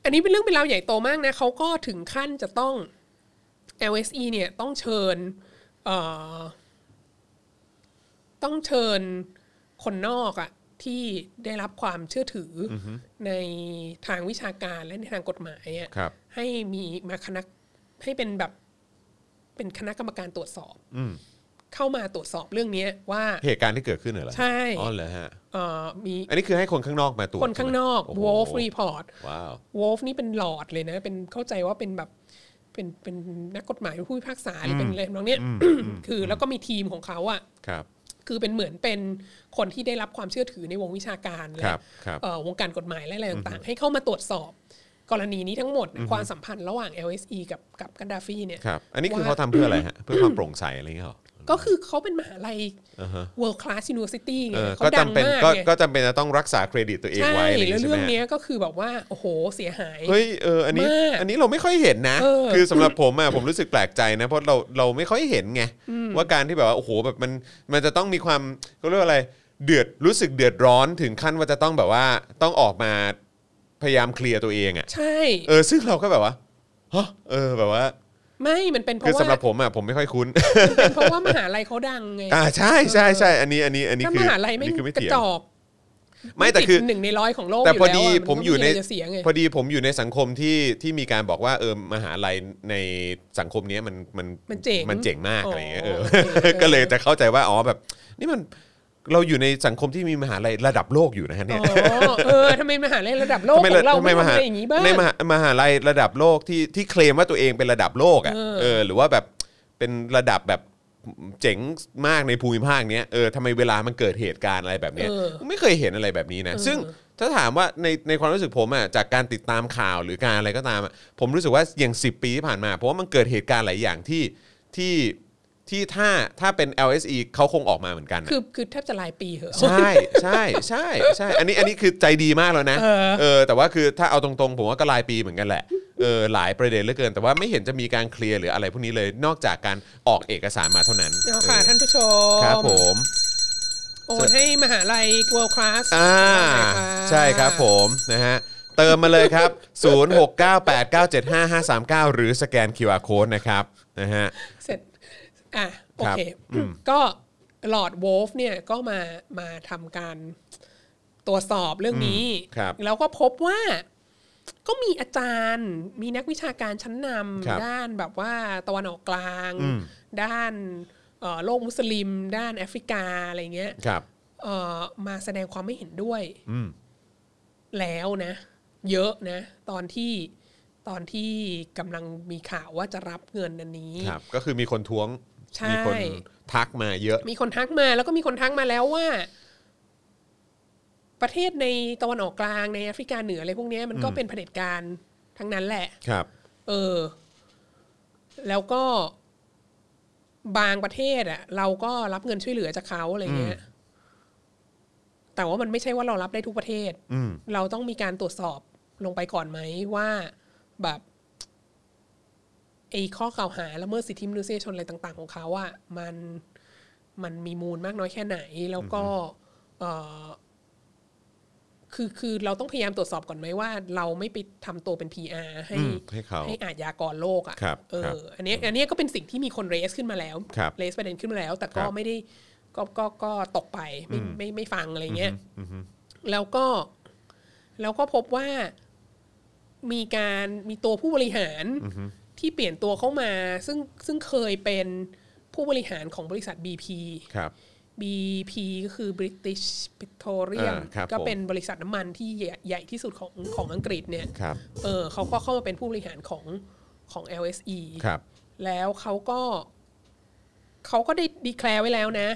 อันนี้เป็นเรื่องเป็นราวใหญ่โตมากนะเขาก็ถึงขั้นจะต้อง LSE เนี่ยต้องเชิญเอ่อต้องเชิญคนนอกอะที่ได้รับความเชื่อถืออในทางวิชาการและในทางกฎหมายอะ ครับ ให้มีมาคณะให้เป็นแบบเป็นคณะกรรมการตรวจสอบเข้ามาตรวจสอบเรื่องเนี้ยว่า เหตุการณ์ที่เกิดขึ้นเหรอ ใช่ อ๋อเหรอฮะ เอ่อมี อันนี้คือให้คนข้างนอกมาตรวจ คนข้างนอก โโห Wolf Report ว้าว วอลฟ์นี่เป็นหลอดเลยนะ เป็นเข้าใจว่าเป็นแบบเป็นเป็นนักกฎหมายเป็นผู้พิพากษาหรือเป็นอะไรน้องเนี้ย *coughs* คือแล้วก็มีทีมของเขาอ่ะ ครับ คือเป็นเหมือนเป็นคนที่ได้รับความเชื่อถือในวงวิชาการและ ครับครับ เอ่อวงการกฎหมายและอะไรต่างๆ ให้เข้ามาตรวจสอบ กรณีนี้ทั้งหมดความสัมพันธ์ระหว่าง LSE กับกับกันดาฟีเนี่ย ครับ อันนี้คือ ว่า เขาทำเพื่ออะไรฮะ เพื่อความโปร่งใสอะไรเงี้ยเหรอ ก็คือเขาเป็นมหาลัย อ่าฮะ world class university ไง เออ เขา ก็ ดั จำ ง เป็น มาก ก็ ไง ก็จำเป็นจะต้องรักษาเครดิตตัวเอง ใช่ ไว้อะไรอย่าง แล้ว งี้ใช่ เรื่ ไหม อฮะงเนี้ยก็คือแบบว่าโอ้โหเสียหาย เฮ้ยเอออันนี้ มาก อันนี้เราไม่ค่อยเห็นนะ เออ คือสำหรับผมอ่ะผมรู้สึกแปลกใจนะ เพราะเราเราไม่ค่อยเห็นไงว่าการที่แบบว่าโอ้โหแบบมันมันจะต้องมีความเขาเรียกว่าอะไรเดือดรู้สึกเดือดร้อนถึงขั้นว่าจะต้องแบบว่าต้องออกมาพยายามเคลียร์ตัวเองอ่ะ ใช่ เออซึ่งเราก็แบบว่าฮะเออแบบว่า ไม่มันเป็นเพ คือ ราะ สำหรั ว่า บผมอ่ะผมไม่ค่อยคุ้น เป็นเพราะว่ามหาลัยเขาดังไง อ่าใช่ใช่ใช่อันนี้อันนี้อันนี้ ถ้า คื ม อ หาลัยไม่ อันนี้คืไม่ กระ เถียง จอก ไม่แต่คือ ดหนึ่งในร้อยของโลก แต่พอ ล้ว ดี อะ ผมอยู่ใน ก็ะไรจะเสียไง พอดีผมอยู่ในสังคมที่ที่มีการบอกว่าเออมหาลัยในสังคมเนี้ยมันมัน มันเจ๋ง มันเจ๋งมากอะไรเงี้ยเออ โอเค ก็เลยจะเข้าใจว่าอ๋อแบบ นี่มันเราอยู่ในสังคมที่มีมหาลัยระดับโลกอยู่นะฮะ อ๋ เนี่ย อเออทำไมมหาลัยระดับโลกของเราไม่ทำอะไรอย่างนี้บ้าง ในมหามหาลัยระดับโลกที่ที่เคลมว่าตัวเองเป็นระดับโลกอ่ะ เออ เออหรือว่าแบบเป็นระดับแบบ เจ๋งมากในภูมิภาคเนี้ยเออทำไมเวลามันเกิดเหตุการณ์อะไรแบบเนี้ย เออ ไม่เคยเห็นอะไรแบบนี้นะ เออ ซึ่งถ้าถามว่าในในความรู้สึกผมอ่ะจากการติดตามข่าวหรือการอะไรก็ตามอะผมรู้สึกว่าอย่าง 10 ปีที่ผ่านมาเพราะว่ามันเกิดเหตุการณ์หลายอย่างที่ที่ที่ถ้าถ้าเป็น LSE เขาคงออกมาเหมือนกันอะ คือคือแทบจะหลายปีเหอะ ใช่ใช่ใช่ใช่ อันนี้อันนี้คือใจดีมากแล้วนะ เออ แต่ว่าคือถ้าเอาตรงๆ ผมว่าก็รายปีเหมือนกันแหละเออหลายประเด็นเหลือเกิน แต่ว่าไม่เห็นจะมีการเคลียร์หรืออะไรพวกนี้เลยนอกจากการออกเอกสารมาเท่านั้น เอาค่ะ เออ ท่านผู้ช ครับ ม ผม โอนให้มหาลัย world class อ่าใช่ครับผมนะฮะเติมมาเลยครับ 0698975539 หรือสแกน QR Code นะครับนะฮะ เสร็จอ่ะโอเค ครับอืม ก็หลอร์ดโวลฟ์เนี่ยก็มามาทำการตรวจสอบเรื่องนี้ ครับ แล้วก็พบว่าก็มีอาจารย์ มีนักวิชาการชั้นน ครับ ำด้านแบบว่าตะวันออกกลาง อืม ด้านเอ่อโลกมุสลิม ด้านแอฟริกาอะไรเงี้ย ครับ เอ่อมาแสดงความไม่เห็นด้วย อืม แล้วนะ เยอะนะ ตอนที่ตอนที่กำลังมีข่าวว่าจะรับเงินอันนี้ ครับ ก็คือมีคนท้วง ใช่ มีคนทักมาเยอะ มีคนทักมาแล้วก็มีคนทักมาแล้วว่า ประเทศในตะวันออกกลางในแอฟริกาเหนืออะไรพวกเนี้ยมันก็เป็นเผด็จการทั้งนั้นแหละ ครับ เออ แล้วก็บางประเทศอะเราก็รับเงินช่วยเหลือจากเขาอะไรเงี้ยแต่ว่ามันไม่ใช่ว่าเรารับได้ทุกประเทศ อืม เราต้องมีการตรวจสอบลงไปก่อนไหมว่าแบบไอ้ข้อกล่าวหาละเมิดสิทธิมนุษยชนอะไรต่าง ๆ ของเขาอะมันมันมีมูลมากน้อยแค่ไหน แล้วก็เออคือคือเราต้องพยายามตรวจสอบก่อนไหมว่า เราไม่ไปทำตัวเป็น PR ให้ อืมให้เขา ให้อาชญากรโลกอะ ครับ เอ ครับ ออันเนี้ยอันเนี้ยก็เป็นสิ่งที่มีคนเรสขึ้นมาแล้ว ครับ เรสประเด็นขึ้นมาแล้ว แต่ก็ ครับ ไม่ได้ก็ก็ก็ตกไปไม่ไม่ไม่ฟังอะไรเงี้ย อืมอืม แล้วก็แล้วก็พบว่ามีการมีตัวผู้บริหารที่เปลี่ยนตัวเข้ามา ซึ่งซึ่งเคยเป็นผู้บริหารของบริษัท BP ครับ BP ก็คือ British Petroleum อ่าครับผม ก็เป็นบริษัทน้ำมันที่ใหญ่ใหญ่ที่สุดของของอังกฤษเนี่ย ครับ เออเขาก็เข้ามาเป็นผู้บริหารของของ LSE ครับ แล้วเขาก็เขาก็ได้ดีแคลร์ไว้แล้วนะ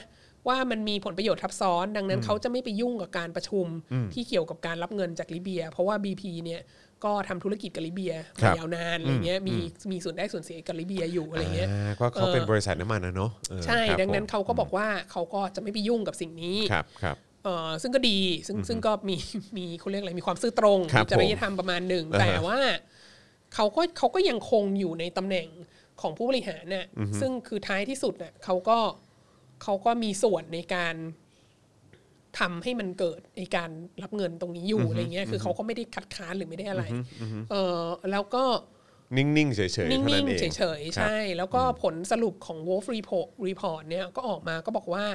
ว่ามันมีผลประโยชน์ทับซ้อน ดังนั้นเขาจะไม่ไปยุ่งกับการประชุมที่เกี่ยวกับการรับเงินจากลิเบีย เพราะว่า BP เนี่ยก็ทำธุรกิจกับลิเบีย ครั มา บ ยาวนานอะไรเงี้ยมีมีส่วนได้ส่วนเสียกับลิเบียอยู่อะไรเงี้ย อ่าก็เขา เออ เป็นบริษัทน้ำมันนะเนาะเออ ใช่ ครับ ดังนั้น ผม เขาก็บอกว่าเขาก็จะไม่ไปยุ่งกับสิ่งนี้ ครับครับ เออซึ่งก็ดีซึ่งซึ่งก็มี *laughs* มีเขาเรียกอะไรมีความซื่อตรง ครับ มีจริยธรรมประมาณหนึ่ง อ่าฮะ แต่ว่าเขาก็เขาก็ยังคงอยู่ในตำแหน่งของผู้บริหารน่ะซึ่งคือท้ายที่สุดน่ะเขาก็เขาก็มีส่วนในการทำให้มันเกิดในการรับเงินตรงนี้อยู่อะไรเงี้ยคือเขาก็ไม่ได้คัดค้านหรือไม่ได้อะไร เออแล้วก็ นิ่งๆเฉยๆ นิ่ เท่านั้ ง นเอ ๆ ง เฉยครัๆบ ใช่ แล้วก็ผลสรุปของ Wolf Report Report เนี่ยก็ออกมาก็บอกว่า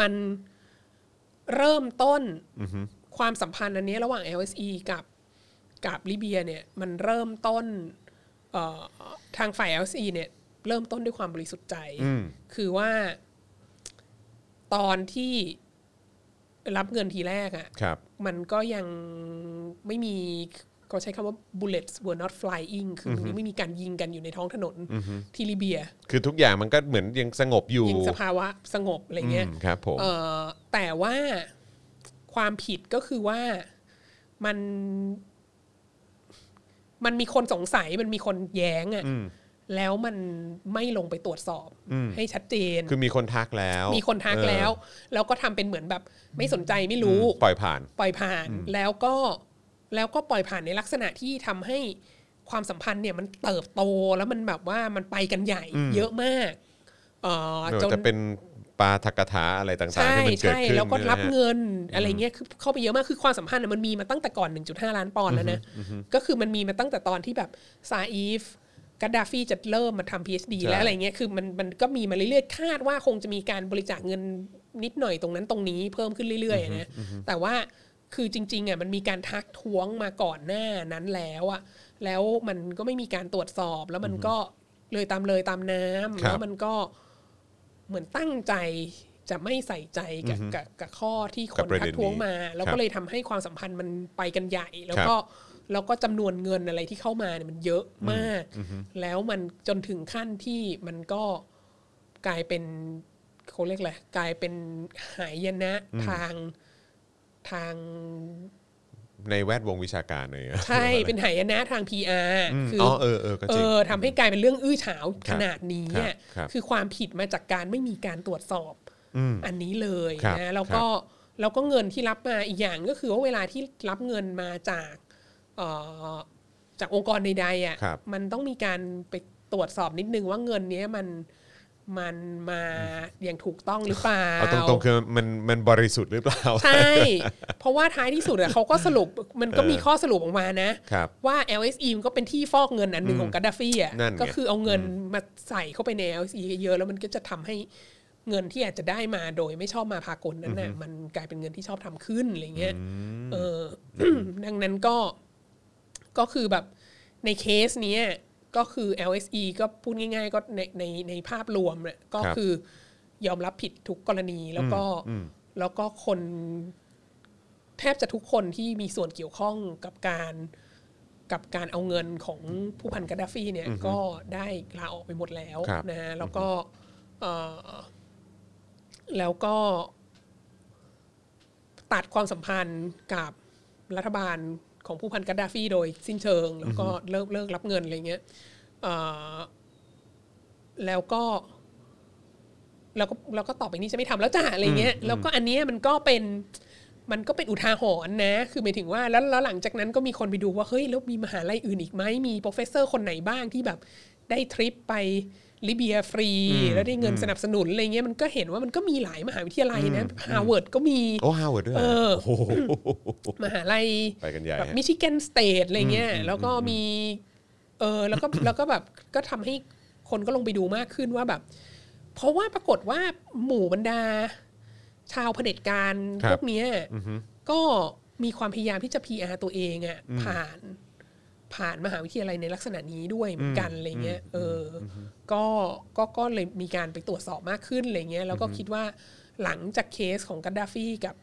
มันเริ่มต้นความสัมพันธ์อันนี้ระหว่าง LSE กับกับลิเบียเนี่ยมันเริ่มต้นเอ่อทางฝ่าย LSE เนี่ยเริ่มต้นด้วยความบริสุทธิ์ใจ อืม คือว่า ตอนที่รับเงินทีแรกอะ ครับ มันก็ยังไม่มีเขาใช้คำว่า bullets were not flying คือมันยังไม่มีการยิงกันอยู่ในท้องถนนที่ลิเบีย คือทุกอย่างมันก็เหมือนยังสงบอยู่ ยิงสภาวะสงบอะไรเงี้ย อืมครับผม เอ่อแต่ว่าความผิดก็คือว่ามัน มันมีคนสงสัยมันมีคนแย้งอะ่ะแล้วมันไม่ลงไปตรวจสอบให้ชัดเจน คือมีคนทักแล้ว มีคนทัก เออ แล้ว แล้วก็ทำเป็นเหมือนแบบ ไม่สนใจไม่รู้ ปล่อยผ่าน ปล่อยผ่านแล้วก็แล้วก็ปล่อยผ่านในลักษณะที่ทำให้ความสัมพันธ์เนี่ยมันเติบโตแล้วมันแบบว่ามันไปกันใหญ่เยอะมากเอ่อ ไม่ว่า จน จะเป็นปาทกถาอะไรต่างๆ ใช่ ที่มันเกิด ใช่ ขึ้น แล้วก็รับ นะฮะ เงินอะไรเงี้ยคือเข้าไปเยอะมากคือความสัมพันธ์น่ะมันมีมาตั้งแต่ก่อน 1.5 ล้านปอนด์แล้วนะก็คือมันมีมาตั้งแต่ตอนที่แบบซาอีฟกัดดาฟีจะเริ่มมาทำ PhD ใช่ แล้วอะไรเงี้ยคือมันมันก็มีมาเรื่อยๆคาดว่าคงจะมีการบริจาคเงินนิดหน่อยตรงนั้นตรงนี้เพิ่มขึ้นเรื่อยๆนะแต่ว่า คือจริงๆอ่ะมันมีการทักท้วงมาก่อนหน้านั้นแล้วอ่ะแล้วมันก็ไม่มีการตรวจสอบ แล้วมันก็เลยตามเลยตามน้ำ ครับ แล้วมันก็เหมือนตั้งใจจะไม่ใส่ใจกับกับกับข้อที่ค กับ น ประ ทั เด็ ก น ท้วง นี้ มา แล้ว ครั ก็ บ เลยทำให้ความสัมพันธ์มันไปกันใหญ่ แล้ว ครับ ก็แล้วก็จำนวนเงินอะไรที่เข้ามาเนี่ยมันเยอะมาก แล้วมันจนถึงขั้นที่มันก็ กลายเป็นเขาเรียกอะไรกลายเป็นหายนะทางทาง ในแวดวงวิชาการเลย ใช่ เป็นหายนะทาง PR คื คือ อ อ๋อเอ อ อเออก็ เอ จริง อทำให้กลายเป็นเรื่องอื้อฉาว ครั ข บ นาดนี้ครัอะบครับ คือความผิดมาจากการไม่มีการตรวจสอบ อืม อันนี้เลย ครับ นะแล้วก็แล้วก็เงินที่รับมาอีกอย่างก็คือว่าเวลาที่รับเงินมาจากเอ่อจากองค์กรใดๆอ่ะ ครับ มันต้องมีการไปตรวจสอบนิดนึงว่าเงินเนี้ยมันมันมาอย่างถูกต้องหรือเปล่า เอาตรงๆคือมันมันบริสุทธิ์หรือเปล่า ใช่ เพราะว่าท้ายที่สุดอะเขาก็สรุปมันก็มีข้อสรุปออกมานะ ครับ ว่า LSE มันก็เป็นที่ฟอกเงินอันหนึ่งของกาดาฟีอะ นั่นไง ก็คือเอาเงินมาใส่เข้าไปใน LSE เยอะๆแล้วมันก็จะทำให้เงินที่อาจจะได้มาโดยไม่ชอบมาพากลนั้นน่ะมันกลายเป็นเงินที่ชอบทำขึ้นอะไรเงี้ยเออ *clears throat* อ ดังนั้นก็ก็คือแบบในเคสเนี้ยก็คือ LSE ก็พูดง่าย ๆ ก็ในในในภาพรวมเนี่ยก็ ครับ คือยอมรับผิดทุกกรณีแล้วก็ อืม แล้วก็คนแทบจะทุกคนที่มีส่วนเกี่ยวข้องกับการกับการเอาเงินของผู้พันกาดาฟีเนี่ยก็ได้ลาออกไปหมดแล้ว ครับ นะฮะแล้วก็เอ่อแล้วก็ตัดความสัมพันธ์กับรัฐบาลของผู้พันกาดาฟีโดยสิ้นเชิง แล้วก็เลิกเลิกรับเงินอะไรเงี้ยเอ่อแล้วก็ เราก็เราก็ต่อไปนี้จะไม่ทำแล้วจ้ะอะไรเงี้ยแล้วก็อันเนี้ยมันก็เป็นมันก็เป็นอุทาหรณ์นะ คือหมายถึงว่าแล้วแล้วหลังจากนั้นก็มีคนไปดูว่าเฮ้ยแล้วมีมหาลัยอื่นอีกไหมมีโปรเฟสเซอร์คนไหนบ้างที่แบบได้ทริปไปลิเบียฟรี แล้วได้เงินสนับสนุนอะไรเงี้ยมันก็เห็นว่ามันก็มีหลายมหาวิทยาลัยนะฮาร์วาร์ดก็มี โอ้ฮาวเวิร์ดด้วยหร เออ โอ้โห มหาลัย ไปกันใหญ่ แบบ ฮะ มิชิแกนสเตทอะไรเงี้ยแล้วก็มีเออแล้วก็ *coughs* แล้วก็แบบก็ทำให้คนก็ลงไปดูมากขึ้นว่าแบบ เพราะว่าปรากฏว่าหมู่บรรดา ชาวเผด็จการ ครับพวกเนี้ยก็มีความพยายามที่จะ PR ตัวเองอะผ่านผ่านมหาวิทยาลัยในลักษณะนี้ด้วยเหมือนกันอะไรเงี้ยเอออก็ก็ก็เลยมีการไปตรวจสอบมากขึ้นอะไรเงี้ยแล้วก็คิดว่าหลังจากเคสของกัดดาฟีกับ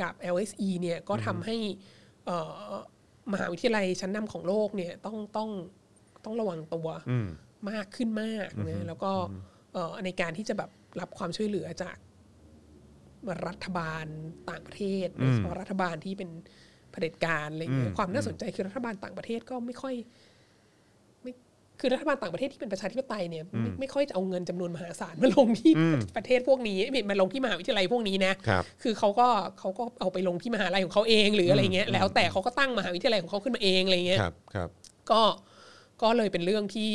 กับ LSE เนี่ยก็ทำให้เอ่อมหาวิทยาลัยชั้นนำของโลกเนี่ยต้องต้องต้องระวังตัว อืม มากขึ้นมากนะแล้วก็เอ่อในการที่จะแบบรับความช่วยเหลือจากรัฐบาลต่างประเทศโดยเฉพาะรัฐบาลที่เป็นเผด็จการอะไรเงี้ยความน่าสนใจคือรัฐบาลต่างประเทศก็ไม่ค่อยไม่คือรัฐบาลต่างประเทศที่เป็นประชาธิปไตยเนี่ยไม่ไม่ค่อยจะเอาเงินจำนวนมหาศาลมาลงที่ประเทศพวกนี้ *laughs* ไม่มาลงที่มหาวิทยาลัยพวกนี้นะครับ คือเขาก็เขาก็เอาไปลงที่มหาลัยของเขาเองหรืออะไรเงี้ยแล้วแต่เขาก็ตั้งมหาวิทยาลัยของเขาขึ้นมาเองอะไรเงี้ย ครับครับ ก็ก็เลยเป็นเรื่องที่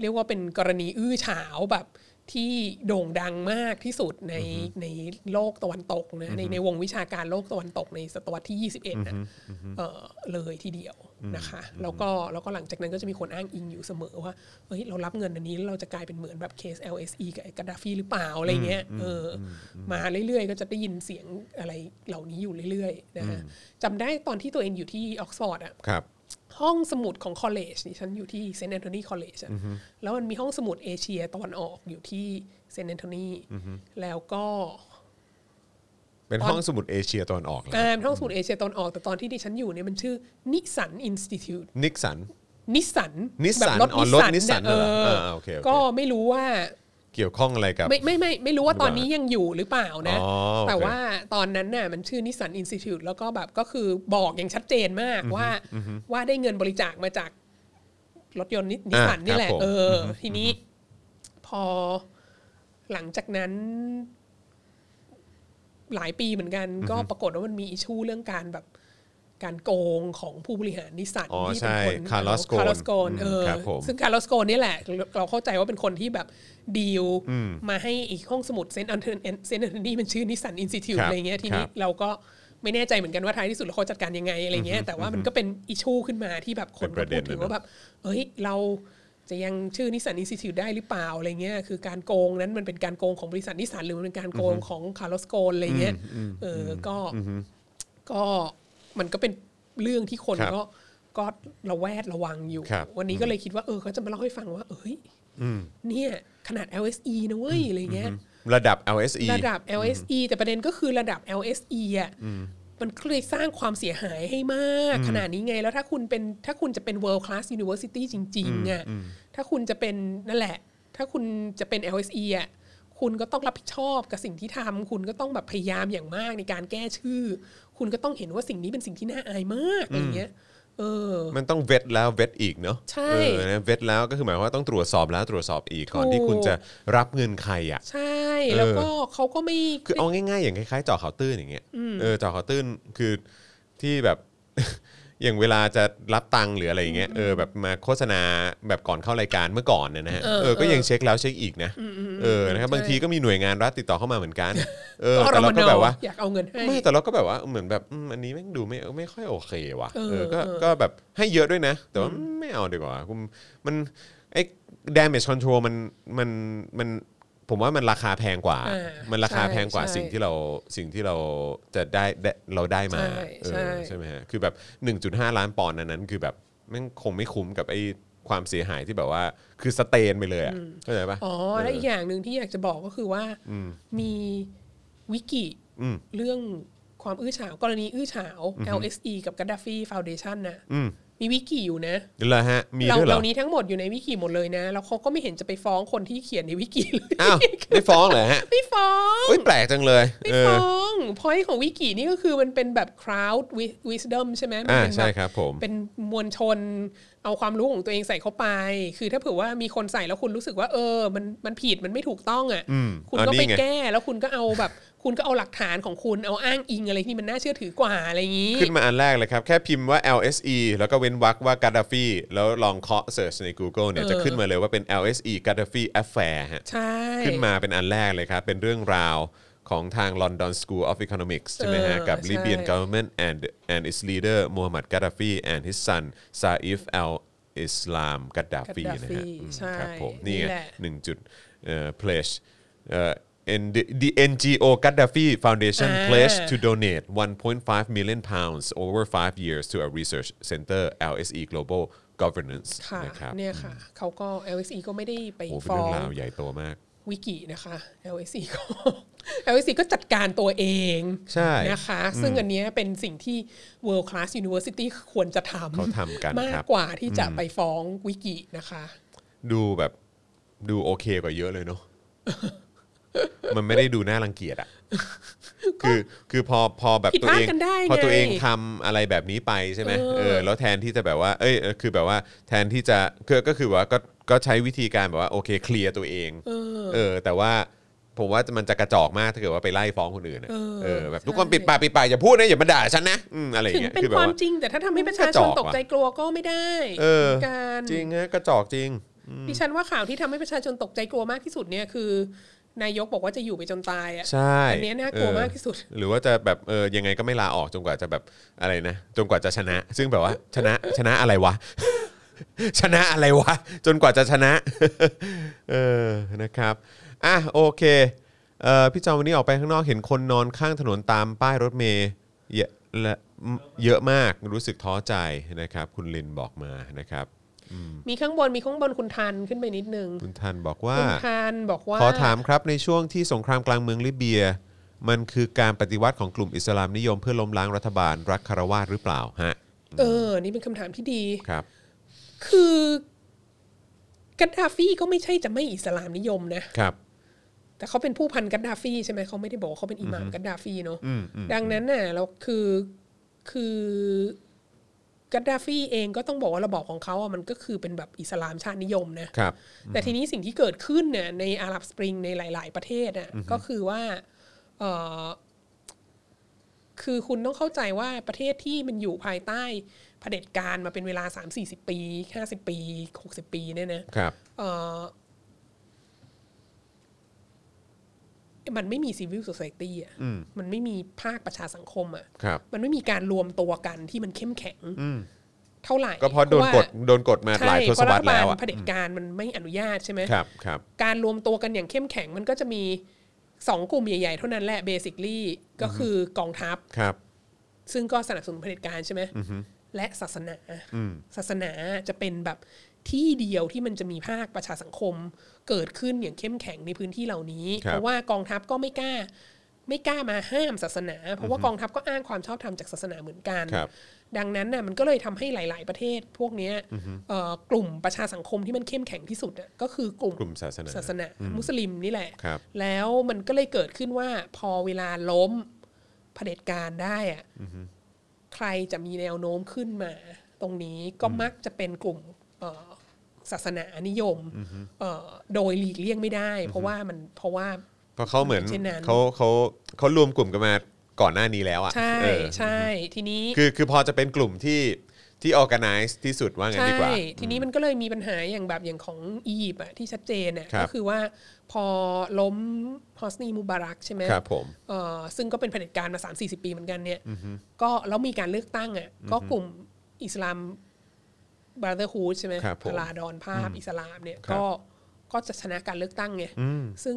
เรียกว่าเป็นกรณีอื้อฉาวแบบที่โด่งดังมากที่สุดในในโลกตะวันตกนะในในวงวิชาการโลกตะวันตกในศตวรรษที่ 21นะเออเลยทีเดียวนะคะ แล้วก็แล้วก็หลังจากนั้นก็จะมีคนอ้างอิงอยู่เสมอว่าเฮ้ยเรารับเงินอันนี้แล้วเราจะกลายเป็นเหมือนแบบเคส LSE กับไอ้กาดาฟีหรือเปล่าอะไรเงี้ยเอออมาเรื่อยๆ ก็จะได้ยินเสียงอะไรเหล่านี้อยู่เรื่อยๆนะฮะจำได้ตอนที่ตัวเองอยู่ที่ออกซฟอร์ดอะ ครับ ห้องสมุดของคอลเลจนี่ฉันอยู่ที่เซนต์แอนโทนีคอลเลจแล้วมันมีห้องสมุดเอเชียตะวันออกอยู่ที่เซนต์แอนโทนีแล้วก็ เป็น ตอน ห้องสมุดเอเชียตอนออกเลย อ่าห้องสมุดเอเชียตะวันออกแต่ตอนที่ดิฉันอยู่เนี่ยมันชื่อนิสันอินสติทิวต์ นิกสัน นิสัน Nissan อ๋อรถ Nissan เหรออ่าโอเคโอเค ก็ไม่รู้ว่า เกี่ยวข้องอะไรกับ ไม่ไม่ไม่ไม่รู้ว่าตอนนี้ยังอยู่หรือเปล่านะ อ๋อโอเค แต่ว่าตอนนั้นน่ะมันชื่อนิสสันอินสติทิวตแล้วก็แบบก็คือบอกอย่างชัดเจนมากว่าว่าได้เงินบริจาคมาจากรถยนต์นินิสสันนี่แหละ เอออทีนี้ พอหลังจากนั้น หลายปีเหมือนกัน ก็ปรากฏว่ามันมีอิชูเรื่องการแบบการโกงของผู้บริหารนิสสัน อ๋อ ที่เป็น ใช่ คน Carlos Ghosn คาร์ลสโกน อืม เออ ครับผม ซึ่ง ซึ่งคาร์ลสโกนนี่แหละ เราเข้าใจว่าเป็นคนที่แบบดีลมาให้อีกห้องสมุดเซนต์อันเทนเซนต์อันเทนี่มันชื่อนิสันอินสติทิว ครับ อะไรเงี้ยที ค นี้ รับ เราก็ไม่แน่ใจเหมือนกันว่าท้ายที่สุดแล้วเขาจัดการยังไงอะไรเงี้ยแต่ว่ามันก็เป็นอิชูขึ้นมาที่แบบคน เป็นป ก็ ระเด็ พู น ดถึง นะ ว่าแบบเอ้ยเราจะยังชื่อนิสันอินสติทิวได้หรือเปล่าอะไรเงี้ยคือการโกงนั้นมันเป็นการโกงของบริษัทนิสันหรือมันเป็นการโกงของคาร์ลสโกนอะไรเงี้ยเออก็ ก็มันก็เป็นเรื่องที่คน ครับ ก็ก็ระแวดระวังอยู่ ครับ วันนี้ก็เลยคิดว่าเออเขาจะมาเล่าให้ฟังว่า เอ้ยเนี่ยขนาด LSE นะเว้ยอะไรเงี้ย ระดับ LSE ระดับ LSE แต่ประเด็นก็คือระดับ LSE อ่ะมันเคยสร้างความเสียหายให้มาก ขนาดนี้ไงแล้วถ้าคุณเป็นถ้าคุณจะเป็น world class university จริงๆอ่ะถ้าคุณจะเป็นนั่นแหละ ถ้าคุณจะเป็น LSE อ่ะ คุณก็ต้องรับผิดชอบกับสิ่งที่ทำคุณก็ต้องแบบพยายามอย่างมากในการแก้ชื่อ คุณก็ต้องเห็นว่าสิ่งนี้เป็นสิ่งที่น่าอายมากอะไรเงี้ย เออ มันต้องเวทแล้วเวทอีกเนาะ ใช่ เออนะเวทแล้วก็คือหมายความว่าต้องตรวจสอบแล้วตรวจสอบอีกก่อนที่ ถูก คุณจะรับเงินใครอ่ะ ใช่ แล้วก็เขาก็ไม่ คือเอาง่ายๆ อย่างคล้ายๆเจาะข่าวตื้นอย่างเงี้ยเออเจาะข่าวตื้นคือที่แบบ *laughs* อย่างเวลาจะรับตังค์หรืออะไรอย่างเงี้ยเออแบบมาโฆษณาแบบก่อนเข้ารายการเมื่อก่อนเนี่ยนะฮะ เออ เออก็ยังเช็คแล้วเช็คอีกนะเออนะครับ ใช่ บางทีก็มีหน่วยงานรัฐติดต่อเข้ามาเหมือนกัน เออ ก็ แต่เราก็แบบว่า อยากเอาเงินให้ ไม่แต่เราก็แบบว่าเหมือนแบบอืมอันนี้แม่งดูไม่ไม่ค่อยโอเคว่ะ เออ เออก็ เออ ก็แบบให้เยอะด้วยนะ แต่ว่าไม่เอาดีกว่าคุณมันไอ้ damage control มันมันมันผมว่ามันราคาแพงกว่า อ่ามั มันราคาแพงกว่า ใช่ สิ่งที่เราสิ่งที่เราจะได้ได้เราได้มา ใช่ เออ ใช่ ใช่ไหมฮะคือแบบ 1.5 ล้านปอนด์อันนั้น คือแบบแม่งคงไม่คุ้มกับไอ้ความเสียหายที่แบบว่าคือสเตนไปเลยอ่ะเข้าใจปะ อ๋อ และอีกอย่างหนึ่งที่อยากจะบอกก็คือว่า มีวิกิ อืม เรื่องความอื้อฉาวกรณีอื้อฉาว LSE กับกั d ด a ฟี Foundation นะ อืม มีวิกิอยู่นะ เหรอฮะมี เรา ด้วยเหร เห อ ล่านี้ทั้งหมดอยู่ในวิกิหมดเลยนะ แล้วเขาก็ไม่เห็นจะไปฟ้องคนที่เขียนในวิ *laughs* กิเลย อ้าวไม่ฟ้องเหรอฮะ ไม่ฟ้อง เอ้ยแปลกจังเลย ไม่ เออ ฟ้องพอยของวิกินี่ก็คือมันเป็นแบบ crowd wi- wisdom ใช่ไหมมัน อ่า เป็น ใช่ แบบ ครับผม เป็นมวลชน เอาความรู้ของตัวเองใส่เข้าไป คือถ้าเผื่อว่ามีคนใส่แล้วคุณรู้สึกว่าเออ มันมันผิดมันไม่ถูกต้องอ่ะ อืม คุณ อ่ะ ก็ไป นี่ง แก้แล้วคุณก็เอาแบบ คุณก็เอาหลักฐานของคุณเอาอ้างอิงอะไรที่มันน่าเชื่อถือกว่าอะไรอย่างนี้ ขึ้นมาอันแรกเลยครับ แค่พิมพ์ว่า LSE แล้วก็เว้นวรรคว่า Gaddafi แล้วลองเคาะ search ใน Google เนี่ย เออ จะขึ้นมาเลยว่าเป็น LSE Gaddafi Affair ฮะ ใช่ ขึ้นมาเป็นอันแรกเลยครับ เป็นเรื่องราวของทาง London School of Economics ใช่ไหมฮะ กับ Libyan government and and its leader Muammar Gaddafi and his son Saif al Islam Gaddafi นะฮะอืม ใช่ ครับผมนี่ไง แหละ หนึ่งจุดเอ่อ pledge เอ่อ N- the NGO Gaddafi Foundation อ่า pledge to donate 1.5 million pounds over five years to a research center LSE Global Governance ค่ะ นะครับ เนี่ยค่ะเขาก็ LSE ก็ไม่ได้ไป โอ้เป็น ฟ้อ เรื่อง ง ราวใหญ่โตมาก วิกินะคะ LSE ก็ *laughs* LSE ก็จัดการตัวเอง ใช่ นะคะ ซึ่งอันเนี้ยเป็นสิ่งที่ World Class University ควรจะทำ เขาทำกันครับ มากกว่าที่จะไปฟ้องวิกินะคะ ดูแบบดูโอเคกว่าเยอะเลยเนาะ *laughs* มันไม่ได้ดูน่ารังเกียจ *laughs* อะคือคือพอพอแบบ ผิด ตัว พลาด เอง กันได้ พอตัว ไง เองทำอะไรแบบนี้ไปใช่ไหม เออ เออแล้วแทนที่จะแบบว่า เอ้ยเออคือแบบว่าแทนที่จะคือก็คือว่าก็ก็ใช้วิธีการแบบว่าโอเคเคลียร์ตัวเอง เออ แต่ว่าผมว่ามันจะกระจอกมากถ้าเกิดว่าไปไล่ฟ้องคนอื่นอะ เออ เออแบบ ใช่ ทุกคนปิดปากปิดปากอย่าพูดนะอย่ามาด่าฉันนะอืมอะไรอย่างถึง เงี้ย เป็น คือแบ ค บ วาม ว่า จริงแต่ถ้าทำให้ประชา ก็ ช จอน ก ตก ว่ะ ใจกลัวก็ไม่ได้ เออ การ จริงฮะกระจอกจริง ดิฉันว่าข่าวที่ทำให้ประชาชนตกใจกลัวมากที่สุดเนี่ยคือนายกบอกว่าจะอยู่ไปจนตายอ่ะ ใช่ อันเนี้ยน่ากลัว เออ มากที่สุด หรือว่าจะแบบเออยังไงก็ไม่ลาออกจนกว่าจะแบบอะไรนะจนกว่าจะชนะ ซึ่งแบบว่าชนะชนะอะไร *laughs* วะ ชนะอะไรวะ จนกว่าจะชนะ *laughs* เออนะครับอ่ะโอเคเออพี่จอมวันนี้ออกไปข้างนอกเห็นคนนอนข้างถนนตามป้ายรถเมย์เยอะและเยอะมากรู้สึกท้อใจนะครับ คุณลินบอกมานะครับ มีข้างบนมีข้างบนคุณทันขึ้นไปนิดนึง คุณทันบอกว่า คุณทันบอกว่า ขอถามครับในช่วงที่สงครามกลางเมืองลิเบีย มันคือการปฏิวัติของกลุ่มอิสลามนิยมเพื่อล้มล้างรัฐบาลรัฐคารวาสหรือเปล่าฮะ เออ นี่เป็นคำถามที่ดี ครับ คือกัดดาฟีก็ไม่ใช่จะไม่อิสลามนิยมนะ ครับ แต่เขาเป็นผู้พันกัดดาฟีใช่ไหมเขาไม่ได้บอกว่าเขาเป็นอิหม่ามกัดดาฟีเนอะดังนั้นน่ะเราคือคือกัดดาฟีเองก็ต้องบอกว่าระบอบของเขาอ่ะมันก็คือเป็นแบบอิสลามชาตินิยมนะ ครับ แต่ทีนี้สิ่งที่เกิดขึ้นเนี่ยในอาหรับสปริงในหลาย ๆ ประเทศน่ะก็คือว่าเอ่อคือคุณต้องเข้าใจว่าประเทศที่มันอยู่ภายใต้เผด็จการมาเป็นเวลา 3 4 0 ปี 50 ปี 60 ปีเนี่ยนะครับ เอ่อมันไม่มีซีวิลโซ c i ตี้อ่ะมันไม่มีภาคประชาสังคมอ่ะ ครับ มันไม่มีการรวมตัวกันที่มันเข้มแข็งเท่าไหร่ ก็เพราะโดนกด ว่ โดนกดมา า หลายทศวรรษแล้ว เพาะฐบา อะ เผด็จการมันไม่อนุญาตใช่ไหม ครับครับ การรวมตัวกันอย่างเข้มแข็งมันก็จะมีสองกลุ่มใหญ่ ๆ เท่านั้นแหละเบสิคลี่ก็คือกองทัพ ครับ ซึ่งก็สนับสนุนเผด็จการใช่ไหมและศาสนาศาสนาจะเป็นแบบที่เดียวที่มันจะมีภาคประชาสังคม เกิดขึ้นอย่างเข้มแข็งในพื้นที่เหล่านี้ ครับ เพราะว่ากองทัพก็ไม่กล้า ไม่กล้ามาห้ามศาสนา เพราะว่ากองทัพก็อ้างความชอบธรรมจากศาสนาเหมือนกัน ครับ ดังนั้นน่ะมันก็เลยทำให้หลาย ๆ ประเทศ พวกเนี้ยเอ่อกลุ่มประชาสังคมที่มันเข้มแข็งที่สุดอะก็คือกลุ่ม กลุ่มศาสนา ศาสนามุสลิมนี่แหละ ครับ แล้วมันก็เลยเกิดขึ้นว่าพอเวลาล้มเผด็จการได้อะใครจะมีแนวโน้มขึ้นมา ตรงนี้ก็มักจะเป็นกลุ่มเอ่อศาสนานิยมเอ่อโดยหลีกเลี่ยงไม่ได้ เพราะว่ามันเพราะว่า เพราะเขาเหมือน เช่นนั้น เขาเขาเขารวมกลุ่มกันมาก่อนหน้านี้แล้วอ่ะ ใช่ เออ ใช่ทีนี้ คือคือพอจะเป็นกลุ่มที่ที่ organize ที่สุดว่างั้น ใช่ ดีกว่า ทีนี้มันก็เลยมีปัญหาอย่างแบบอย่างของอียิปต์อะที่ชัดเจนอะ ครับ ก็คือว่าพอล้มฮอสนีมูบารักใช่ไหม ครับผม เอ่อซึ่งก็เป็นเผด็จการมา 3 4 0 ปีเหมือนกันเนี่ยก็แล้วมีการเลือกตั้งอะก็กลุ่มอิสลามบราเ h อร์ฮูดใช่ไหม ครับผ พ ม ลาดอนภาพอิสลามเนี่ย ครับ ก็ก็จะชนะการเลือกตั้งไงซึ่ง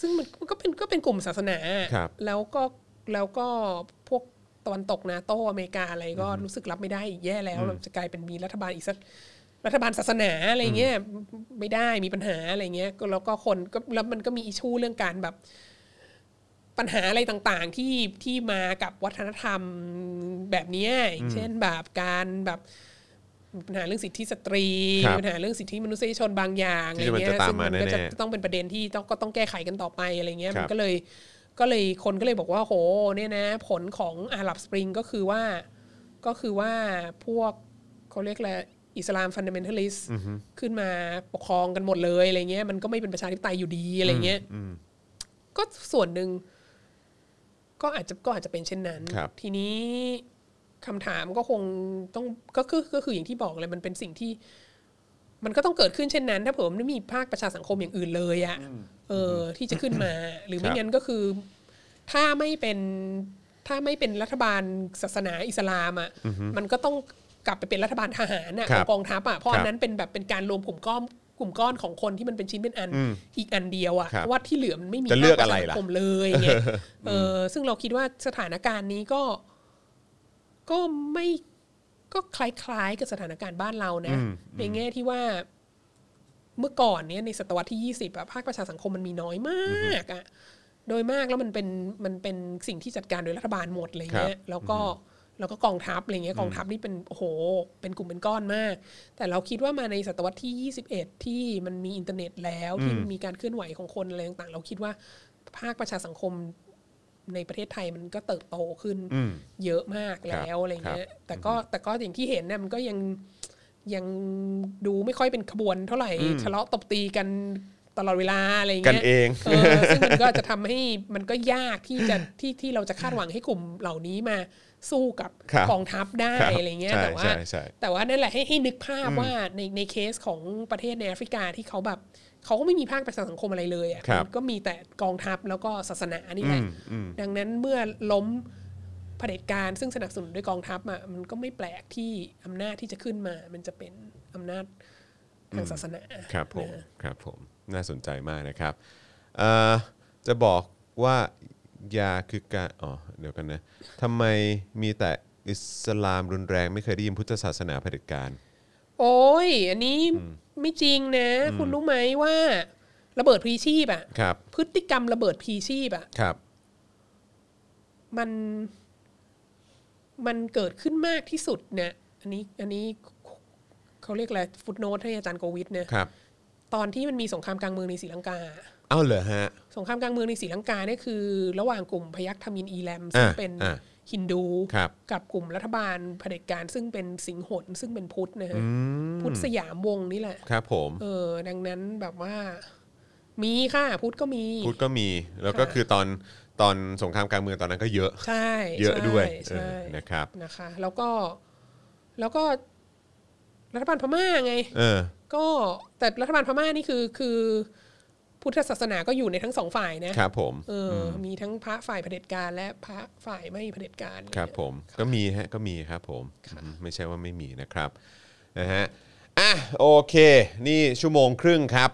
ซึ่งมันมันก็เป็นก็เป็นกลุ่มศาสนาอะ ครับ แล้วก็แล้วก็พวกตะวันตกนาโตอเมริกาอะไรก็รู้สึกรับไม่ได้อีกแย่แล้วเราจะกลายเป็นมีรัฐบาลอีกสักรัฐบาลศาสนาอะไรเงี้ยไม่ได้มีปัญหาอะไรเงี้ยก็แล้วก็คนก็แล้วมันก็มีอิชูเรื่องการแบบปัญหาอะไรต่างๆ ที่ที่มากับวัฒนธรรมแบบเนี้ยอย่างเช่นแบบการแบบปัญหาเรื่องสิทธิสตรี ครับ ปัญหาเรื่องสิทธิมนุษยชนบางอย่าง ที่ อะไรเงี้ย มันจะตาม ซึ่ง มา ก็จะ แน่ๆ ต้องเป็นประเด็นที่ต้องก็ต้องแก้ไขกันต่อไปอะไรเงี้ย ครั มั บ นก็เลย ก็เลยคนก็เลยบอกว่าโหเนี่ยนะ ผลของอาหรับสปริงก็คือว่าก็คือว่าพวกเขาเรียกอะไรอิสลามฟันเดเมนทัลิสขึ้นมาปกครองกันหมดเลยอะไรเงี้ยมันก็ไม่เป็นประชาธิปไตยอยู่ดีอะไรเงี้ยก็ส่วนหนึ่งก็อาจจะก็อาจจะเป็นเช่นนั้น ครับ ทีนี้คำถามก็คงต้องก็คือก็คืออย่างที่บอกเลยมันเป็นสิ่งที่ มันก็ต้องเกิดขึ้นเช่นนั้น ถ้าเผื่อมันไม่มีภาคประชาสังคมอย่างอื่นเลยอะเออ ที่จะขึ้นมา หรือไม่งั้นก็คือ ถ้าไม่เป็นถ้าไม่เป็นรัฐบาลศาสนาอิสลามอะมันก็ต้องกลับไปเป็นรัฐบาลทหารอะ ค ข รั อบ งกองทัพอะเพคราะรับ อันนั้นเป็นแบบเป็นการรวมกลุ่มก้อนกลุ่มก้อนของคนที่มันเป็นชิ้นเป็นอัน อืม อีกอันเดียวอะ ครับ เพราะว่าที่เหลือมันไม่มี จะเลือกอะไรล่ะ ภาคปชาสังคมเลย *laughs* ไงเออ ซึ่งเราคิดว่าสถานการณ์นี้ก็ ก็ไม่ก็คล้ายๆ กับสถานการณ์บ้านเรานะ ในแง่ที่ว่าเมื่อก่อนเนี่ยในศตวรรษที่ 20อะภาคประชาสังคมมันมีน้อยมากอะโดยมากแล้วมันเป็นมันเป็นสิ่งที่จัดการโดยรัฐบาลหมดอะไรเงี้ยแล้วก็แล้วก็กองทัพอะไรเงี้ยกองทัพนี่เป็นโอ้โห เป็นกลุ่มเป็นก้อนมาก แต่เราคิดว่ามาในศตวรรษที่ 21 ที่มันมีอินเทอร์เน็ตแล้วที่มันมีการเคลื่อนไหวของคนอะไรต่างๆ เราคิดว่าภาคประชาสังคม ในประเทศไทยมันก็เติบโตขึ้นเยอะมากแล้วอะไรเงี้ย แต่ก็แต่ก็อย่างที่เห็นเนี่ยมันก็ยังยังดูไม่ค่อยเป็นขบวนเท่าไหร่ทะเลาะตบตีกันตลอดเวลาอะไรเงี้ย กันเอง เออซึ่งมันก็จะทำให้มันก็ยากที่จะที่ที่เราจะคาดหวังให้กลุ่มเหล่านี้มาสู้กับ ครับ กองทัพได้ ครับ อะไรเงี้ย ใช่ แต่ว่า ใช่ใช่ แต่ว่านั่นแหละให้ให้นึกภาพว่าในในเคสของประเทศในแอฟริกาที่เขาแบบเขาก็ไม่มีภาคประชาสังคมอะไรเลยอ่ะ ครับ มันก็มีแต่กองทัพแล้วก็ศาสนานี่แหละ ดังนั้นเมื่อล้มเผด็จการซึ่งสนับสนุนด้วยกองทัพอ่ะมันก็ไม่แปลกที่อำนาจที่จะขึ้นมา มันจะเป็นอำนาจทางศาสนา ครับผม นะ ครับผมน่าสนใจมากนะครับเอ่อจะบอกว่ายาคือการอ๋อเดี๋ยวกันนะทำไมมีแต่อิสลามรุนแรงไม่เคยได้ยินพุทธศาสนาเผด็จการ โอ้ย อันนี้ไม่จริงนะ คุณรู้ไหมว่าระเบิดพลีชีพอ่ะ ครับ พฤติกรรมระเบิดพลีชีพอ่ะ ครับ มัน มันเกิดขึ้นมากที่สุดเนี่ยอันนี้อันนี้เขาเรียกอะไรฟุตโนตให้อาจารย์โกวิทเนี่ย ครับ ตอนที่มันมีสงครามกลางเมืองในศรีลังกา เอ้าเหรอฮะ สงครามกลางเมืองในศรีลังกาเนี่ยคือ ระหว่างกลุ่มพยัคฆ์ทมินอีแลมซึ่ง อ่า เป็น อ่า ฮินดู ครับ กับกลุ่มรัฐบาลเผด็จการซึ่งเป็นสิงหนซึ่งเป็นพุทธนะฮะพุทธสยามวงศ์นี่แหละ ครับผม เออ ดังนั้นแบบว่า มีค่ะ พุทธก็มี พุทธก็มีแล้วก็ ค่ะ คือตอนตอนสงครามกลางเมืองตอนนั้นก็เยอะ ใช่ เยอะด้วยเออใช่ใช่ นะครับ นะคะ แล้วก็แล้วก็รัฐบาลพม่าไง เออ ก็แต่รัฐบาลพม่านี่คือคือพุทธศาสนาก็อยู่ในทั้งสองฝ่ายนะ ครับผม เอออมีทั้งพระฝ่ายเผด็จการและพระฝ่ายไม่เผด็จการ ครับผมก็มีฮะก็มีครับผมอืมไม่ใช่ว่าไม่มีนะครับนะฮะอ่ะโอเค นี่ชั่วโมงครึ่งครับ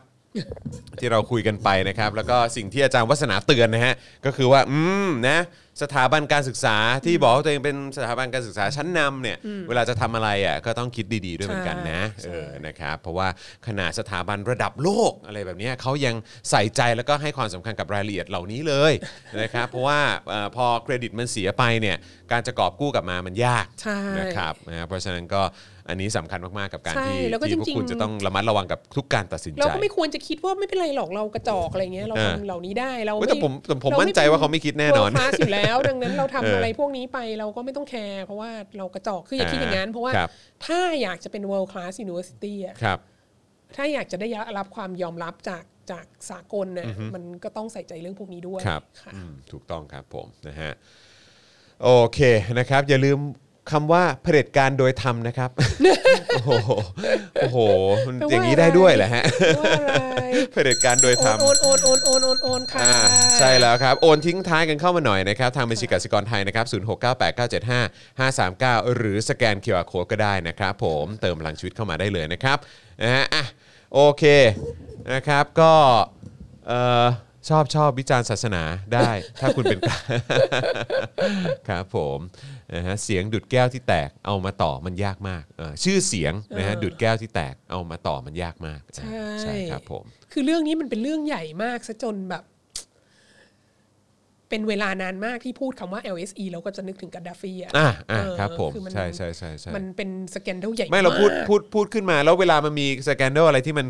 ที่เราคุยกันไปนะครับ แล้วก็สิ่งที่อาจารย์วัฒนาเตือนนะฮะก็คือว่า อืมนะ สถาบันการศึกษาที่บอกว่าตัวเองเป็นสถาบันการศึกษาชั้นนำเนี่ยเวลาจะทำอะไรอ่ะก็ต้องคิดดีๆด้วยเหมือนกันนะ ใช่ เออนะครับเพราะว่าขนาดสถาบันระดับโลกอะไรแบบเนี้ยเขายังใส่ใจแล้วก็ให้ความสำคัญกับรายละเอียดเหล่านี้เลย *laughs* นะครับเพราะว่าเอ่อพอเครดิตมันเสียไปเนี่ยการจะกอบกู้กลับมามันยาก ใช่ นะครับนะเพราะฉะนั้นก็อันนี้สำคัญมากๆกับการ ใช่ ที่ แล้วก็ ที่พวก จริงๆ คุณจะต้องระมัดระวังกับทุกการตัดสิน เรา ใจ ก็ไม่ควรจะคิดว่าไม่เป็นไรหรอกเรากระจอกอะไรเงี้ยเรา เออ ทำเหล่านี้ได้เรา เว้ยแต่ผมแต่ผมมั่นใจว่าเขาไม่คิดแน่นอน คลาสอยู่แล้ว ดังนั้นเราทำ เอออ อะไรพวกนี้ไปเราก็ไม่ต้องแคร์เพราะว่าเรากระจอกคืออย่าคิดอย่างนั้นเพราะว่า ครับ ถ้าอยากจะเป็น world class university อะ ครับ ถ้าอยากจะได้รับความยอมรับจากจากสากลเนี่ยมันก็ต้องใส่ใจเรื่องพวกนี้ด้วย ครับ ค่ะ อืมถูกต้องครับผมนะฮะโอเคนะครับ อย่าลืมคำว่าเผด็จการโดยธรรมนะครับ *laughs* โอ้โหโอ้โหมัน แปลว่า อย่างนี้ได้ด้วยเหรอฮะ *laughs* ว่าอะไร เผด็จการโดยธรรม โอนโอนโอนโอนโอนโอนค่ะ อ่าใช่แล้วครับ โอนทิ้งท้ายกันเข้ามาหน่อยนะครับ ทางบัญชีกสิกรไทยนะครับ 0698975539 หรือสแกน QR Code ก็ได้นะครับ ผมเติมพลังชีวิตเข้ามาได้เลยนะครับนะฮะอ่ะโอเคนะครับก็เอ่อชอบชอบวิจารณ์ศาสนาได้ ถ้าคุณเป็น *laughs* กลาง ครับผมนะฮะเสียงดุดแก้วที่แตกเอามาต่อมันยากมากเออชื่อเสียงนะฮะ เออ ดุดแก้วที่แตกเอามาต่อมันยากมาก ใช่ ใช่ครับผม คือเรื่องนี้มันเป็นเรื่องใหญ่มากซะจนแบบ เป็นเวลานานมากที่พูดคำว่า LSE เราก็จะนึกถึงกัดดาฟีอ่ะ อ่ะอ่ะ เออ ครับผม คือมัน ใช่ใช่ใช่ใช่ มันเป็นสแกนเดลใหญ่ ไม่เราพูด ก พูดพูดขึ้นมาแล้วเวลามันมีสแกนเดลอะไรที่มัน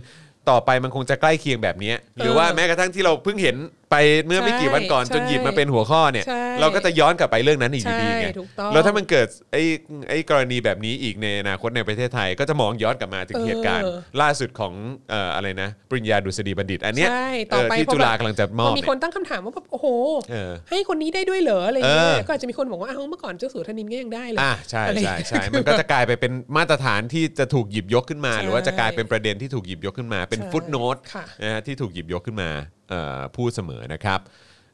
ต่อไปมันคงจะใกล้เคียงแบบเนี้ยหรือว่าแม้กระทั่งที่เราเพิ่งเห็นไปเมื่อไม่กี่วันก่อน ใช่ จนหยิบมาเป็นหัวข้อเนี่ย ใช่ เราก็จะย้อนกลับไปเรื่องนั้นอีกอยู่ดี ใช่ ไง ถูกต้อง แล้วถ้ามันเกิดไอ้ไอ้กรณีแบบนี้อีกในอนาคตในประเทศไทย ก็จะมองย้อนกลับมาถึงเหตุการณ์ ล่าสุดของเอ่ออะไรนะ ปริญญาดุษฎีบัณฑิต อันเนี้ย ใช่ เอ ต่อ อ ไป ที่ พอ จุฬากำลังจะม พ อบ อมี เนี่ย คนตั้งคำถามว่าแบบโอ้โห เออ ให้คนนี้ได้ด้วยเหรออะไรเงี้ เออ ยก็อาจจะมีคนบอกว่าเอ้าเมื่อก่อนเจ้าสัวธนินก็ยังได้เลย อ่าใช่ อะไร ใช่ใช่มันก็จะกลายไปเป็นมาตรฐานที่จะถูกหยิบยกขึ้นมา ใช่ หรือว่าจะกลายเป็นประเด็นที่ถูกหยิบยกขึ้นมา เป็น ใช่ ฟุตโนต ค่ะ นะฮะที่ถูกหยิบยกขึ้นมาเอ่อพูดเสมอนะครับ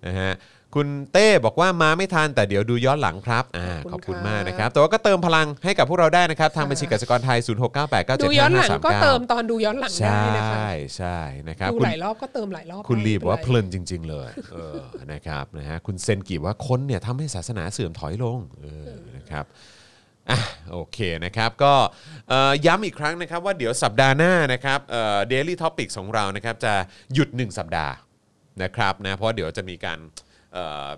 นะฮะคุณเต้บอกว่ามาไม่ทันแต่เดี๋ยวดูย้อนหลังครับอ่าข ข อบอบ คุ คุณ ณ มาก ค่ะ นะครับ แต่ว่าก็เติมพลังให้กับพวกเราได้นะครับ ทางบัญชีกสิกรไทย 0 6 9 8 9 7 5 ดูย้อนหลัง 5 3 ก็เติม 9 ตอนดูย้อนหลัง ใช ได้นะคะ ่ใช่นะครับ ดู คุณ หลายรอบก็เติมหลายรอบ คุณ ได้ ลีบอกว่า ไม่ เพ ป็นไร ลินจริง ๆ เลยเออนะครับนะฮะคุณเซนกิว่าคนเนี่ยทำให้ศาสนาเสื่อมถอยลงเออนะครับอ่ะโอเคนะครับก็เอ่อย้ำอีกครั้งนะครับว่าเดี๋ยวสัปดาห์หน้านะครับเดลี่ท็อปิกของเรานะครับจะหยุด 1 สัปดาห์นะครับนะเพราะเดี๋ยวจะมีการเอ่อ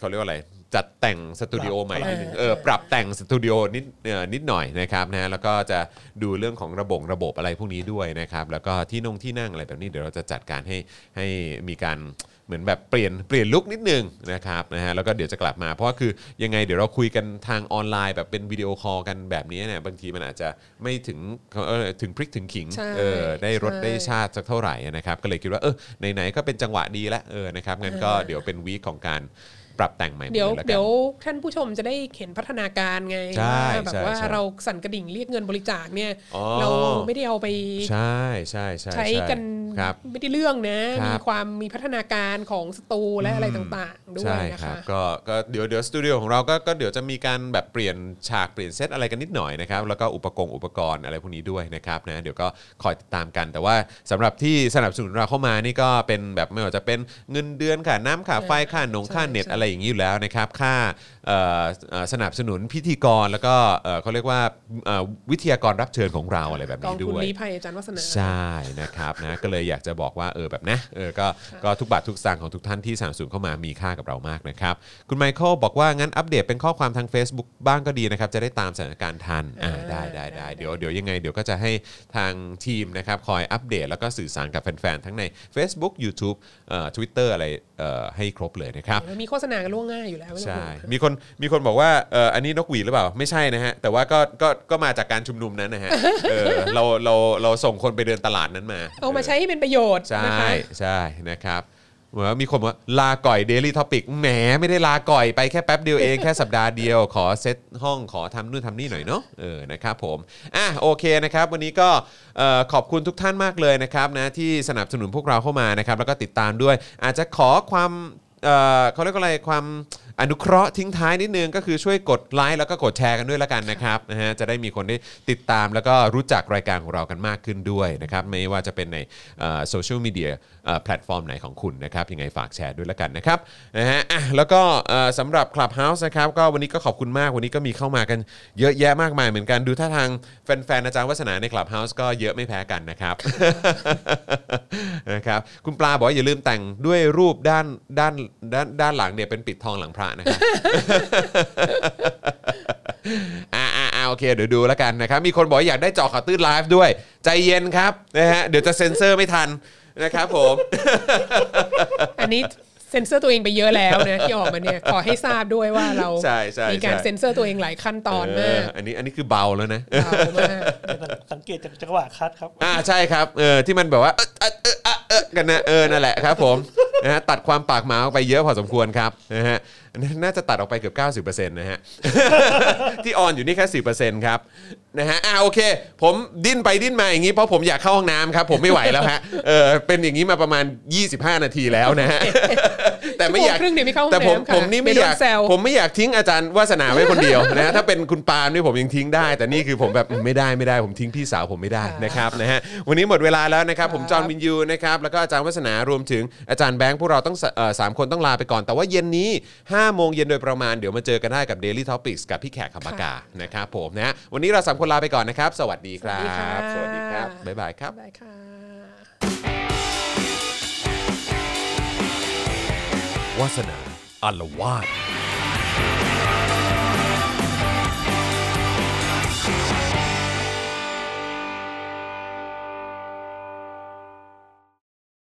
เขาเรียกว่าอะไร จัดแต่งสตูดิโอใหม่นิดนึงเออปรับแต่งสตูดิโอนิดเอ่อนิดหน่อยนะครับนะแล้วก็จะดูเรื่องของระบบระบบอะไรพวกนี้ด้วยนะครับแล้วก็ที่นงที่นั่งอะไรแบบนี้เดี๋ยวเราจะจัดการให้ให้มีการเหมือนแบบเปลี่ยนเปลี่ยนลุคนิดนึงนะครับนะฮะแล้วก็เดี๋ยวจะกลับมาเพราะว่าคือยังไงเดี๋ยวเราคุยกันทางออนไลน์แบบเป็นวิดีโอคอลกันแบบนี้เนี่ยบางทีมันอาจจะไม่ถึงเออถึงพริกถึงขิง ใช่ เออได้รส ใช่ ได้ชาติสักเท่าไหร่นะครับก็เลยคิดว่าเออไหนๆก็เป็นจังหวะดีแล้วเออนะครับงั้นก็เดี๋ยวเป็นวีคของการปรับแต่งใหม่หม เดี๋ยว ลละกัน เดี๋ยวท่านผู้ชมจะได้เห็นพัฒนาการไง ใช่ ว่าแบ ใช่ บว่า ใช่ เราสั่นกระดิ่งเรียกเงินบริจาคเนี่ย อ๋อ เราไม่ได้เอาไป ใช่ใช่ใช่ ใช้กัน ครับ ไม่ได้เรื่องนะครับ มีความมีพัฒนาการของสตูและอะไรต่างๆ ด้ว ใช่ ยนะ ครั คะ บก็ก็เดี๋ยวเดี๋ยวสตูดิโอของเราก็ก็เดี๋ยวจะมีการแบบเปลี่ยนฉากเปลี่ยนเซตอะไรกันนิดหน่อยนะครับแล้วก็อุปกรณ์อุปกรณ์อะไรพวกนี้ด้วยนะครับนะเดี๋ยวก็คอยติดตามกัน แต่ว่าสำหรับที่สนับสนุนเราเข้ามานี่ก็เป็นแบบไม่ว่าจะเป็นเงินเดือนค่ะน้ำค่ะไฟค่าหนง ใช่ ค่าเน็ต ใช่ อะไรอย่างนี้อยู่แล้วนะครับค่าเอ่อเอ่อสนับสนุนพิธีกรแล้วก็เอ่อเขาเรียกว่าเอ่อวิทยากรรับเชิญของเราอะไรแบบ กอง นี้ ทุน ด้วย ลี้ภัยอาจารย์วัฒนา ใช่นะครับนะ ก็เลยอยากจะบอกว่าเออแบบนะเออก็ก็ทุกบาททุกสตางค์ของทุกท่านที่สามสูนเข้ามามีค่ากับเรามากนะครับ คุณไมเคิลบอกว่า งั้นอัปเดตเป็นข้อความทาง Facebook บ้างก็ดีนะครับ จะได้ตามสถานการณ์ทันอ่าได้ได้ได้เดี๋ยวเดี๋ยวยังไง เดี๋ยวก็จะให้ทางทีมนะครับ คอยอัปเดตแล้วก็สื่อสารกับแฟนๆ ทั้งใน Facebook YouTube เอ่อ Twitter อะไรเอ่อให้ครบเลยนะครับ แล้วมีโฆษณากันล่วงหน้าอยู่แล้วไม่ต้อง ใช่ ห่วงค่ะ มีคน มีคนบอกว่า เอออันนี้นกหวีดหรือเปล่า ไม่ใช่นะฮะ แต่ว่าก็ ก็ ก็มาจากการชุมนุมนั้นนะฮะ เออ เรา เรา เราส่งคนไปเดินตลาดนั้นมา เอามาใช้ให้เป็นประโยชน์ ใช่ นะคะ ใช่ นะครับเหมือนว่ามีคนบอกว่าลาก่อย Daily Topic แหม ไม่ได้ลาก่อยไปแค่แป๊บเดียวเอง แค่สัปดาห์เดียว ขอเซตห้อง ขอทำนู่นทำนี่หน่อยเนาะ เออ นะครับผม อ่ะ โอเคนะครับ วันนี้ก็ เอ่อ ขอบคุณทุกท่านมากเลยนะครับนะ ที่สนับสนุนพวกเราเข้ามานะครับ แล้วก็ติดตามด้วย อาจจะขอความ เอ่อเขาเรียกว่าอะไรความอนุเคราะห์ทิ้งท้ายนิดนึงก็คือช่วยกดไลค์แล้วก็กดแชร์กันด้วยละกันนะครับนะฮะจะได้มีคนได้ติดตามแล้วก็รู้จักรายการของเรากันมากขึ้นด้วยนะครับไม่ว่าจะเป็นในโซเชียลมีเดียแพลตฟอร์มไหนของคุณนะครับยังไงฝากแชร์ด้วยละกันนะครับนะฮะอ่ะแล้วก็เอ่อสำหรับ Clubhouse นะครับก็วันนี้ก็ขอบคุณมากวันนี้ก็มีเข้ามากันเยอะแยะมากมายเหมือนกันดูท่าทางแฟนๆอาจารย์วัฒนาใน Clubhouse ก็เยอะไม่แพ้กันนะครับ *laughs* นะครับคุณปลาบอกว่าอย่าลืมแต่งด้วยรูปด้านด้านด้านด้านหลังเนี่ยเป็นปิดทองหลังพระนะครับ อ่าอ่าอ่าโอเค เดี๋ยวดูแล้วกันนะครับ มีคนบอกว่าอยากได้เจอข่าวตื้นไลฟ์ด้วย ใจเย็นครับนะฮะเดี๋ยวจะเซ็นเซอร์ไม่ทันนะครับผม อันนี้เซ็นเซอร์ตัวเองไปเยอะแล้ว *laughs* นะที่ออกมาเนี่ยขอให้ทราบด้วยว่าเรา ใช่ใช่ มีการ ใช่ เซ็นเซอร์ตัวเองหลายขั้นตอน เอ มา อก อันนี้อันนี้คือเบาแล้วนะ เบามาก สังเกตจากจังหวะคัดครับ อ่าใช่ครับเออที่มันแบบว่าเออเออเออเออเออกันนะเออนั่นแหละครับผม *laughs* นะฮะตัดความปากหมาออกไปเยอะพอสมควรครับนะฮะน่าน่าจะตัดออกไปเกือบ90%นะ *laughs* ฮะ ที่ออนอยู่นี่แค่10%ครับนะฮะอ่าโอเค ผมดิ้นไปดิ้นมาอย่างนี้เพราะผมอยากเข้าห้องน้ำครับ ผมไม่ไหวแล้วฮะเออเป็นอย่างนี้มาประมาณ 25 นาทีแล้วนะ *laughs* ฮะ แต่ไม่อยาก ชั่วโมงครึ่งเนี่ยไม่เข้าห้อง แต่ผม น้ำค่ะ ผมนี่ไม่อเดี๋ยวโดยานก แซว ผมไม่อยากทิ้งอาจารย์วาสนาไว้คนเดียวนะ *laughs* ฮะถ้าเป็นคุณปาล์มนี่ผมยังทิ้งได้ แต่นี่คือผมแบบไม่ได้ไม่ได้ผมทิ้งพี่สาวผมไม่ได้นะครับนะฮะวันนี้หมดเวลาแล้วนะครับ ผมจอห์นวินยูนะครับแล้วก็อาจารย์วัฒนารวมถึงอาจารย์แบงค์พวกเราต้องสเอ่อสามคนต้องลาไปก่อน แต่ว่าเย็นนี้5โมงเย็นโดยประมาณเดี๋ยวมาเจอกันได้กับ Daily Topics กับพี่แขกคำปากานะครับผมนะฮะวันนี้เราสามคนลาไปก่อนนะครับ สวัสดีครับ สวัสดีค่ะ บ๊ายบายครับ ได้ค่ะ วาสนาอารวาส